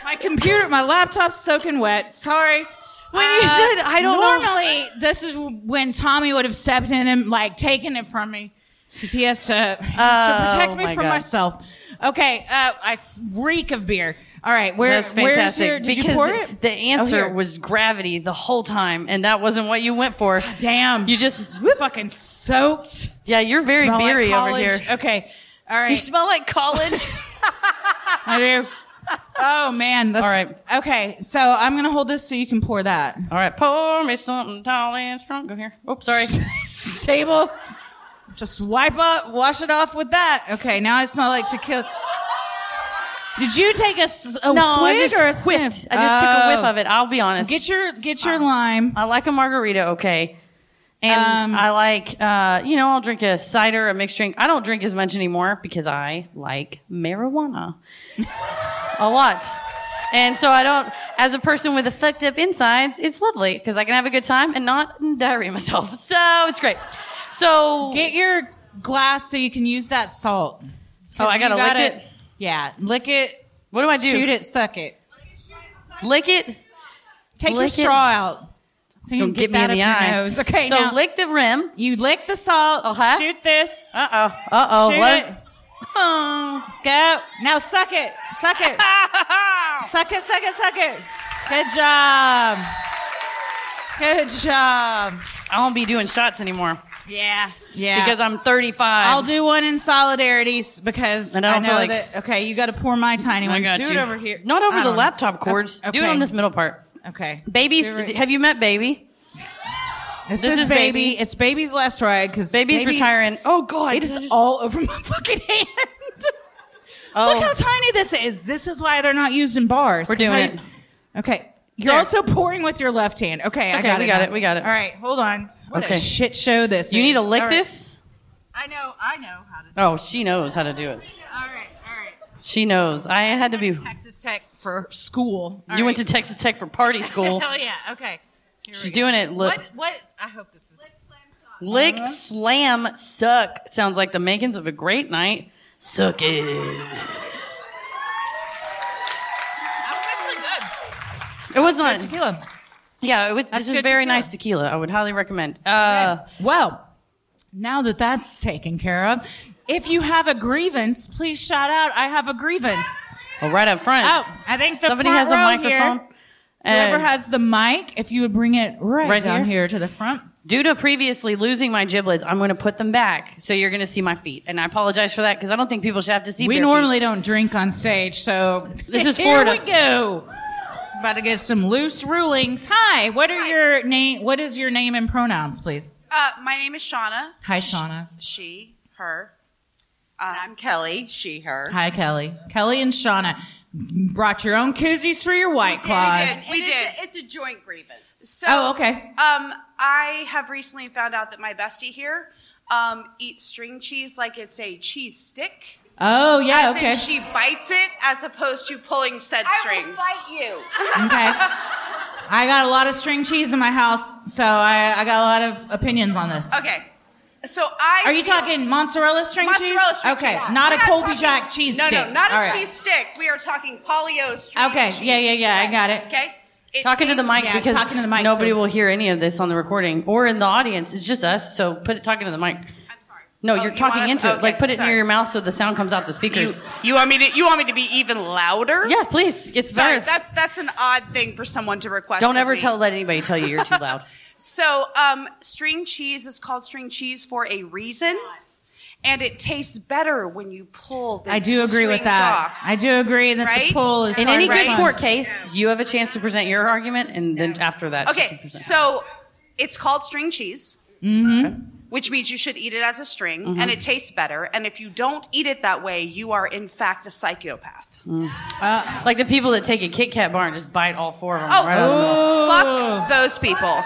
My computer, my laptop's soaking wet. Sorry. Uh, When you said, I don't know- normally, this is when Tommy would have stepped in and like taken it from me because he has to, he has to Oh, protect me my from God. myself. Okay, uh, I s- reek of beer. All right, where, That's fantastic. where's your? Did because you pour it? the Oh, answer here. was gravity the whole time, and that wasn't what you went for. damn. You just. fucking soaked. Yeah, you're very Smell like beery over college. here. Okay, all right. You smell like *laughs* college. I *laughs* do. Oh man, that's, All right. Okay, so I'm gonna hold this so you can pour that. All right, pour me something tall and strong. Go here. Oops, sorry. *laughs* table. Just wipe up, wash it off with that. Okay, now I smell like tequila. Did you take a, s- a swig or a whiffed. sniff? I just took a whiff Oh. of it. I'll be honest. Get your get your lime. I like a margarita, okay. And Um, I like, uh, you know, I'll drink a cider, a mixed drink. I don't drink as much anymore because I like marijuana a lot. And so I don't, as a person with a fucked up insides, it's lovely because I can have a good time and not diarrhea myself. *laughs* So it's great. So, Get your glass so you can use that salt. Um, oh, I gotta You lick gotta- it. Yeah, lick it. What do I do? Shoot it, suck it. Lick it. Take your Lick it. straw out. So you Don't get that up your nose. Okay, so now- lick the rim. You lick the salt. Uh-huh. Shoot this. Uh oh. Uh oh. Shoot What? *laughs* it. Go. Now suck it. Suck it. Ah. *laughs* suck it, suck it, suck it. Good job. Good job. I won't be doing shots anymore Yeah. Yeah. because I'm 35. I'll do one in solidarity s- because And I don't know feel like- that. Okay, you got to pour my tiny I one. got do you. it over here. Not over I the don't- laptop cords. O- Do it okay. on this middle part. Okay. Baby's. Do it- Have you met Baby? This, this is, is baby. baby. It's baby's last ride because Baby's retiring. Oh God. It did I is just- all over my fucking hand. *laughs* Oh. Look how tiny this is. This is why they're not used in bars. We're doing Guys- it. Okay. You're There. also pouring with your left hand. Okay, I okay, got we it. got now. it, we got it. All right, hold on. What Okay. a shit show this. You need to is. lick All right. this. I know. I know how to. Oh, she knows how to do it. All right. All right. She knows. I had to be. Texas Tech for school. All you went to right. Uh-huh. Texas Tech for *laughs* party school. Hell yeah. Okay. Here we She's go. doing it. Look, What? What? I hope this is. lick, slam, suck. Sounds like the makings of a great night. Suck it. It was not. Tequila. Yeah, it was, this is good very tequila. nice tequila. I would highly recommend. Uh, well, now that that's taken care of, if you have a grievance, please shout out. I have a grievance. well, right up front. Oh, I think the Somebody front has a row microphone. Here, whoever Uh, has the mic, if you would bring it right, Right down here? here. to the front. due to previously losing my giblets, I'm going to put them back. So you're going to see my feet, and I apologize for that because I don't think people should have to see. We bare feet. normally don't drink on stage, so This *laughs* is here Florida. we go. About to get some loose rulings. Hi, what are your name? What is your name and pronouns, please? Uh, my name is Shauna. Hi, Shauna. She, her. I'm Kelly, she, her. Hi, Kelly. Kelly and Shauna brought your own koozies for your white claws. did. We It is did. a- it's a joint grievance. So, Oh, okay. Um, I have recently found out that my bestie here um, eats string cheese like it's a cheese stick. Oh, yeah, as okay. in she bites it as opposed to pulling said strings. you. okay. I got a lot of string cheese in my house, so I, I got a lot of opinions on this. Okay. So I. Are you feel- talking mozzarella string cheese? mozzarella string okay, cheese? not We're a Colby talking- Jack cheese No, stick. no, not a All right. cheese stick. We are talking polio string Okay, cheese. yeah, yeah, yeah, I got it. Okay. It Talking to the tastes- mic Yeah, because talking to the mic, nobody so- will hear any of this on the recording or in the audience. It's just us, so put it talking to the mic. I'm sorry. No, Oh, you're you talking want us- into it. okay, Like put it sorry. near your mouth so the sound comes out the You, speakers. you want me to? You want me to be even louder? yeah, please. It's Sorry, better. that's that's an odd thing for someone to request. Don't of ever me. tell let anybody tell you you're too loud. So, um, string cheese is called string cheese for a reason, and it tastes better when you pull. the I do agree with strings that. Off. I do agree that the Right? poll is In part any of the good fun. court case, you have a chance to present your argument, and then after that, she can okay, present. so it's called string cheese, Mm-hmm. which means you should eat it as a string, and it tastes better. And if you don't eat it that way, you are in fact a psychopath. like the people that take a Kit Kat bar and just bite all four of them Oh. right out of the middle. Fuck those people.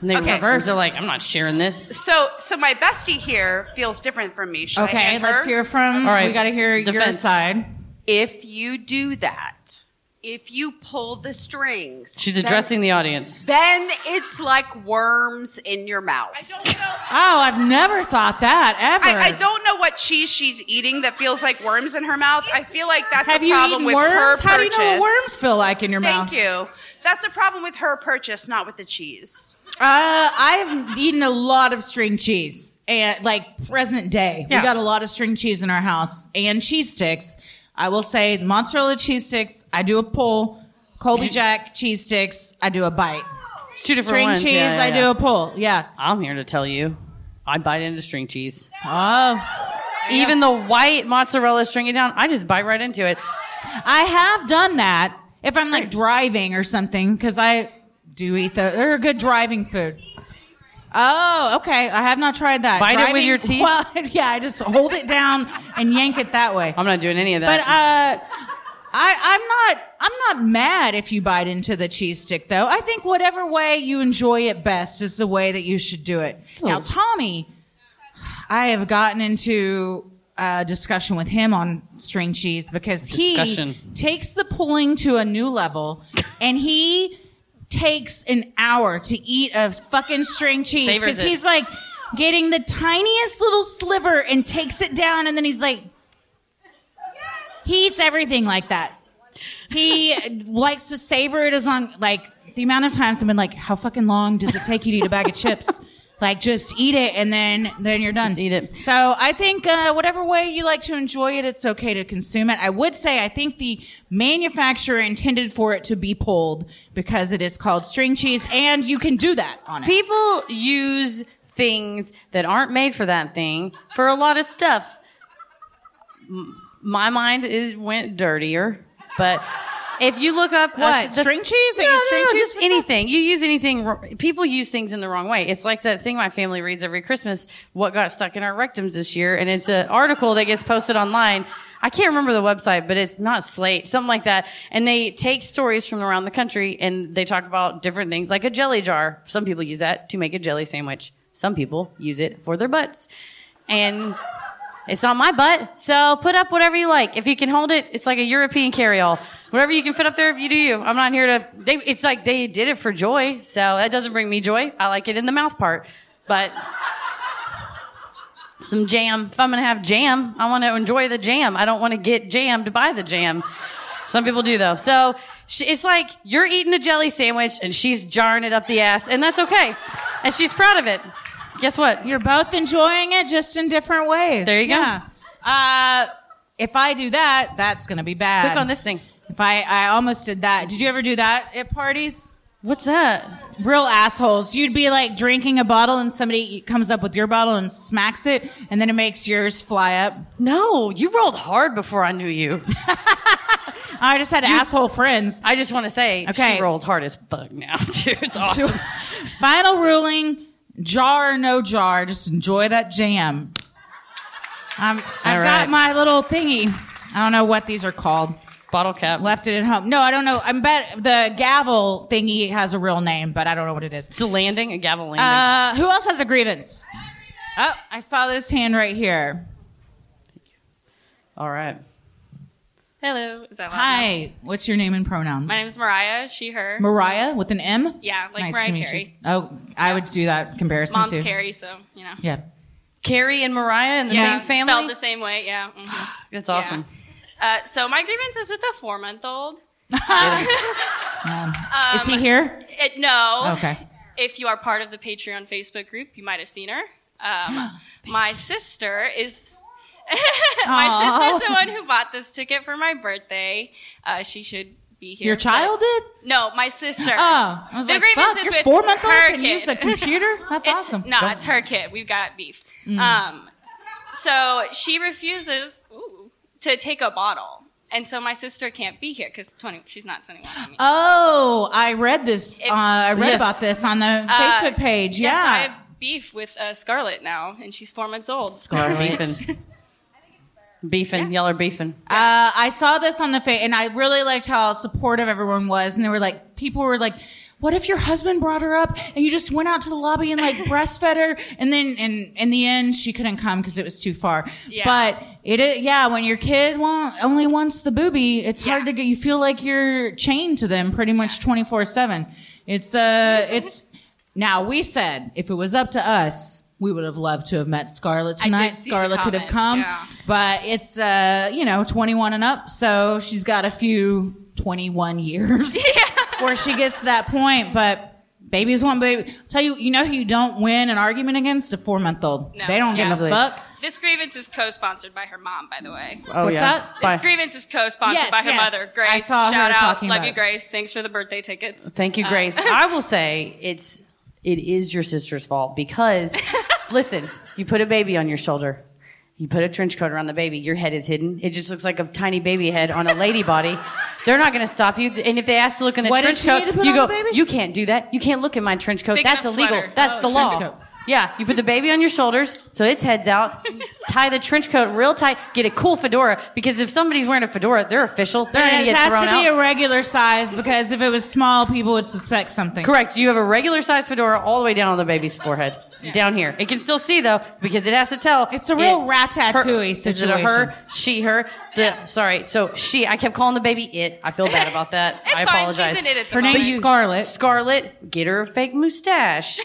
and they Okay. reverse. They're like, I'm not sharing this. So, so my bestie here feels different from me. Should I Okay, hand let's her? hear from. All right, We got to hear your defense. side. If you do that, if you pull the strings, She's then- addressing the audience. Then it's like worms in your mouth. I don't know. Oh, I've never thought that ever. I, I don't know what cheese she's eating that feels like worms in her mouth. I feel like that's Have a you problem eaten with worms? her purchase. How do you know what worms feel like in your mouth? Thank you. That's a problem with her purchase, not with the cheese. Uh, I've eaten a lot of string cheese and like present day. Yeah. We got a lot of string cheese in our house and cheese sticks. I will say mozzarella cheese sticks. I do a pull. Colby Jack cheese sticks. I do a bite. It's two different String ones. cheese. Yeah, yeah, I do yeah. a pull. Yeah. I'm here to tell you, I bite into string cheese. Oh, Even the white mozzarella string it down, I just bite right into it. I have done that if I'm like driving or something because I do eat the. They're a good driving food. Oh, okay. I have not tried that. Bite it with Driving- *laughs* your teeth? Well, yeah. I just hold it down and yank it that way. I'm not doing any of But uh, that. I, I'm not. I'm not mad if you bite into the cheese stick, though. I think whatever way you enjoy it best is the way that you should do it. Oh. Now, Tommy, I have gotten into a discussion with him on string cheese because Discussion. he takes the pulling to a new *laughs* level, and he takes an hour to eat a fucking string cheese Savors because it. he's like getting the tiniest little sliver and takes it down, and then he's like. *laughs* He eats everything like that. He likes to savor it as long like the amount of times I've been like, how fucking long does it take you to eat a bag of *laughs* chips? Like just eat it and then then you're done. Just eat it. So I think uh, whatever way you like to enjoy it, it's okay to consume it. I would say I think the manufacturer intended for it to be pulled because it is called string cheese, and you can do that on it. People use things that aren't made for that thing for a lot of stuff. M- My mind is went dirtier, but if you look up What, string cheese? They no, use no, string no, cheese just for stuff? anything. You use anything. wr- People use things in the wrong way. It's like that thing my family reads every Christmas. What got stuck in our rectums this year? And it's an article that gets posted online. I can't remember the website, but it's not Slate, something like that. And they take stories from around the country and they talk about different things, like a jelly jar. Some people use that to make a jelly sandwich. Some people use it for their butts. And it's on my butt, so put up whatever you like. If you can hold it, it's like a European carryall. Whatever you can fit up there, you do you. I'm not here to. They, it's like they did it for joy, so that doesn't bring me joy. I like it in the mouth part, but some jam. If I'm gonna have jam, I want to enjoy the jam. I don't want to get jam to buy the jam. Some people do though. So sh- it's like you're eating a jelly sandwich and she's jarring it up the ass, and that's okay, and she's proud of it. Guess what? You're both enjoying it just in different ways. There you go. go. Uh, if I do that, that's going to be bad. Click on this thing. If I, I almost did that. Did you ever do that at parties? What's that? Real assholes. You'd be like drinking a bottle and somebody e, comes up with your bottle and smacks it and then it makes yours fly up. No, you rolled hard before I knew you. I just had asshole friends. *laughs* I just want to say, Okay. she rolls hard as fuck now, *laughs* dude. It's awesome. Final ruling, jar or no jar, just enjoy that jam. I'm, I've All got right. my little thingy. I don't know what these are called. Bottle cap. Left it at home. No, I don't know. I bet the gavel thingy has a real name, but I don't know what it is. It's a landing, a gavel landing. Uh, who else has a grievance? Oh, I saw this hand right here. Uh, All right. Hello. Is that loud enough? Hi, what's your name and pronouns? My name's Mariah. She, her. Mariah with an M. Yeah, like nice Mariah to meet Carey. You. Oh, I would do that comparison Mom's too. Carrie, so, you know. Yeah. Carrie and Mariah in the yeah, same family. Spelled the same way, yeah. Ah. mhm. That's awesome. Yeah. Uh, so my grievance is with a four month old. Um, Is he here? It, Uh, no. Okay. If you are part of the Patreon Facebook group, you might have seen her. *gasps* Um, my sister is. *laughs* my sister's the one who bought this ticket for my birthday. Uh, she should be here. Your but- child did? No, my sister. Oh, I was the like, grievance fuck, is you're with four month her old can kid. use a computer. That's *laughs* it's, awesome. Mm. No, Go. it's her kid. We've got beef. Um, so she refuses ooh, to take a bottle, and so my sister can't be here because twenty. She's not twenty-one. I mean. Oh, I read this. uh, I read Yes. about this on the Uh, Facebook page. Yes, I Yeah. have beef with uh, Scarlett now, and she's four months old. Scarlet. beefing. Beefing. Y'all are beefing. Uh, I saw this on the fa and I really liked how supportive everyone was. And they were like, people were like, what if your husband brought her up and you just went out to the lobby and *laughs* like breastfed her? And then, and in the end, she couldn't come because it was too far. Yeah. But it is, yeah, when your kid want, only wants the booby, it's hard Yeah. to get, you feel like you're chained to them pretty much 24 seven. It's, uh, it's, now we said if it was up to us, we would have loved to have met Scarlett did tonight. see the Scarlett could have comment, come. yeah. But it's uh, you know, 21 and up, so she's got a few 21 *laughs* years where she gets to that point, but babies want baby. Tell you, you know who you don't win an argument against? A 4-month-old. No, they don't give a yeah. fuck. This grievance is co-sponsored by her mom, by the way. Oh, What's yeah. that? Bye. This grievance is co-sponsored Yes, by her yes. mother, I Grace. saw her Shout out, talking love about you, it. Grace. Thanks for the birthday tickets. Thank you, Uh, Grace. I will say it's it is your sister's fault *laughs* because listen, you put a baby on your shoulder. You put a trench coat around the baby. Your head is hidden. It just looks like a tiny baby head on a *laughs* lady body. They're not going to stop you. And if they ask to look in the What did trench she need coat, to put you on go, the baby? you can't do that. You can't look in my trench coat. Big That's enough illegal. sweater. That's Oh, the trench law. coat. Yeah, you put the baby on your shoulders so its *laughs* head's out. tie the trench coat real tight. Get a cool fedora because if somebody's wearing a fedora, they're official. They're going And to it get has thrown to out. be a regular size because if it was small, people would suspect something. Correct. You have a regular size fedora all the way down on the baby's forehead, down here. It can still see though because it has to tell. It's a real ratatouille her- Is it a situation. her? She? Her? The sorry. So she. I kept calling the baby it. I feel bad about that. It's I fine. apologize. She's in it at the Her name But moment. is you- Scarlett. Scarlet, get her a fake mustache.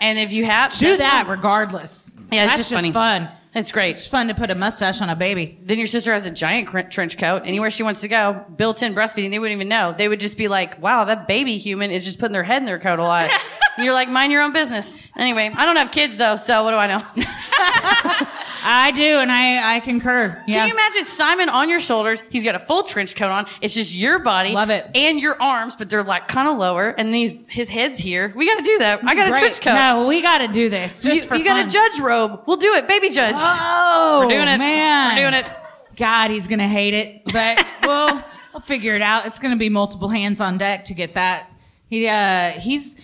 and if you have Do that regardless. Yeah, it's That's just funny. fun. It's great. It's fun to put a mustache on a baby. Then your sister has a giant cr- trench coat. Anywhere she wants to go, built-in breastfeeding, they wouldn't even know. They would just be like, "Wow, that baby human is just putting their head in their coat *laughs* a lot." and you're like, "Mind your own business." Anyway, I don't have kids though, so what do I know? *laughs* I do, and I, I concur. Yeah. Can you imagine Simon on your shoulders? He's got a full trench coat on. It's just your body, Love it. and your arms, but they're like kind of lower, and these his head's here. We got to do that. I got a Great. trench coat. No, we got to do this you, just for you got fun. a judge robe. We'll do it, baby *gasps* judge. Oh, We're doing it, man. We're doing it. God, he's gonna hate it, *laughs* but we'll we'll figure it out. It's gonna be multiple hands on deck to get that. He uh, he's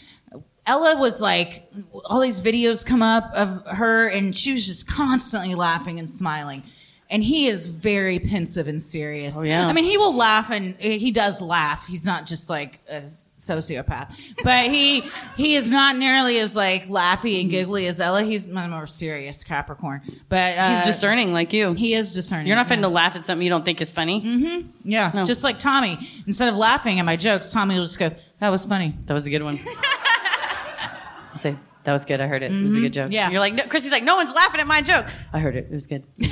Ella was like all these videos come up of her, and she was just constantly laughing and smiling. And he is very pensive and serious. Oh, yeah. I mean, he will laugh, and eh, he does laugh. He's not just like a sociopath, but he he is not nearly as like laughy Mm-hmm. and giggly as Ella. He's a more serious Capricorn, but uh, He's discerning like you. he is discerning. You're not yeah. fitting to laugh at something you don't think is funny. Yeah, just like Tommy. Instead of laughing at my jokes, Tommy will just go, "That was funny." That was a *laughs* good one. I say that was good. I heard it. It was a good joke. Mm-hmm. Yeah. You're like, no, Chrissy's like, no one's laughing at my joke. I heard it. It was good. *laughs*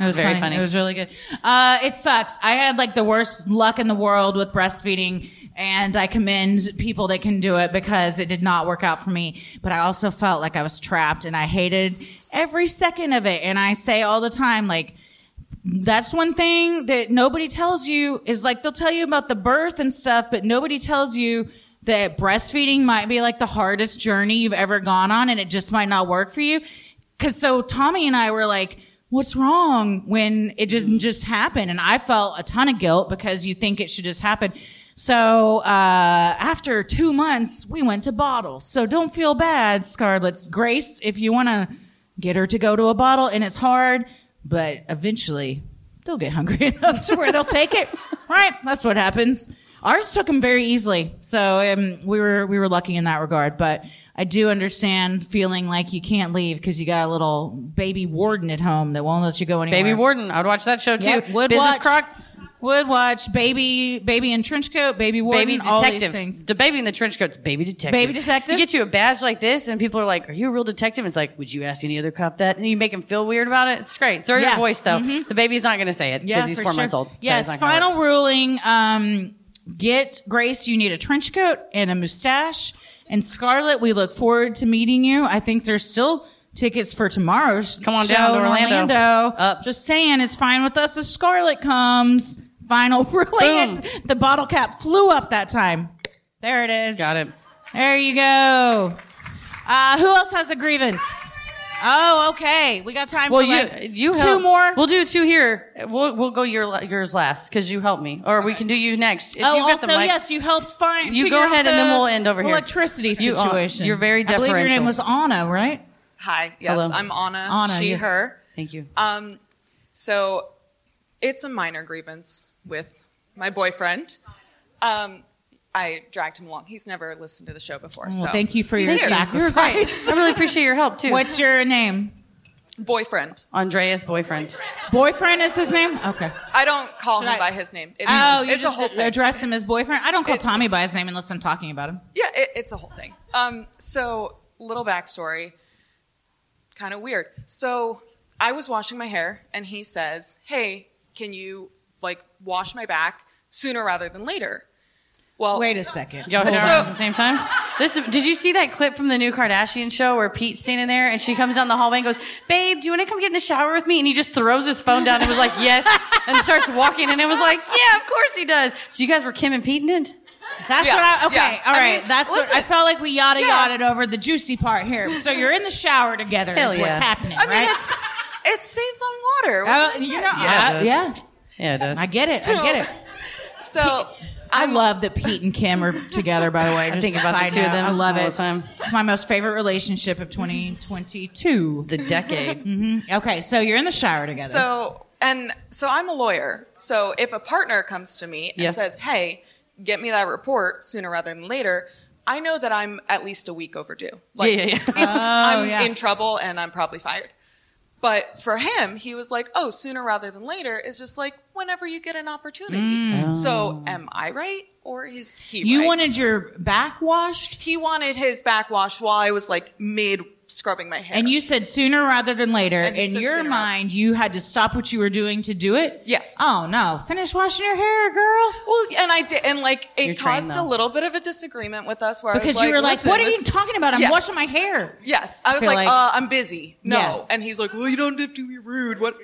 It was very funny. It was really good. Uh, it sucks. I had like the worst luck in the world with breastfeeding, and I commend people that can do it because it did not work out for me. But I also felt like I was trapped, and I hated every second of it. And I say all the time, like. that's one thing that nobody tells you is like they'll tell you about the birth and stuff, but nobody tells you that breastfeeding might be like the hardest journey you've ever gone on and it just might not work for you. Cause so Tommy and I were like, what's wrong when it didn't just happen? And I felt a ton of guilt because you think it should just happen. So uh, after two months, we went to bottles. So don't feel bad, Scarlett's Grace, if you want to get her to go to a bottle, and it's hard, but eventually they'll get hungry *laughs* enough to where they'll take it. Right? That's what happens. Ours took them very easily, so um, we were we were lucky in that regard. But I do understand feeling like you can't leave because you got a little baby warden at home that won't let you go anywhere. Baby Warden. I would watch that show too. Yep, would Business watch. Croc. Would watch baby baby in trench coat, baby warden, Baby all these detective. things. The baby in the trench coat's baby detective. Baby detective? You get you a badge like this, and people are like, "Are you a real detective?" It's like, "Would you ask any other cop that?" And you make him feel weird about it. It's great. Throw your Yeah. Mm-hmm. voice though. The baby's not going to say it because he's for four sure. months old. so Yes, it's not gonna final work. ruling. Um, get Grace. You need a trench coat and a mustache. And Scarlett, we look forward to meeting you. I think there's still tickets for tomorrow's. Come on show down to in Orlando. Orlando. Up. Just saying, it's fine with us if Scarlett comes. Final *laughs* ruling. Boom. The bottle cap flew up that time. There it is. Got it. There you go. Uh, who else has a grievance? Oh, okay. We got time Well, for you like you two helped. more. We'll do two here. We'll we'll go your yours last because you helped me, or we can do you next. If oh, you've got also the mic- yes, you helped find. You figure go out ahead and the then we'll end over here. Electricity You are- situation. you're very I believe your deferential. name was Anna, right? Hi. Yes, Hello. I'm Anna. Anna, she, yes. her. Thank you. Um, so it's a minor grievance with my boyfriend. Um, I dragged him along. He's never listened to the show before. Well, so Oh, thank you for your Thank you. You were sacrifice. *laughs* great. I really appreciate your help too. What's your name? boyfriend. Andrea's boyfriend? Boyfriend is his name. Okay. I don't call Should him I- by his name. It- Oh, you it's a just whole thing. address him as boyfriend. I don't call Tommy by his name unless I'm talking about him. Yeah, it, it's a whole thing. Um, so little backstory, kind of weird. So I was washing my hair, and he says, "Hey, can you like wash my back sooner rather than later?" Well, Wait a second. Y'all shower So- at the same time. This did you see that clip from the new Kardashian show where Pete's standing there and she comes down the hallway and goes, "Babe, do you want to come get in the shower with me?" And he just throws his phone down and was like, "Yes," and starts walking and it was like, "Yeah, of course he does." So you guys were Kim and Pete and it. That's Yeah, what I. Okay. yeah. All I right. mean, That's. What, listen. I felt like we yada Yeah. yada over the juicy part here. So you're in the shower together. Hell is yeah. what's happening, I mean, right? it's it saves on water. Oh, you know, Yeah, I- it yeah, Yeah, it does. I get it. I get it. so I love that Pete and Kim are together. By the way, I think about the two of them I love all it. the time. It's my most favorite relationship of 2022. the decade. Okay, so you're in the shower together. so and so I'm a lawyer. So if a partner comes to me and Yes. says, "Hey, get me that report sooner rather than later," I know that I'm at least a week overdue. Like Yeah, yeah, yeah. it's I'm yeah. in trouble and I'm probably fired. But for him, he was like, "Oh, sooner rather than later" is just like whenever you get an opportunity. So am I right or is he you right? wanted your back washed. he wanted his back wash while I was like mid scrubbing my hair. And you said sooner rather than later. And he In said your sooner rather- mind, you had to stop what you were doing to do it? Yes. Oh no. Finish washing your hair, girl. well, and I did, and like it You're trained, caused though. a little bit of a disagreement with us where Because I was you were like, "Listen, what are this- you talking about? I'm Yes. washing my hair. Yes, I was They're like, like- uh, I'm busy. No, Yeah. and he's like, well, you don't have to be rude. What?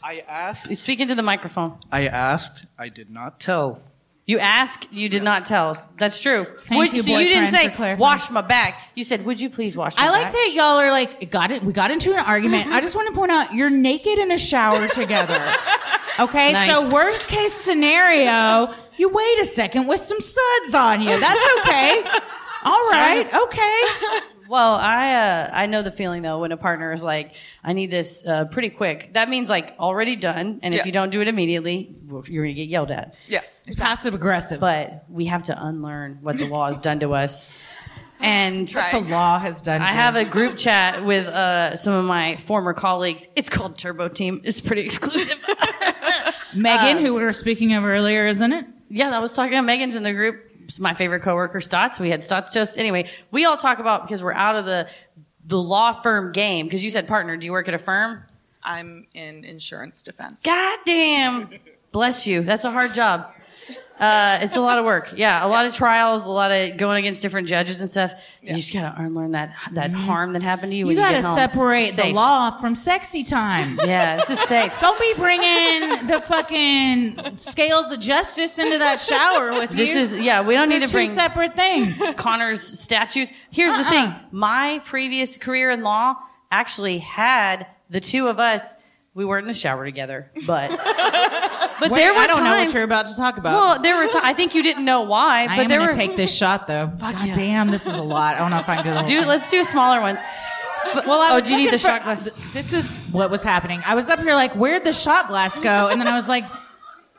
I asked. Speak into the microphone. I asked. I did not tell. You ask, you did not tell. That's true. Would- you, so you didn't boyfriend, for say, clarifying. wash my back. You said, would you please wash my I back? like that y'all are like it got it. We got into an argument. I just want to point out you're naked in a shower *laughs* together. Okay, so worst case scenario, you wait a second with some suds on you. That's *laughs* okay. All right, okay. Well, I uh, I know the feeling though when a partner is like, I need this uh, pretty quick. That means like already done, and if Yes. you don't do it immediately, well, you're gonna get yelled at. Yes, Passive aggressive, But we have to unlearn what the law has done to us. And That's what *laughs* the law has done. I have a group chat with uh, some of my former colleagues. It's called Turbo Team. It's pretty exclusive. *laughs* uh, Megan, who we were speaking of earlier, isn't it? yeah, I was talking about Megan's in the group. It's my favorite coworker, Stotts. We had Stotts toast. Anyway, we all talk about because we're out of the the law firm game. Because you said partner, do you work at a firm? I'm in insurance defense. God damn. Bless you. That's a hard job. Uh, it's a lot of work. Yeah, a lot of trials, a lot of going against different judges and stuff. You just gotta unlearn that that harm that happened to you. Mm-hmm. You when you gotta get home. separate the Safe. law from sexy *laughs* time. Yeah, this is safe. Don't be bringing the fucking scales of justice into that shower with This you. is yeah. We don't They're need to two bring separate things. Connor's statues. Here's the thing. Uh-uh. My previous career in law actually had the two of us. We weren't in the shower together, *laughs* but but there were I don't know times. what you're about to talk about. well, there were. ti- I think you didn't know why, I but am there gonna were take this shot though. God yeah. damn, this is a lot. I don't know if I can do *laughs* the whole Do thing. let's do smaller ones. well, I oh, was do you need looking the for- shot glass? This is what was happening. I was up here like, where'd the shot glass go? And then I was *laughs* like,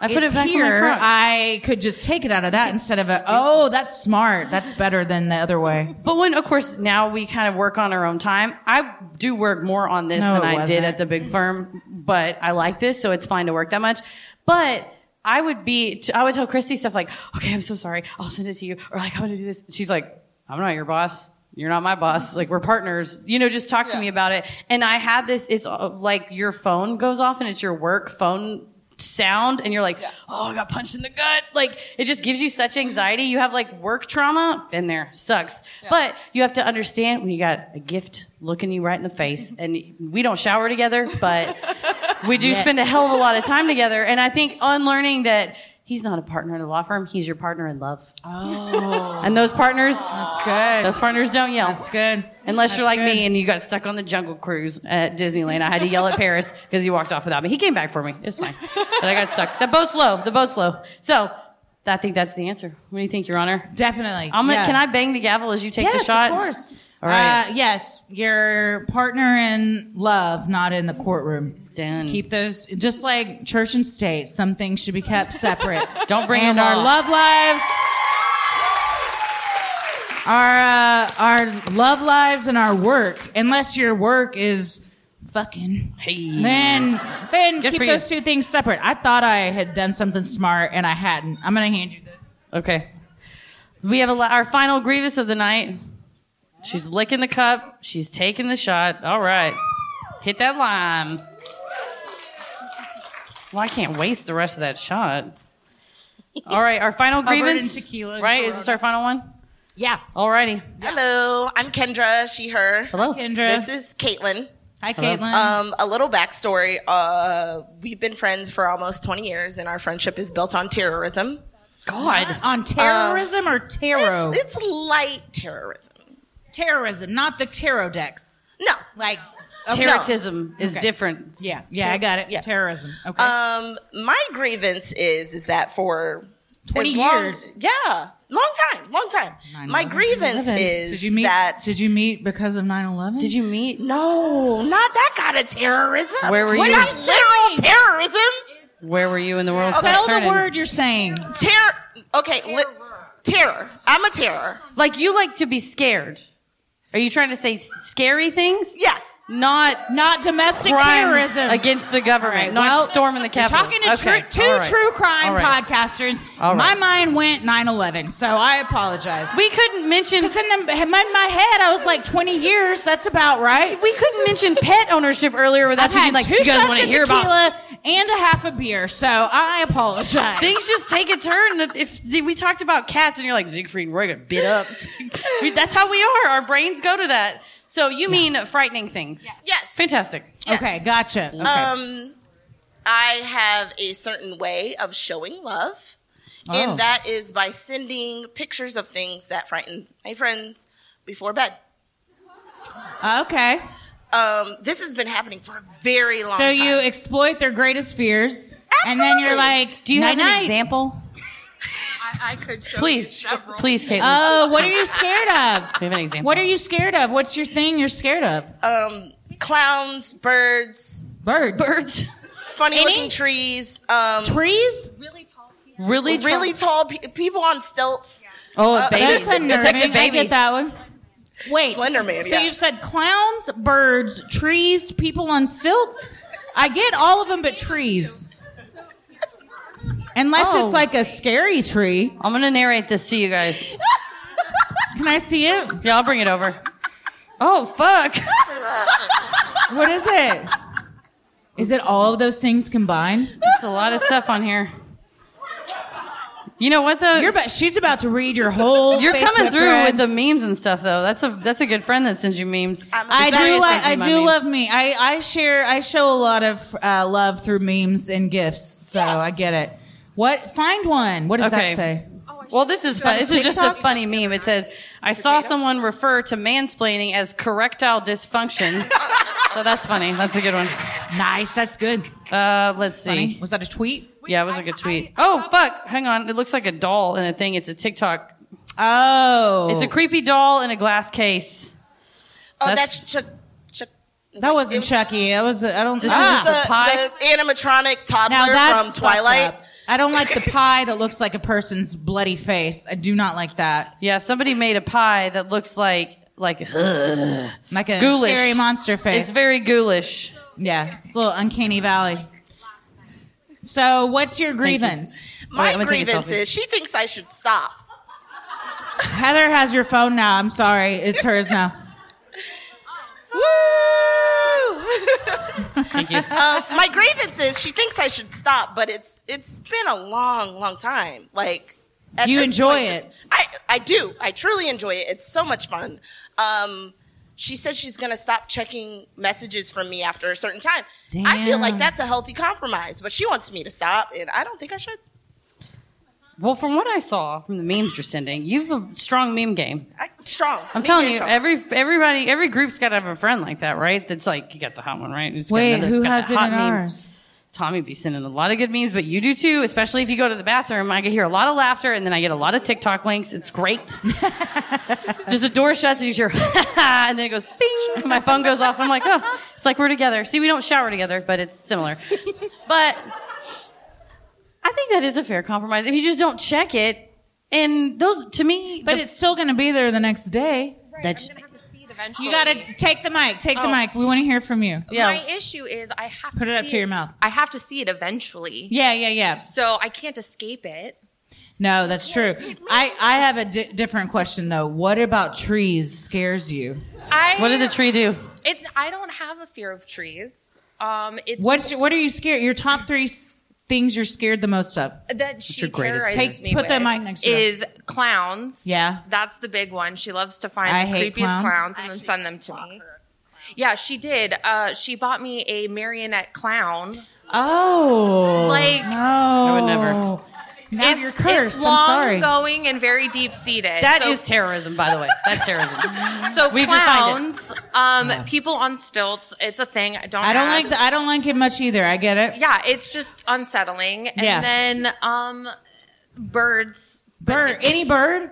I put it back in my here. front. I could just take it out of that instead of a. Oh, that's smart. That's better than the other way. But when, of course, now we kind of work on our own time. I do work more on this No, than it I did wasn't. at the big firm, but I like this, so it's fine to work that much. But I would be, I would tell Christy stuff like, "Okay, I'm so sorry. I'll send it to you," or like, "I'm gonna do this." She's like, "I'm not your boss. You're not my boss. Like we're partners. You know, just talk to me about it." And I had this. It's uh, like your phone goes off, and it's your work phone sound and you're like oh i got punched in the gut like it just gives you such anxiety you have like work trauma in there sucks but you have to understand when you got a gift looking you right in *laughs* the face and we don't shower together but we do spend a hell of a lot of time together and i think unlearning that he's not a partner in the law firm he's your partner in love oh and those partners It's good. those partners don't yell That's good. Unless you're That's like good. me and you got stuck on the jungle cruise at Disneyland. I had to yell at Paris because he walked off without me. He came back for me. It's fine. But I got stuck. The boat's low. The boat's low. So I think that's the answer. What do you think, Your Honor? Definitely. I'm gonna, Yeah. Can I bang the gavel as you take Yes, the shot? of course. All right. Uh, yes, your partner in love, not in the courtroom. Done. Keep those just like church and state. Some things should be *laughs* kept separate. Don't bring and it our on. love lives. Our uh, our love lives and our work, unless your work is fucking, Hey. then then Good keep for you. those two things separate. I thought I had done something smart and I hadn't. I'm gonna hand you this. Okay. We have a, la- our final grievous of the night. She's licking the cup. She's taking the shot. All right. Hit that lime. Well, I can't waste the rest of that shot. All right, our final Covered in grievance. tequila and right? Is this our final one? Yeah, All righty. Hello, I'm Kendra, she, her. Hello. Kendra. This is Caitlin. Hi, Caitlin. Uh, Um, a little backstory. Uh, we've been friends for almost 20 years, and our friendship is built on terrorism. God. on terrorism or tarot? It's, it's light terrorism. terrorism, not the tarot decks. No. Like, Terrorism is Okay. different. yeah, yeah, I got it. Yeah. Terrorism. Oh, Okay. Um, my grievance is is that for 20 as long- years. Yeah, long time, long time. My grievance is did you meet? that did you meet because of 9-11? Did you meet? no, not that kind of terrorism. Where were you? Not literal terrorism. Where were you in the world? spell Stop the turning. word you're saying? Terror. Okay, li- terror. I'm a terror. Like you like to be scared. Are you trying to say s- scary things? Yeah. Not not domestic crimes terrorism. against the government, All right, not well, storming the we're Capitol. Talking to Okay, true, two all right, true crime all right. podcasters, All my right. mind went 9/11, so I apologize. We couldn't mention because in, the- in my head I was like 20 years. That's about right. We couldn't mention pet ownership earlier without I've you being had like, two you guys shots want to of hear about tequila and a half a beer, so I apologize. Things just take a turn. If we talked about cats, and you're like Siegfried and Roy got *laughs* bit up. We- That's how we are. Our brains go to that. So you mean frightening things? Yes. Fantastic. Okay, gotcha. Okay. Um, I have a certain way of showing love, Oh. and that is by sending pictures of things that frighten my friends before bed. okay. Um, this has been happening for a very long so time. you exploit their greatest fears, and then you're like, Do you have an "Night-night." Example. I, I could show Please, you several. please, Caitlin. Oh, what are you scared of? We have an example. What are you scared of? What's your thing you're scared of? um, clowns, birds, Birds. Birds. funny looking trees, um, trees, Really, tr- really tall pe- people on stilts. Oh, Uh, baby. That's a It's like the I baby. get that one. Wait. Slender Man, So yeah. you've said clowns, birds, trees, people on stilts. I get all of them but trees. Unless Oh. it's like a scary tree. I'm gonna narrate this to you guys. Can I see it? Yeah, I'll bring it over. Oh fuck! What is it? Is it all of those things combined? There's a lot of stuff on here. You know what though? You're about, she's about to read your whole. *laughs* You're coming Facebook through thread. with the memes and stuff though. That's a that's a good friend that sends you memes. I Very do like. I sensitive do about memes. love me. I I share. I show a lot of uh, love through memes and gifts. So I get it. What? Find one. What does Okay. that say? Well, this is fun. On This is just a TikTok? funny meme. It says, "I saw someone refer to mansplaining as correctile dysfunction." so that's funny. That's a good one. Nice. That's good. Uh, let's see. Funny. Was that a tweet? yeah, it was like a tweet. oh fuck! Hang on. It looks like a doll in a thing. It's a TikTok. Oh, It's a creepy doll in a glass case. Oh, That's- that's, Chuck. Chuck. That wasn't it was- Chucky. That was. I don't. This ah. is a pie. The, the animatronic now toddler that's from fucked Twilight. up. I don't like the pie that looks like a person's bloody face. I do not like that. Yeah, somebody made a pie that looks like like Like a Ghoulish. scary monster face. it's very ghoulish. yeah, it's a little uncanny valley. So, what's your grievance? Wait, My I'm gonna take a grievance selfie. is she thinks I should stop. Heather has your phone now. I'm sorry, it's hers now. Thank you. Um, my grievance is she thinks I should stop, but it's it's been a long, long time. Like at You this enjoy point- it. I I do. I truly enjoy it. It's so much fun. Um, she said she's gonna stop checking messages from me after a certain time. I feel Damn. like that's a healthy compromise, but she wants me to stop, and I don't think I should. Well, from what I saw from the memes you're sending, you have a strong meme game. I strong. I'm telling you, every everybody, every group's got to have a friend like that, right? That's like you got the hot one, right? Who's got Wait, another- who got has the it hot in meme. ours? Tommy be sending a lot of good memes, but you do too. Especially if you go to the bathroom, I can hear a lot of laughter, and then I get a lot of TikTok links. It's great. *laughs* Just the door shuts, and you hear, *laughs* and then it goes bing. And my phone goes off. I'm like, oh, it's like we're together. See, we don't shower together, but it's similar. But I think that is a fair compromise if you just don't check it. And those, to me, But the- it's still going to be there the next day. that's You got to take the mic. Take the mic. We want to hear from you. yeah. My issue is I have Put to it up see to your mouth. I have to see it eventually. Yeah, yeah, yeah. So I can't escape it. No, that's true. I, I have a di- different question though. What about trees scares you? I What did the tree do? It, I don't have a fear of trees. Um, it's What's what are you scared? Your top three s- things you're scared the most of? that she your greatest terrorizes Take- me put with that mic next to you. is clowns. Yeah. that's the big one. She loves to find I the hate creepiest clowns, clowns. and then send them to me. Yeah, she did. Uh, she bought me a marionette clown. Oh, Like- no, I I would never. Now it's, you're cursed. It's long I'm sorry. going and very deep seated. That is so, terrorism, by the way. That's terrorism. so we've defined clowns. Um, people on stilts. It's a thing. Don't I don't ask. like the, I don't like it much either. I get it. yeah, it's just unsettling. And Yeah. then um, birds. Bird, any bird.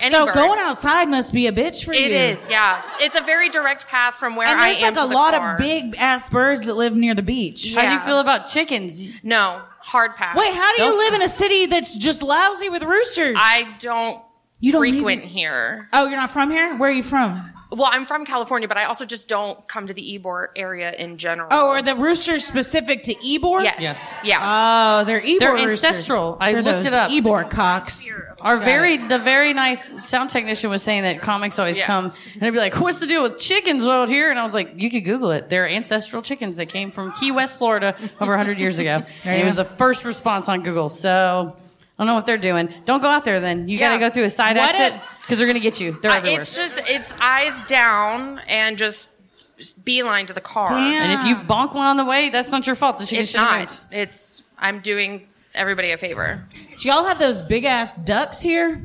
Any So bird. going outside must be a bitch for you. It is, yeah. It's a very direct path from where And I there's am like a to the lot car. of big ass birds that live near the beach. How do you Yeah. feel about chickens? No, hard pass. Wait, how do you Those- live in a city that's just lousy with roosters? I don't You don't frequent even- here. oh, you're not from here. Where are you from? Well, I'm from California, but I also just don't come to the Ebor area in general. Oh, are the roosters specific to Ebor? Yes. Yes. Yeah. Oh, they're Ebor. They're roosters. ancestral. I They're looked those it up. Ebor cocks. Our Got very it. the very nice sound technician was saying that comics always Yeah. come and I'd be like, "What's the deal with chickens out here?" And I was like, "You could Google it. They're ancestral chickens that came from Key West, Florida, over 100 years ago." There And you it was go. the first response on Google. So I don't know what they're doing. Don't go out there. Then you got to Yeah. go through a side What exit if- because they're gonna get you. They're Uh, everywhere. It's just it's eyes down and just, just beeline to the car. And if you bonk one on the way, that's not your fault. The chicken it's should've not. It's I'm doing everybody a favor. Do y'all have those big ass ducks here?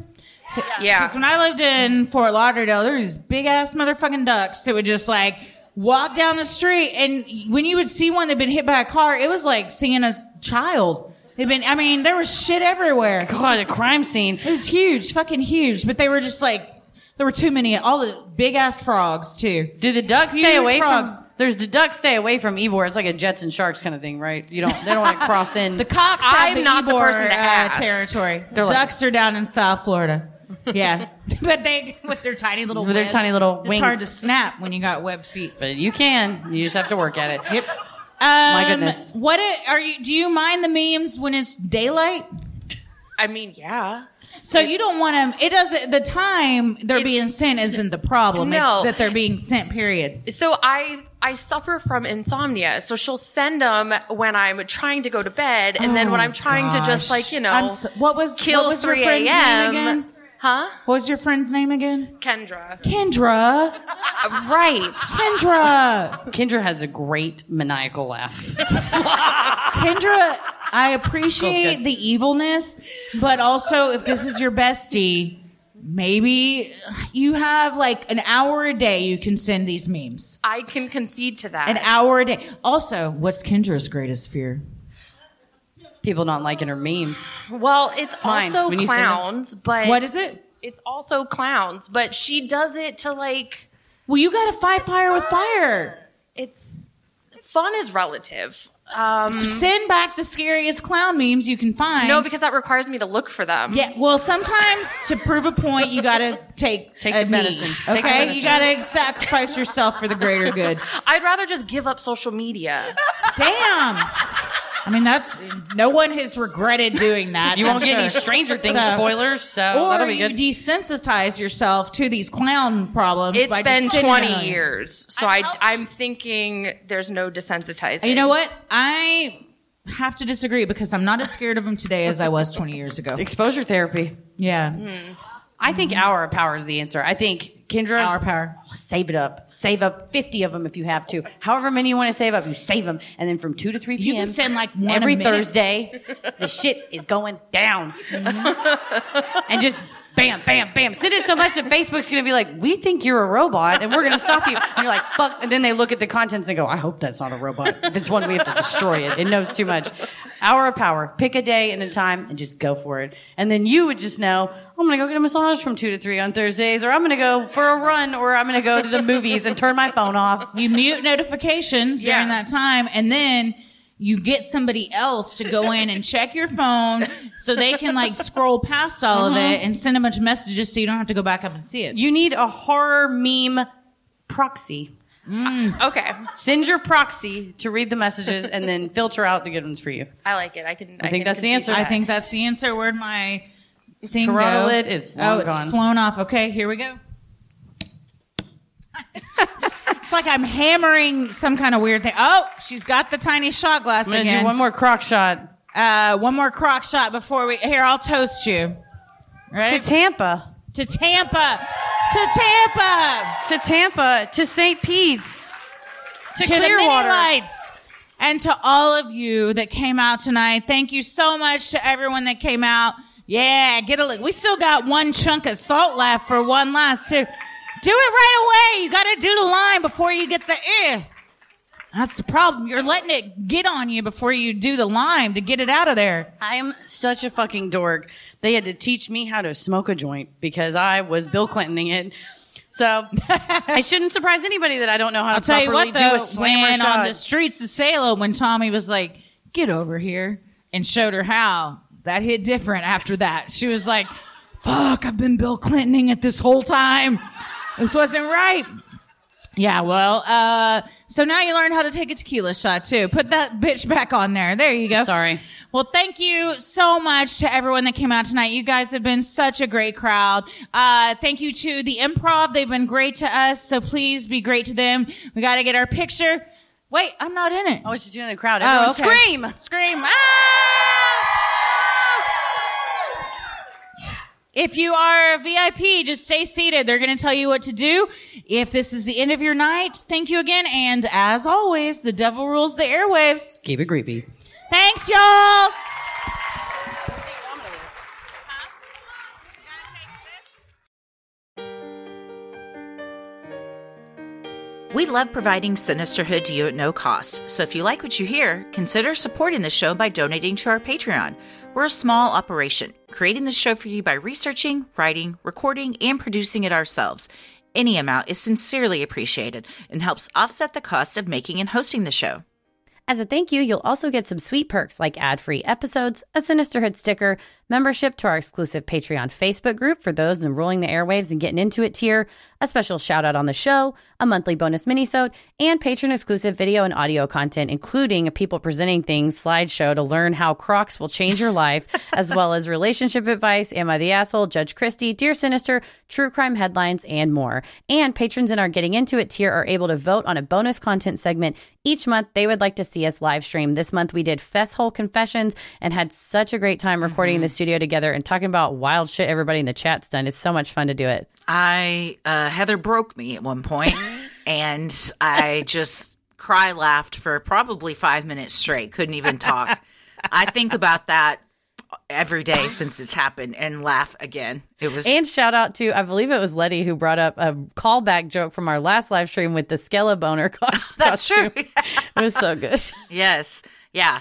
Yeah. Because when I lived in Fort Lauderdale, there was big ass motherfucking ducks that would just like walk down the street. And when you would see one that had been hit by a car, it was like seeing a s- child. They'd been, I mean, there was shit everywhere. God, the crime scene. It was huge, fucking huge. But they were just like, there were too many, all the big ass frogs too. Do the ducks Huge stay away frogs. from? There's the ducks stay away from Ebor. It's like a Jets and Sharks kind of thing, right? You don't. They don't want to cross in. the cocks. *laughs* I'm the not the Ybor, person to ask. territory. They're like- ducks are down in South Florida. Yeah, *laughs* but they with their tiny little With their webs, tiny little It's wings. hard to snap when you got webbed feet. But you can. You just have to work at it. Yep. Um, My goodness. What it, are you? Do you mind the memes when it's daylight? I mean, yeah. So you don't want them. It doesn't. The time they're being sent isn't the problem. No. It's that they're being sent. Period. So I I suffer from insomnia. So she'll send them when I'm trying to go to bed, and then when Oh, I'm trying to just gosh. like you know, I'm so- what was kill what was your three friend's name a.m. again? Huh? What was your friend's name again? Kendra. Kendra. right. Kendra. Kendra has a great maniacal laugh. Kendra, I appreciate the evilness, but also if this is your bestie, maybe you have like an hour a day you can send these memes. I can concede to that. An hour a day. Also, what's Kendra's greatest fear? People not liking her memes. Well, it's, fine. also When you send it- clowns, but What is it? It's also clowns, but she does it to like. Well, you got to fight fire with fire. It's fun is relative. Um, Send back the scariest clown memes you can find. no, because that requires me to look for them. Yeah, well, sometimes to prove a point, you gotta take *laughs* Take a the knee, medicine. Okay, Take the you medicine. gotta sacrifice yourself for the greater good. I'd rather just give up social media. Damn. I mean, that's no one has regretted doing that. You won't I'm get any sure. Stranger Things spoilers, so or that'll be you desensitize yourself to these clown problems. It's by been just sitting on 20 it. years, so I, I'm thinking there's no desensitizing. You know what? I have to disagree because I'm not as scared of them today as I was 20 years ago. Exposure therapy. Yeah. I think hour of power is the answer. I think Kendra. Hour power. save it up. Save up 50 of them if you have to. However many you want to save up, you save them. And then from 2 to 3 p.m. You can send, like, one a every minute. Thursday, the shit is going down. and just bam, bam, bam. Send it so much that Facebook's going to be like, we think you're a robot and we're going to stop you. And you're like, fuck. And then they look at the contents and go, I hope that's not a robot. If it's one, we have to destroy it. It knows too much. Hour of power. Pick a day and a time and just go for it. And then you would just know, I'm going to go get a massage from two to three on Thursdays or I'm going to go for a run or I'm going to go to the movies and turn my phone off. You mute notifications during that time, and then you get somebody else to go in and check your phone so they can like scroll past all of Mm-hmm. Mhm. it and send a bunch of messages so you don't have to go back up and see it. You need a horror meme proxy. Mm. Okay. Send your proxy to read the messages and then filter out the good ones for you. I like it. I can. I think can that's the concede answer. that. I think that's the answer. Where'd my thing Corona go? lid is oh, long it's gone. flown off. Okay, here we *laughs* go. it's like I'm hammering some kind of weird thing. Oh, she's got the tiny shot glass I'm gonna do again. one more crock shot. Uh, one more crock shot before we. Here, I'll toast you. Ready? To Tampa. To Tampa. To Tampa. To Tampa. To St. Pete's. To, the mini Clearwater. lights. And to all of you that came out tonight, thank you so much to everyone that came out. Yeah, get a look. We still got one chunk of salt left for one last too. Do it right away. You got to do the line before you get the eh. That's the problem. You're letting it get on you before you do the lime to get it out of there. I'm such a fucking dork. They had to teach me how to smoke a joint because I was Bill Clintoning it. So it shouldn't surprise anybody that I don't know how I'll to tell you properly what, though, do a slammer when shot. on the streets of Salem, when Tommy was like, "Get over here," and showed her how, that hit different after that. She was like, "Fuck, I've been Bill Clintoning it this whole time." This wasn't right. Yeah, well, uh, so now you learn how to take a tequila shot too. Put that bitch back on there. There you go. Sorry. Well, thank you so much to everyone that came out tonight. You guys have been such a great crowd. Uh, thank you to the improv. They've been great to us. So please be great to them. We got to get our picture. Wait, I'm not in it. I was just Oh, doing the Oh, crowd. Everyone scream! Scream. Ah! If you are a VIP, just stay seated. They're going to tell you what to do. If this is the end of your night, thank you again. And as always, the devil rules the airwaves. Keep it creepy. Thanks, y'all. We love providing Sinisterhood to you at no cost, so if you like what you hear, consider supporting the show by donating to our Patreon. We're a small operation, creating the show for you by researching, writing, recording, and producing it ourselves. Any amount is sincerely appreciated and helps offset the cost of making and hosting the show. As a thank you, you'll also get some sweet perks like ad free episodes, a Sinisterhood sticker, membership to our exclusive Patreon Facebook group for those enrolling the airwaves and getting into it tier, a special shout out on the show, a monthly bonus minisode, and patron exclusive video and audio content, including a people presenting things slideshow to learn how Crocs will change your life, as well as relationship advice, Am I the Asshole, Judge Christie, Dear Sinister, True Crime headlines, and more. And patrons in our Getting Into It tier are able to vote on a bonus content segment each month they would like to see us live stream. This month we did Festhole Confessions and had such a great time recording in the studio together and talking about wild shit everybody in the chat's done. It's so much fun to do it. I uh, Heather broke me at one point, and I just cry laughed for probably five minutes straight. Couldn't even talk. I think about that every day since it's happened and laugh again. It was and shout out to I believe it was Letty who brought up a callback joke from our last live stream with the Skella boner. *laughs* That's true. *laughs* it was so good. yes. Yeah.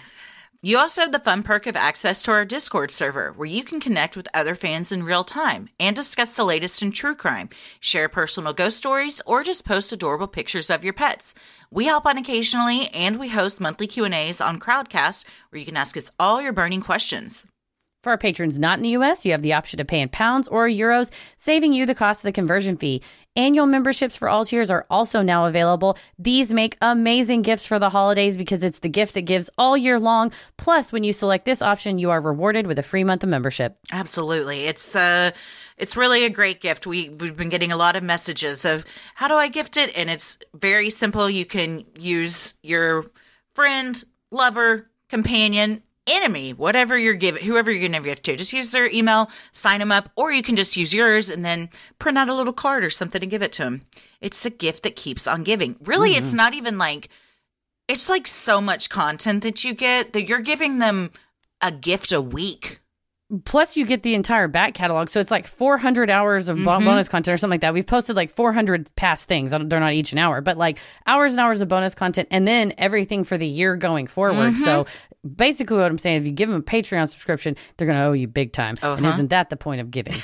You also have the fun perk of access to our Discord server, where you can connect with other fans in real time and discuss the latest in true crime, share personal ghost stories, or just post adorable pictures of your pets. We help on occasionally, and we host monthly Q&As on Crowdcast, where you can ask us all your burning questions. For our patrons not in the US, you have the option to pay in pounds or euros, saving you the cost of the conversion fee. Annual memberships for all tiers are also now available. These make amazing gifts for the holidays because it's the gift that gives all year long. Plus, when you select this option, you are rewarded with a free month of membership. Absolutely. It's uh it's really a great gift. We we've been getting a lot of messages of how do I gift it? And it's very simple. You can use your friend, lover, companion, enemy, whatever you're giving, whoever you're going to give to. Just use their email, sign them up, or you can just use yours and then print out a little card or something and give it to them. It's a gift that keeps on giving. Really, it's Mhm. not even like it's like so much content that you get that you're giving them a gift a week. Plus, you get the entire back catalog. So it's like 400 hours of bo- Mhm. bonus content or something like that. We've posted like 400 past things. I don't- They're not each an hour, but like hours and hours of bonus content and then everything for the year going forward. Mhm. So basically, what I'm saying, if you give them a Patreon subscription, they're going to owe you big time. And Uh-huh. isn't that the point of giving?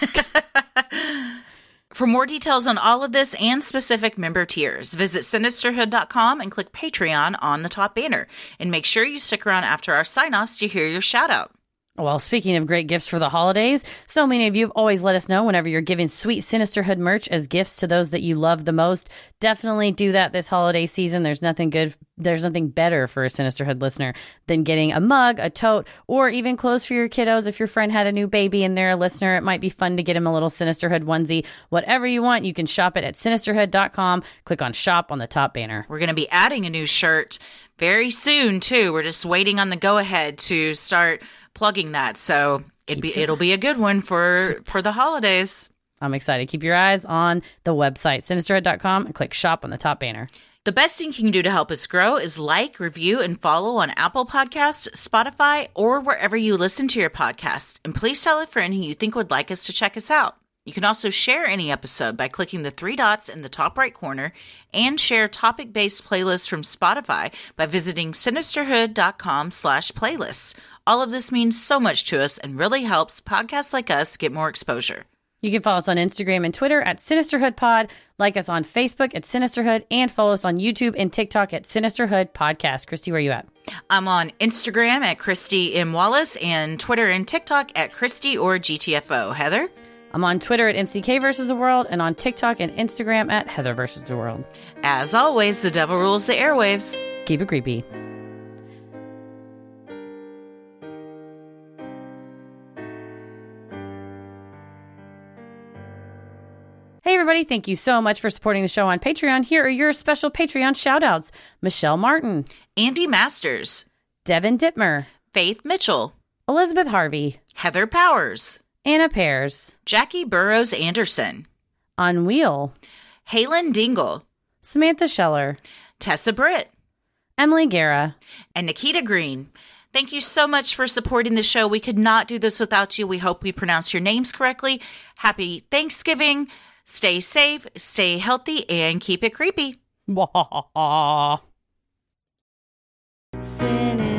For more details on all of this and specific member tiers, visit sinisterhood.com and click Patreon on the top banner. And make sure you stick around after our sign offs to hear your shout out. Well, speaking of great gifts for the holidays, so many of you have always let us know whenever you're giving sweet Sinisterhood merch as gifts to those that you love the most. Definitely do that this holiday season. There's nothing good, there's nothing better for a Sinisterhood listener than getting a mug, a tote, or even clothes for your kiddos. If your friend had a new baby and they're a listener, it might be fun to get him a little Sinisterhood onesie. Whatever you want, you can shop it at sinisterhood.com. Click on shop on the top banner. We're going to be adding a new shirt very soon too. We're just waiting on the go ahead to start plugging that. So it'd be it'll be a good one for for the holidays. I'm excited. Keep your eyes on the website, sinisterhood.com, and click shop on the top banner. The best thing you can do to help us grow is like, review, and follow on Apple Podcasts, Spotify, or wherever you listen to your podcast. And please tell a friend who you think would like us to check us out. You can also share any episode by clicking the three dots in the top right corner and share topic-based playlists from Spotify by visiting sinisterhood.com slash playlists. All of this means so much to us and really helps podcasts like us get more exposure. You can follow us on Instagram and Twitter at Sinisterhood Pod, like us on Facebook at Sinisterhood, and follow us on YouTube and TikTok at Sinisterhood Podcast. Christy, where you at? I'm on Instagram at Christy M. Wallace and Twitter and TikTok at Christy or GTFO. Heather? I'm on Twitter at MCK versus the world and on TikTok and Instagram at Heather versus the world. As always, the devil rules the airwaves. Keep it creepy. Hey, everybody, thank you so much for supporting the show on Patreon. Here are your special Patreon shout outs Michelle Martin, Andy Masters, Devin Ditmer, Faith Mitchell, Elizabeth Harvey, Heather Powers, Anna Pears, Jackie Burrows Anderson, On Wheel, Halen Dingle, Samantha Scheller, Tessa Britt, Emily Guerra, and Nikita Green. Thank you so much for supporting the show. We could not do this without you. We hope we pronounce your names correctly. Happy Thanksgiving. Stay safe, stay healthy, and keep it creepy. Sin